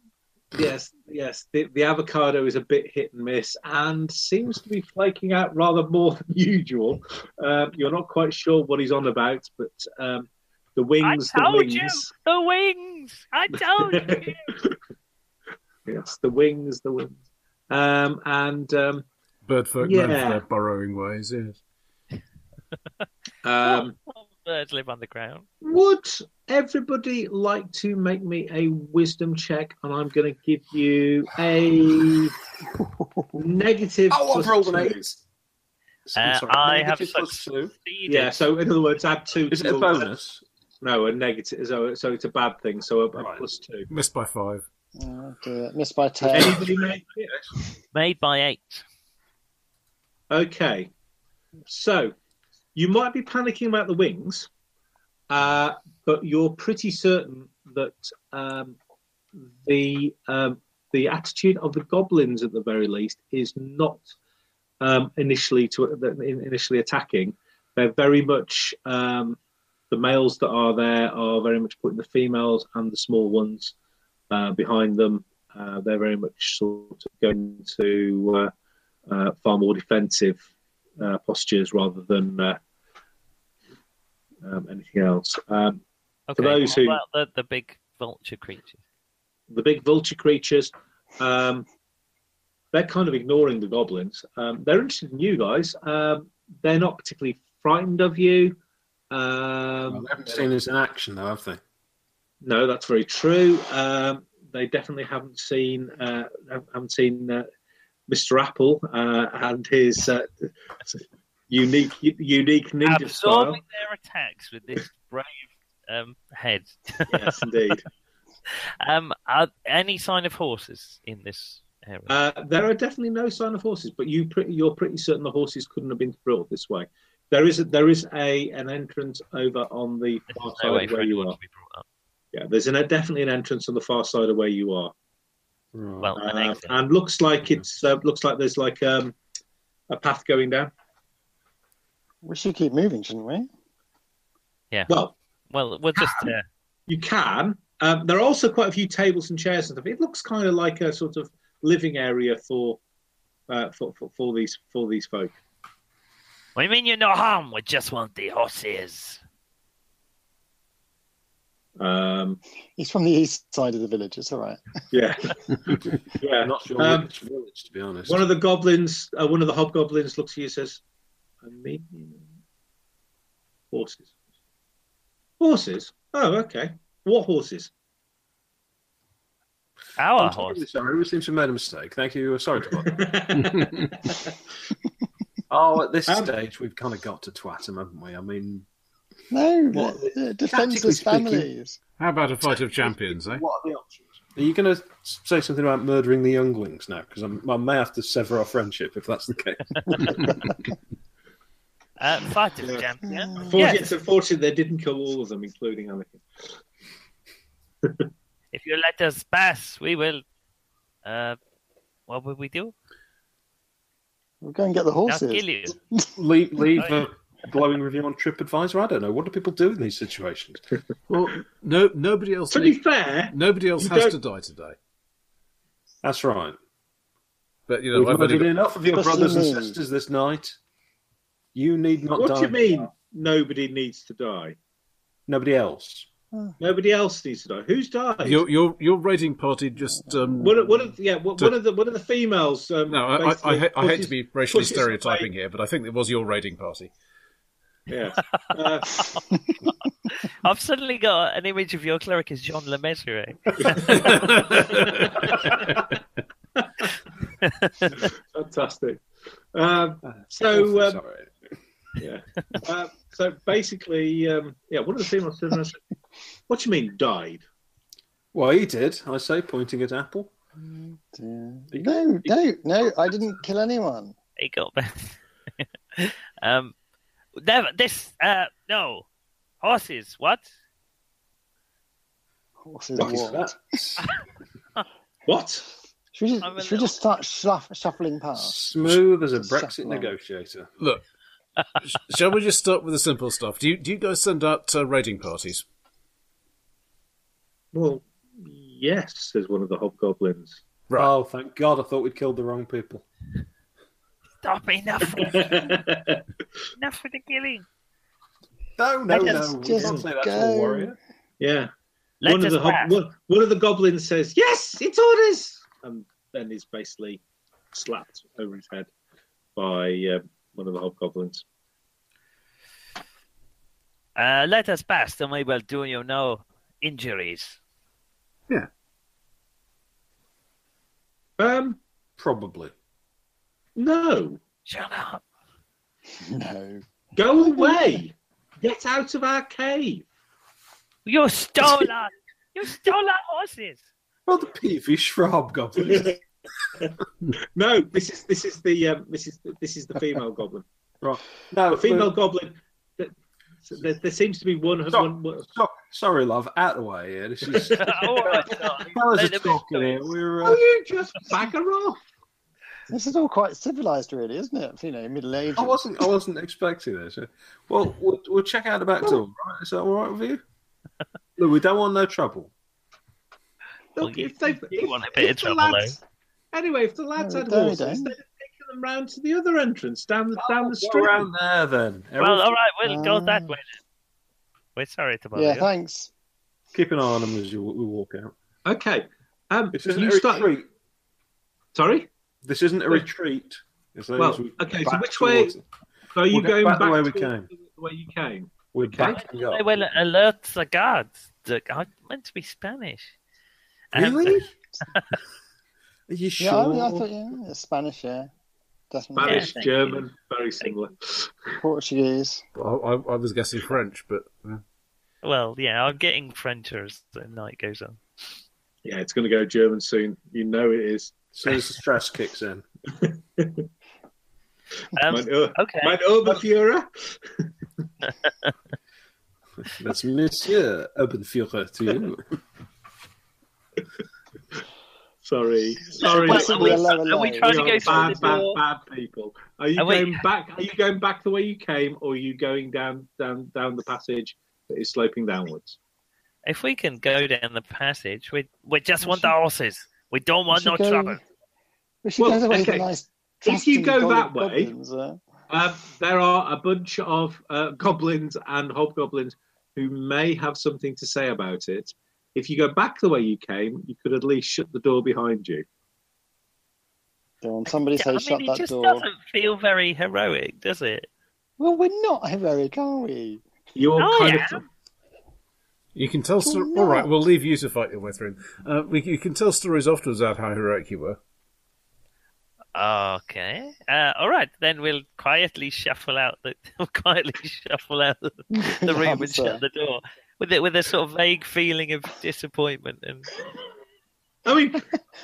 Yes, yes, the, the avocado is a bit hit and miss, and seems to be flaking out rather more than usual. Um, you're not quite sure what he's on about, but um, the wings, I the told wings. you the wings. I told you. Yes, the wings, the wings. Um, and um, Bird folk Yeah. known for their burrowing ways, yes. um, Birds live underground. Would everybody like to make me a wisdom check? And I'm going to give you a negative. Oh, plus I've rolled an two. eight. So, Uh, sorry, I have negative plus succeeded. two. Yeah. So in other words, add two. Is to it a your- bonus? No, a negative. So, so it's a bad thing. So a, a Right. plus two. Missed by five. Oh, dear. Missed by ten. Anybody make it? Made by eight. Okay. So you might be panicking about the wings, uh, but you're pretty certain that um, the um, the attitude of the goblins, at the very least, is not um, initially to that- in- initially attacking. They're very much um, the males that are there are very much putting the females and the small ones uh, behind them. Uh, they're very much sort of going to uh, uh, far more defensive uh, postures rather than uh, um, anything else. Um, Okay. those what who- about the, the big vulture creatures? the big vulture creatures, um, they're kind of ignoring the goblins. Um, they're interested in you guys. Um, they're not particularly frightened of you. Um, Um, Well, they haven't seen this in action, though, have they? No, that's very true. Um, they definitely haven't seen uh, haven't seen uh, Mr. Apple uh, and his uh, unique unique ninja style. Absorbing their attacks with this brave um, head. Yes, indeed. Um, are any sign of horses in this area? Uh, there are definitely no sign of horses, but you pre- you're pretty certain the horses couldn't have been thrilled this way. There is a, there is a an entrance over on the There's far no side way of for where you anyone are. to be brought up. Yeah, there's an, definitely an entrance on the far side of where you are, Right. Well, an Uh, exit. and looks like it's uh, looks like there's like um, a path going down. We should keep moving, shouldn't we? Well, Well, we'll just uh, you can. Um, there are also quite a few tables and chairs and stuff. It looks kind of like a sort of living area for uh, for, for for these for these folk. We mean you no harm. We just want the horses. Um, He's from the east side of the village. It's all right. yeah, yeah. I'm not sure Um, which village, to be honest. One of the goblins, uh, one of the hobgoblins, looks at you and says, "I mean, horses, horses. Oh, okay. What horses? Our I'm terribly Oh, horse. sorry, we seem to have made a mistake. Thank you. Sorry to bother. oh, at this Um, stage, we've kind of got to twat him, haven't we? I mean, No, Uh, What? the- the Tactically defenseless speaking- families. How about a fight of champions, eh? what are the options? Are you going to say something about murdering the younglings now? Because I may have to sever our friendship if that's the case. Uh, fight of Yeah. champion. Unfortunately, Yes. It's unfortunate they didn't kill all of them, including Anakin. If you let us pass, we will. Uh, what will we do? We'll go and get the Not horses. kill you. leave leave a glowing review on TripAdvisor. I don't know. What do people do in these situations? Well, no, nobody else. To be fair, Nobody else You has don't- to die today. That's right. But you know, We've I've only murdered got, enough of your Especially brothers and me. sisters this night. You need not what die. do you mean? Nobody needs to die. Nobody else. Nobody else needs to die. Who's died? your your your raiding party just. Um, One of, one of yeah, one, To- one of the one of the females. Um, no, I, I, I, basically ha- I hate pushes- to be racially pushes stereotyping away. here, but I think it was your raiding party. Yeah. Uh, I've suddenly got an image of your cleric as John Le Mesurier. fantastic. Um, so um, Sorry. yeah. Uh, so basically, um, yeah. One of the females turned around and said, "What do you mean died?" Well, he did. I say, pointing at Apple. Yeah. No, no, no! I didn't kill anyone. He got back. um, never this. Uh, no horses. What? Horses. Fuck is walked. that? What? Should we just, I'm a should we just start shuff, shuffling past? Smooth as a Suck Brexit one. negotiator. Look, sh- shall we just start with the simple stuff? Do you do you guys send out uh, raiding parties? Well, yes, says one of the hobgoblins. Right. Oh, thank God! I thought we'd killed the wrong people. Stop! Enough! yeah, enough for the killing. No, no, Let us no. We just can't say that to go. a warrior. Let one us of the hob- pass. one, one of the goblins says, "Yes, it's orders," and then is basically slapped over his head by um, one of the hobgoblins. Uh, let us pass, then we will do you no injuries. Um, Probably. no, Shut up. No. go away. Get out of our cave. You stole our, you stole our horses. Well, the peevish Schwab goblin. no, this is this is the um, this is this is the female goblin. right. No, The female but- goblin. th- There, there seems to be one. Stop. one, one so- sorry, love. Out of the way here. This is. All right, Fellas darling. Oh Let are them talking go. here. We're. oh, Uh, you just bagger off. This is all quite civilized, really, isn't it? You know, middle ages. Oh, I wasn't. I wasn't expecting this. Well, we'll, we'll check out the back door. Right? Is that all right with you? Look, we don't want no trouble. Well, Look, you- if they, you if- want a bit if of the trouble, lads, Anyway, if the lads No, had don't, horses, they'd have don't. taken them round to the other entrance down the down Oh, the Go street. around there then. Well, Everyone all right, we'll go that Ah. way. Then. We're sorry to bother yeah, you. thanks. Keep an eye on them as you we walk out. Okay. Um, This isn't you a start. retreat. Sorry. This isn't a retreat. As long Well, as we okay, so back which way- towards- So are you We'll go going back back, the way we to- came. to The way you came. We're Okay. backing They up. will alert the guards. The, I meant to be Spanish. And- Really? Are you Yeah, sure? I, I thought yeah, it's Spanish, yeah. Definitely. Spanish, thank you. German, very similar. Portuguese. I, I, I was guessing French, but uh, well, yeah, I'm getting Frencher as the night goes on. Yeah, it's going to go German soon. You know it is. As soon as the stress kicks in. Um, Mein, Ohr- okay. mein Oberführer. That's Monsieur Obenführer to you. Sorry, sorry. Wait, are, we, Hello, hello. are we trying to We go are through bad, the bad, door? bad people. Are you Oh, wait. going back? Are you going back the way you came, or are you going down, down, down the passage that is sloping downwards? If we can go down the passage, we we just want the horses. We don't want should no go- trouble. We should Well, go that way. okay. the nice If you Tuscan go gold that way- goblins, uh, Um, there are a bunch of uh, goblins and hobgoblins who may have something to say about it. If you go back the way you came, you could at least shut the door behind you. go on, somebody Yeah, say I mean, shut it that just door. doesn't feel very heroic, does it? Well, we're not heroic, are we? You're Oh, kind yeah. of you can tell. Sto- no. All right, we'll leave you to fight your way through. Uh, we, you can tell stories afterwards about how heroic you were. Okay. Uh, all right, then we'll quietly shuffle out the we'll quietly shuffle out the, the room and shut the door with it with a sort of vague feeling of disappointment and I mean,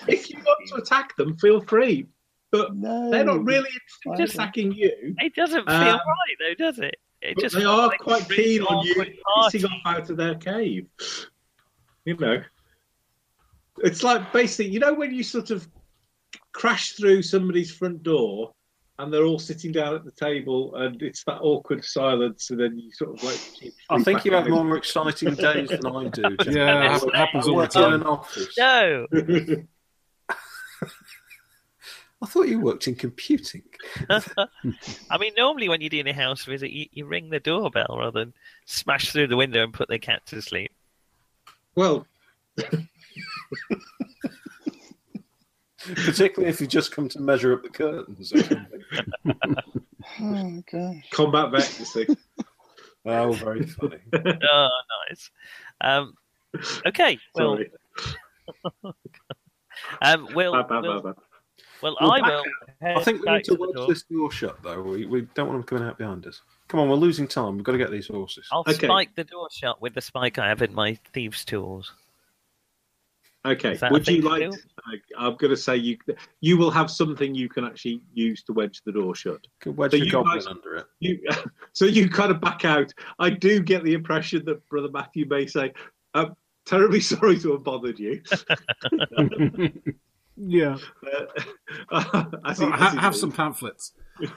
if you want to attack them, feel free. But No, they're not really interested in Just- attacking you. it doesn't feel Um, right though, does it? It But just they feels are like a quite really keen on you awkward pissing party. off out of their cave. You know, it's like basically, you know, when you sort of crash through somebody's front door and they're all sitting down at the table and it's that awkward silence, and then you sort of like. I think you have more exciting days than I do. Jack. Yeah, it's- it happens I all the work in time. an office. No. I thought you worked in computing. I mean, normally when you're doing a house visit, you, you ring the doorbell rather than smash through the window and put the cat to sleep. Well, Particularly if you just come to measure up the curtains or something. Oh, gosh. combat vet, you see. Oh, very funny. oh, nice. Um, okay. Well, Sorry. um, we'll, Bad, bad, we'll, bad, bad. well, We'll I back will. I think we need head back to the wedge door. this door shut, though. We, we don't want them coming out behind us. Come on, we're losing time. We've got to get these horses. I'll Okay. spike the door shut with the spike I have in my thieves' tools. Okay. Is that a Would you thing to like? do? I- I'm going to say you. You will have something you can actually use to wedge the door shut. Could wedge So a you goblin guys- under it. You, so you kind of back out. I do get the impression that Brother Matthew may say, "I'm terribly sorry to have bothered you." Yeah, Uh, as he- as ha- he have leaves. some pamphlets. Yes.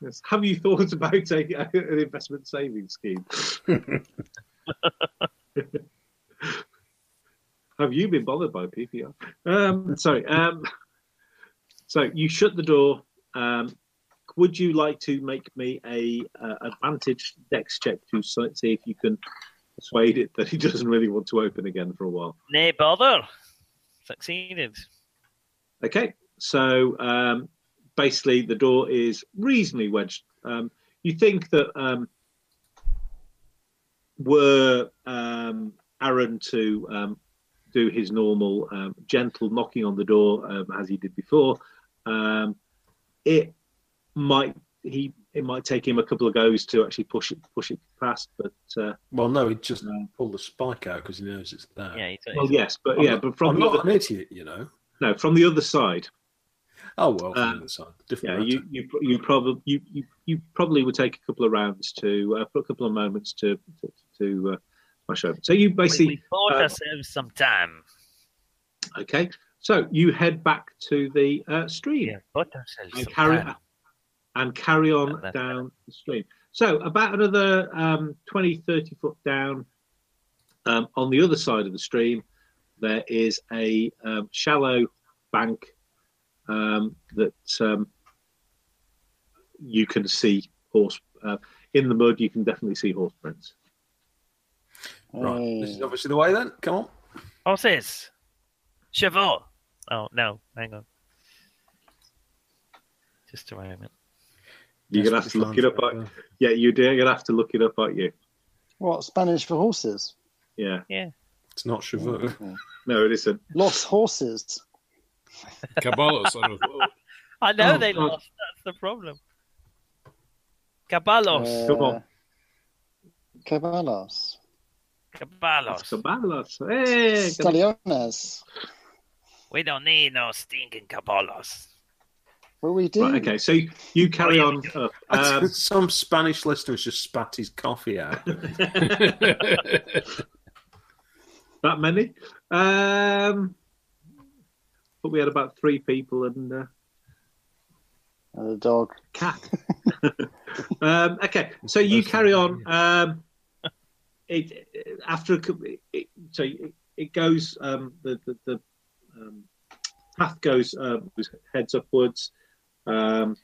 Yes. Have you thought about taking out an investment savings scheme? Have you been bothered by PPR? Um, sorry. Um, so you shut the door. Um, would you like to make me a uh, advantage dex check to si- see if you can persuade it that he doesn't really want to open again for a while? Nay, bother. Succeeded. Okay, so um, basically the door is reasonably wedged. Um, you think that um, were um, Aaron to um, do his normal um, gentle knocking on the door um, as he did before, um, it might he it might take him a couple of goes to actually push it push it past. But uh, Well, no, he'd just No. pull the spike out because he knows it's there. Yeah, he's, well, yes, but I'm yeah, not- but from I'm the not other, an idiot, you know. no from the other side. Oh well, from Um, the other side, Yeah, different. you, matter. you you probably you, you, you probably would take a couple of rounds to uh, a couple of moments to to, to uh, smash over. So you we, basically we bought uh, ourselves some time. okay. So you head back to the uh, stream Yeah, bought ourselves and some carry time. and carry on Yeah, that's down the stream. So about another um, 20, 30 foot down um, on the other side of the stream, there is a um, shallow bank um, that um, you can see horse uh, in the mud. You can definitely see horse prints. Right, Hey. Oh. this is obviously the way. Then come on. Horses. Chevaux. Oh, no. Hang on. Just a moment. You're gonna have to look it up. Aren't, yeah, you're gonna have to look it up, aren't you? What Spanish for horses? Yeah. It's not Oh. Cheveux. No, listen. Lost horses. Caballos. I don't know. I know Oh, they God. lost. That's the problem. Oh, Uh, Caballos. Come on. Caballos. Caballos. It's Caballos. Hey, Cab- Stallones. we don't need no stinking caballos. Well, we do. Right, okay, so you carry on. up. Um, Some Spanish listener has just spat his coffee out. um, that many. Um, but we had about three people and uh, And the dog. cat. um, okay, so you carry on. Um, it after a, cou- it, so it, it goes um, the the, the um, path goes um, heads upwards. Um,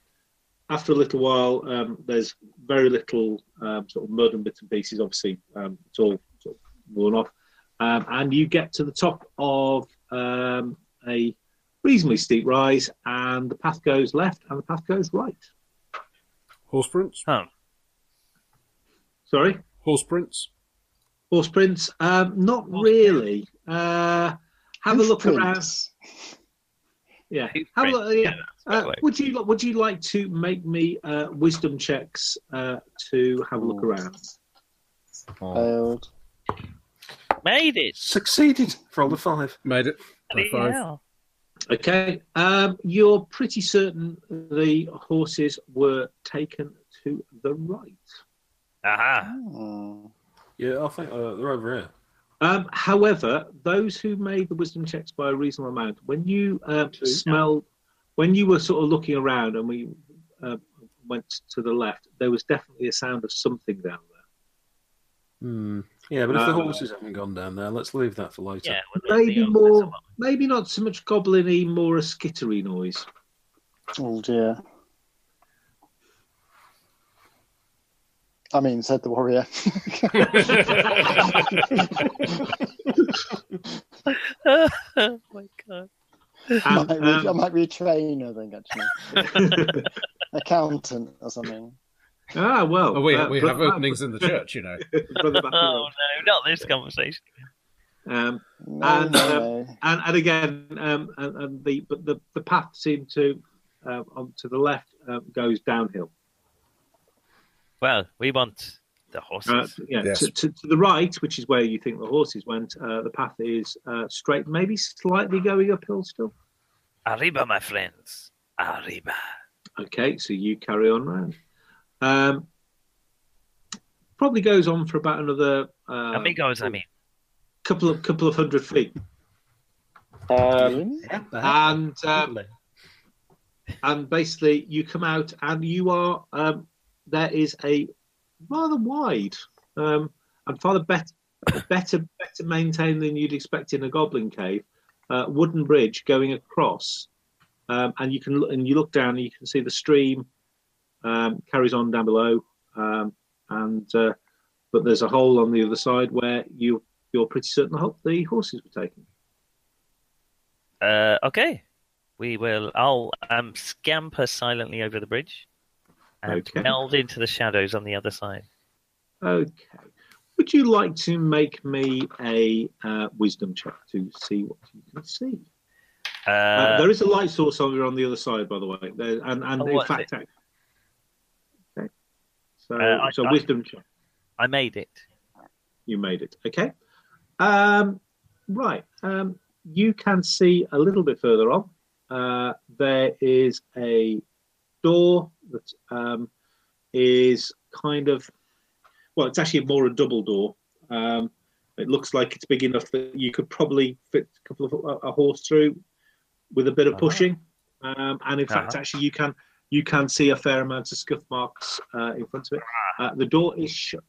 after a little while, um, there's very little um, sort of mud and bits and pieces. Obviously, um, it's all sort of worn off, um, and you get to the top of um, a reasonably steep rise, and the path goes left and the path goes right. Horse prints. Sorry, Horse prints. horse prints. Um, not really. Uh, have a Hoof look around. prints. Yeah. Hoof Have a prints, look, yeah, yeah. that's a better Uh, way. would you would you like to make me uh, wisdom checks uh, to have a look Ooh. around? Oh. Failed. Made it. Succeeded for all the five. Made it. Bloody High five. hell. Okay. Um, you're pretty certain the horses were taken to the right. Aha. Hmm. Yeah, I think uh, they're over here. Um, however, those who made the wisdom checks by a reasonable amount, when you um, Two. smelled, when you were sort of looking around and we uh, went to the left, there was definitely a sound of something down there. Hmm. Yeah, but if the No. horses haven't gone down there, let's leave that for later. Yeah. well, Maybe the- more, maybe not so much goblin-y, more a skittery noise. Oh dear. I mean, said the warrior. oh my god. I, And, might re- I um, might retrain, I think, actually. Accountant or something. ah, well. Oh, we, uh, we bro- have openings in the church, you know. brother back Oh no, not this conversation. around. Um, No, And, uh, no, no. and, and again, um, and, and the but the, the path seemed to uh, on to the left uh, goes downhill. Well, we want the horses. Uh, yeah, Yes. to, to, to the right, which is where you think the horses went, uh, the path is uh, straight, maybe slightly going uphill still. Arriba, my friends. Arriba. Okay, so you carry on round. Um, probably goes on for about another uh, Amigos, I mean. couple of couple of hundred feet, um, Really? and um, and basically you come out and you are um, there is a rather wide um, and far better better better maintained than you'd expect in a goblin cave uh, wooden bridge going across um, and you can look and you look down and you can see the stream um, carries on down below um, and uh, but there's a hole on the other side where you you're pretty certain the, ho- the horses were taken Uh, okay. We will. I'll um, scamper silently over the bridge and Okay. meld into the shadows on the other side. Okay. Would you like to make me a uh, wisdom check to see what you can see? Uh, Uh, there is a light source over on the other side, by the way. There, and and Oh, in what's fact, okay. So, Uh, I- so I- wisdom check. I made it. You made it. Okay. Um, right. Um, you can see a little bit further on. Uh, there is a door that um, is kind of, well, it's actually more a double door. Um, it looks like it's big enough that you could probably fit a couple of a, a horse through with a bit of Ah. pushing. Um, and in fact, Uh-huh. actually, you can you can see a fair amount of scuff marks uh, in front of it. Uh, the door is shut.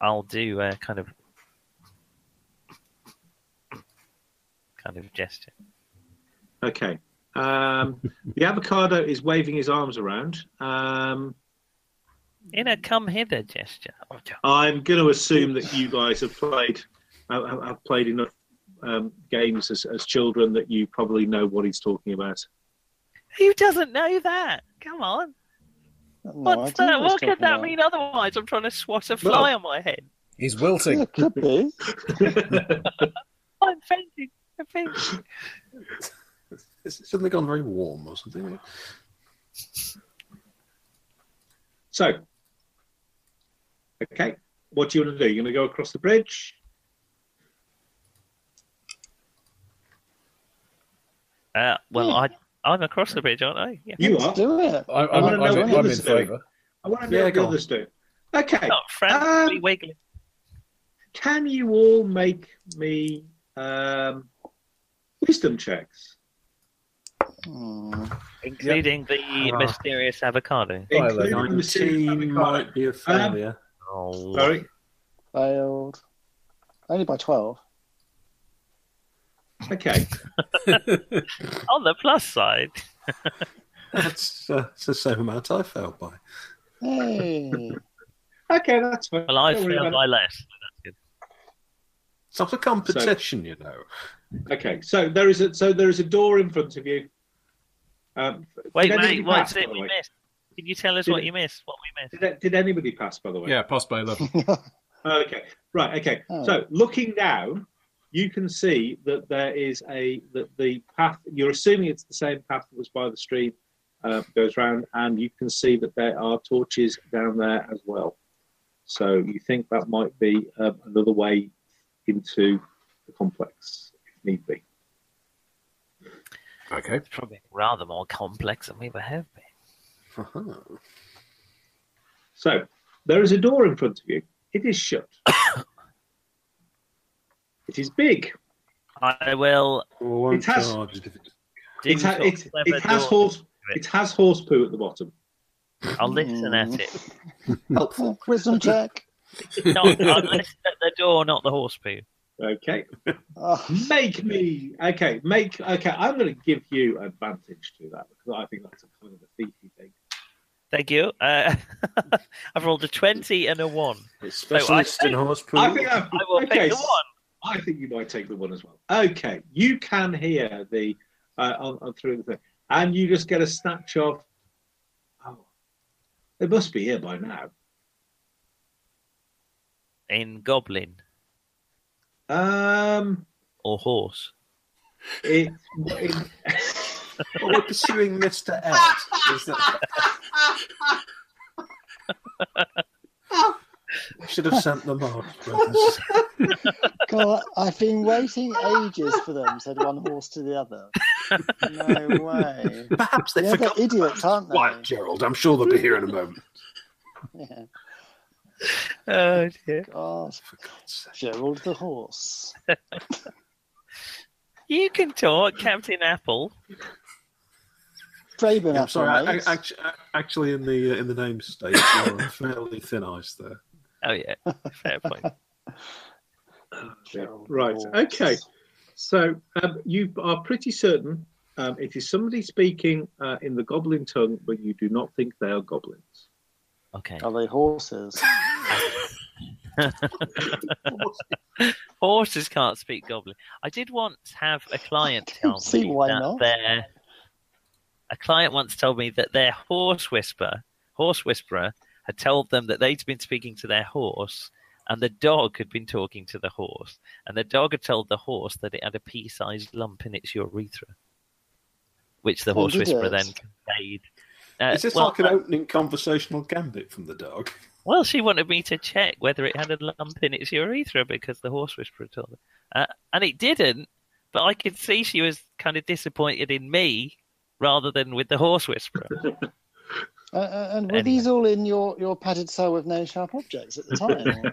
I'll do a kind of kind of gesture. Okay. Um, the avocado is waving his arms around. Um, In a come hither gesture. Oh, yeah. I'm going to assume that you guys have played have- have have played enough um, games as, as children that you probably know what he's talking about. Who doesn't know that? Come on. No What's idea that? he's What could talking that about. mean otherwise? I'm trying to swat a fly on my head. He's wilting. It could be. I'm fainting. I'm fainting. It's suddenly gone very warm or something. So, okay, what do you want to do? You're going to go across the bridge. Uh, well, I, I'm across the bridge, aren't I? Yeah. You Let's are. do it. I, I I'm, I'm, wanna know what I'm, others in are doing. favour. I want to know Yeah, what go the on. others do. Okay, Not frantically Um, wiggling. can you all make me um, wisdom checks, Hmm. including the Ah. mysterious avocado. Well, including the mysterious Nineteen avocado? might be a failure. Oh, Sorry, Failed. Only by 12. okay. on the plus side, that's, uh, that's the same amount I failed by. Hey. Okay, that's fine. well, I Don't worry failed about by less. It's not a competition, you know. it. Okay, so there is a so there is a door in front of you. Um, Wait, Did anybody wait, what's pass, by it the we way? missed? Can you tell us Did what it- you missed? What we missed? did, did anybody pass by the way? Yeah, passed by eleven. Okay. Right. Okay. Oh. So looking down, you can see that there is a that the path. You're assuming it's the same path that was by the stream, uh, goes round, and you can see that there are torches down there as well. So you think that might be um, another way into the complex, if need be. Okay. It's probably rather more complex than we ever have been. Uh-huh. So there is a door in front of you. It is shut. it is big. I will. Well, won't It has- charge it if it- Do It, ha- some it, clever it has door- horse. it. It has horse poo at the bottom. I'll listen at it. helpful. Wisdom check. Hmm. No, I'll listen at the door, not the horse poo. Okay. Oh, Make me okay. Make okay. I'm going to give you advantage to that because I think that's a kind of a thiefy thing. Thank you. Uh, I've rolled a twenty and a one. It's I specialist in think- horse poo. I think I, I will okay, pick the s- one. I think you might take the one as well. Okay, you can hear the uh, on, on through the thing, and you just get a snatch of. Oh, they must be here by now. in goblin Um, or horse. it, it- Well, we're pursuing Mr. Ed. Is that... We should have sent them off. brothers. God, I've been waiting ages for them, said one horse to the other. No way. Perhaps they Yeah, they're forgot. idiots, aren't Why, they? Gerald? I'm sure they'll be here in a moment. Yeah. Oh dear. God. Gerald the horse. You can talk, Captain Apple. Brave I'm enough, sorry. I, I, mate. actu- actually, in the uh, in the name state, you're on fairly thin ice there. Oh yeah, fair point. Gerald the right. horse. Okay. So um, you are pretty certain um, it is somebody speaking uh, in the goblin tongue, but you do not think they are goblins. Okay. Are they horses? Horses can't speak goblin. I did once have a client tell See, me why that not? their a client once told me that their horse whisperer, horse whisperer, had told them that they'd been speaking to their horse, and the dog had been talking to the horse, and the dog had told the horse that it had a pea-sized lump in its urethra, which the Oh, horse did whisperer it? then conveyed. Uh, Is this well, like an opening conversational gambit from the dog? well, she wanted me to check whether it had a lump in its urethra because the horse whisperer told her. Uh, and it didn't, but I could see she was kind of disappointed in me rather than with the horse whisperer. Uh, uh, and were Anyway. these all in your, your padded cell with no sharp objects at the time?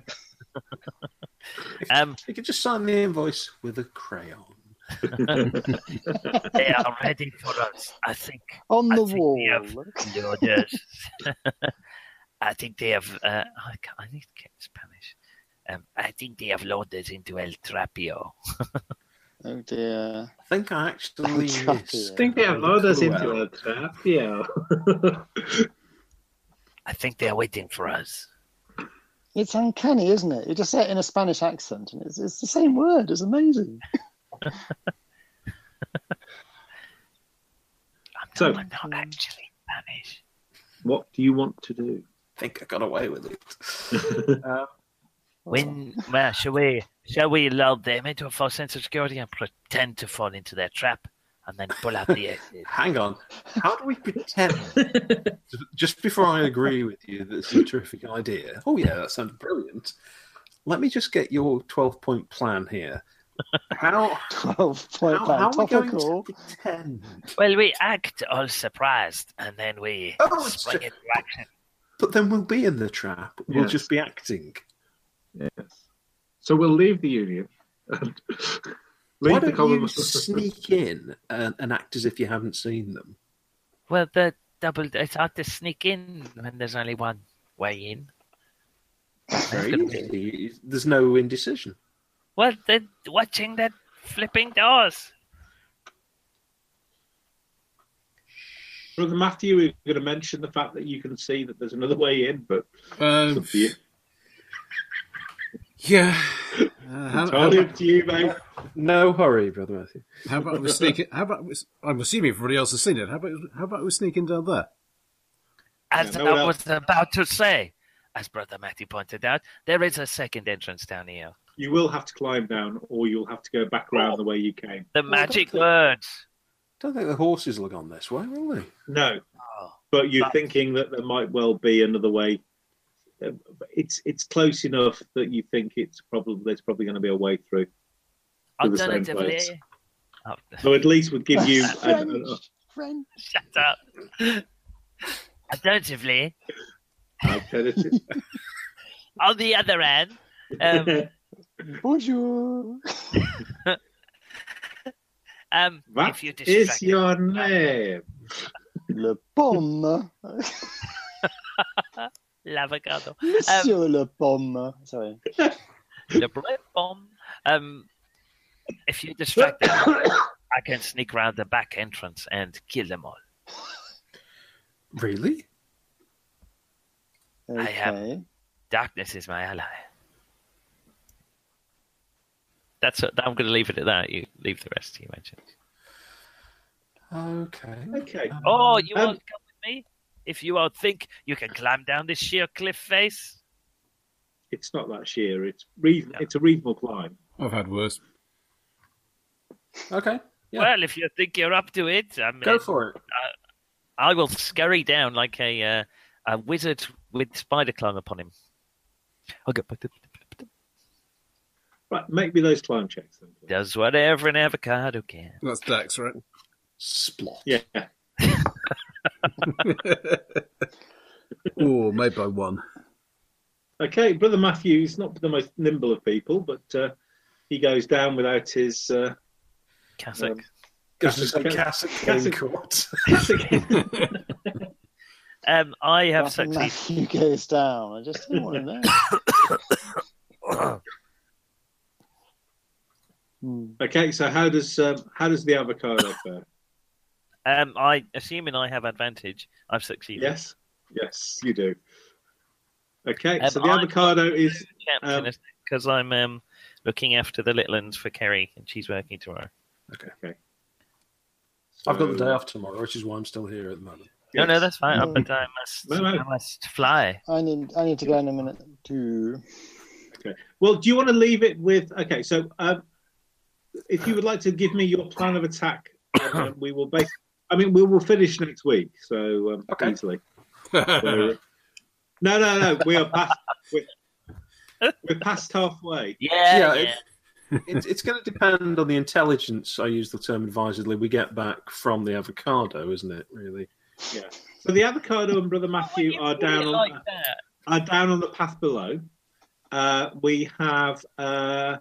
um, You could just sign the invoice with a crayon. they are ready for us, I think. On I the think wall. we have- The orders. I think they have. Uh, I, can't, I need to get Spanish. Um, I think they have loaded into El Trapio. Oh dear. I think I actually Chuck missed. uh, it. think they have lured us into a trap, yeah. I think they are waiting for us. It's uncanny, isn't it? You just say it in a Spanish accent, and it's, it's the same word. It's amazing. I'm not, So- I'm not actually Spanish. What do you want to do? think I got away with it. When well, shall we shall we lull them into a false sense of security and pretend to fall into their trap and then pull out the exit? Hang on. How do we pretend? Just before I agree with you that it's a terrific idea. Oh, yeah, that sounds brilliant. Let me just get your 12 point plan here. How, Twelve how, point how plan. are we going to Topical. pretend? Well, we act all surprised and then we Oh, it's spring ju- into action. But then we'll be in the trap. We'll Yes. just be acting. Yes. So we'll leave the union. And leave Why the don't you common. sneak in and, and act as if you haven't seen them? Well, the double it's hard to sneak in when there's only one way in. Very gonna be- easily. There's no indecision. Well, they're watching the flipping doors. Brother Matthew, we were going to mention the fact that you can see that there's another way in, but it's Um, up to you. yeah. Uh, how, how, Totally up to you, mate. No hurry, Brother Matthew. how about we sneak it? How about we, s- I'm assuming everybody else has seen it. How about how about we sneak in down there? As Yeah, no one I else- was about to say, as Brother Matthew pointed out, there is a second entrance down here. You will have to climb down, or you'll have to go back round the way you came. The magic words. Don't think the horses will have gone this way, will they? No, Oh, but you're But- thinking that there might well be another way. Uh, but It's it's close enough that you think it's probably there's probably going to be a way through. To the same alternatively, place. Oh, So at least would give you. I don't know, French, French. shut up. alternatively, alternative. on the other end, um, Bonjour. um, What if you is distract, your name? Le pomme. Um, Lavagado, Monsieur Le Pomme. Sorry. the bread bomb. Um, if you distract them, I can sneak round the back entrance and kill them all. Really? Okay. I am. Darkness is my ally. That's I'm going to leave it at that. You leave the rest to you, mentioned. Okay. Okay. Oh, you Um, won't come with me? If you all think you can climb down this sheer cliff face? It's not that sheer. It's reason. It's a reasonable climb. I've had worse. Okay. Yeah. Well, if you think you're up to it, I, mean, Go for it. I will scurry down like a uh, a wizard with spider climb upon him. I'll go. Right, make me those climb checks then. please. Does whatever an avocado can. That's Dax, right? Splot. Yeah. oh, made by one. Okay, brother Matthew's not the most nimble of people, but uh, he goes down without his uh, Cassock. Um, Goes to say Cassock King Cassock- Court. Um, I have succeeded. Nothing left. You goes down. I just didn't want to know. Hmm. Okay, so how does um, how does the avocado fare? Um, I assuming I have advantage. I've succeeded. Yes, yes, you do. Okay, Um, so the I- avocado is Um, because I'm um, looking after the little ones for Kerry, and she's working tomorrow. I've got the day so- off tomorrow, which is why I'm still here at the moment. No, no, that's fine. No. But I must, Mm. No, no. I must fly. I need I need to go in a minute too. Well, do you want to leave it with? Okay, so um, if you would like to give me your plan of attack, um, we will base. I mean, we will finish next week, so um, Okay. easily. We're- no, no, no. We are past. We're, we're past halfway. Yeah, yeah. Yeah, It, it's going to depend on the intelligence, I use the term advisedly, we get back from the avocado, isn't it, really? So the avocado and brother Matthew are down on. that. are Uh, down on the path below. Uh, we have uh,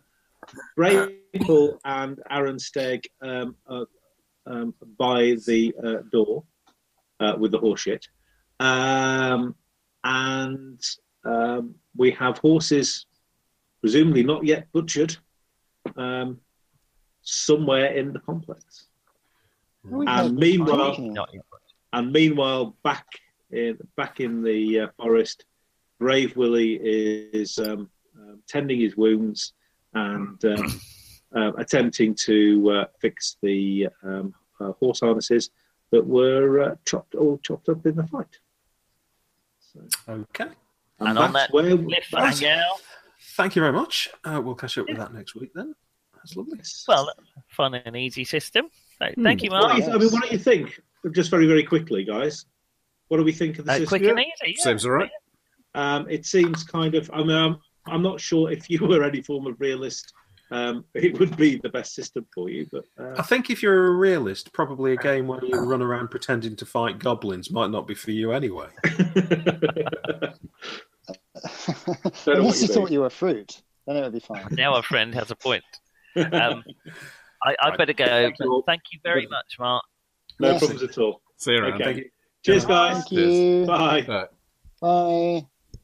Brayful and Aaron Steg um, uh, um, by the uh, door uh, with the horseshit. Um, and um, we have horses, presumably not yet butchered, um, somewhere in the complex. And meanwhile, Not yet. and meanwhile, back in back in the uh, forest, Brave Willie is um, um, tending his wounds and um, um attempting to uh, fix the um, uh, horse harnesses that were uh, chopped all chopped up in the fight. Okay. And, And on that's that where that's- cliffhanger, Thank you very much. Uh, we'll catch up with that next week then. That's lovely. well, fun and easy system. So, Thank you, What Mark. do you- I mean, what do you think? Just very, very quickly, guys. What do we think of the Uh, system? quick and easy. yeah. Seems all right. Um, it seems kind of. I mean, I'm, I'm not sure if you were any form of realist, um, it would be the best system for you. But I uh, think if you're a realist, probably a game where you run around pretending to fight goblins might not be for you anyway. what Unless you you mean. thought you were fruit, then it would be fine. Now our friend has a point. Um, I, I better go. Thank you all. Thank you very much, Mark. no Yes. problems at all. See you around. Okay. Thank you. Cheers, guys. Thank you. Bye. Right. Bye.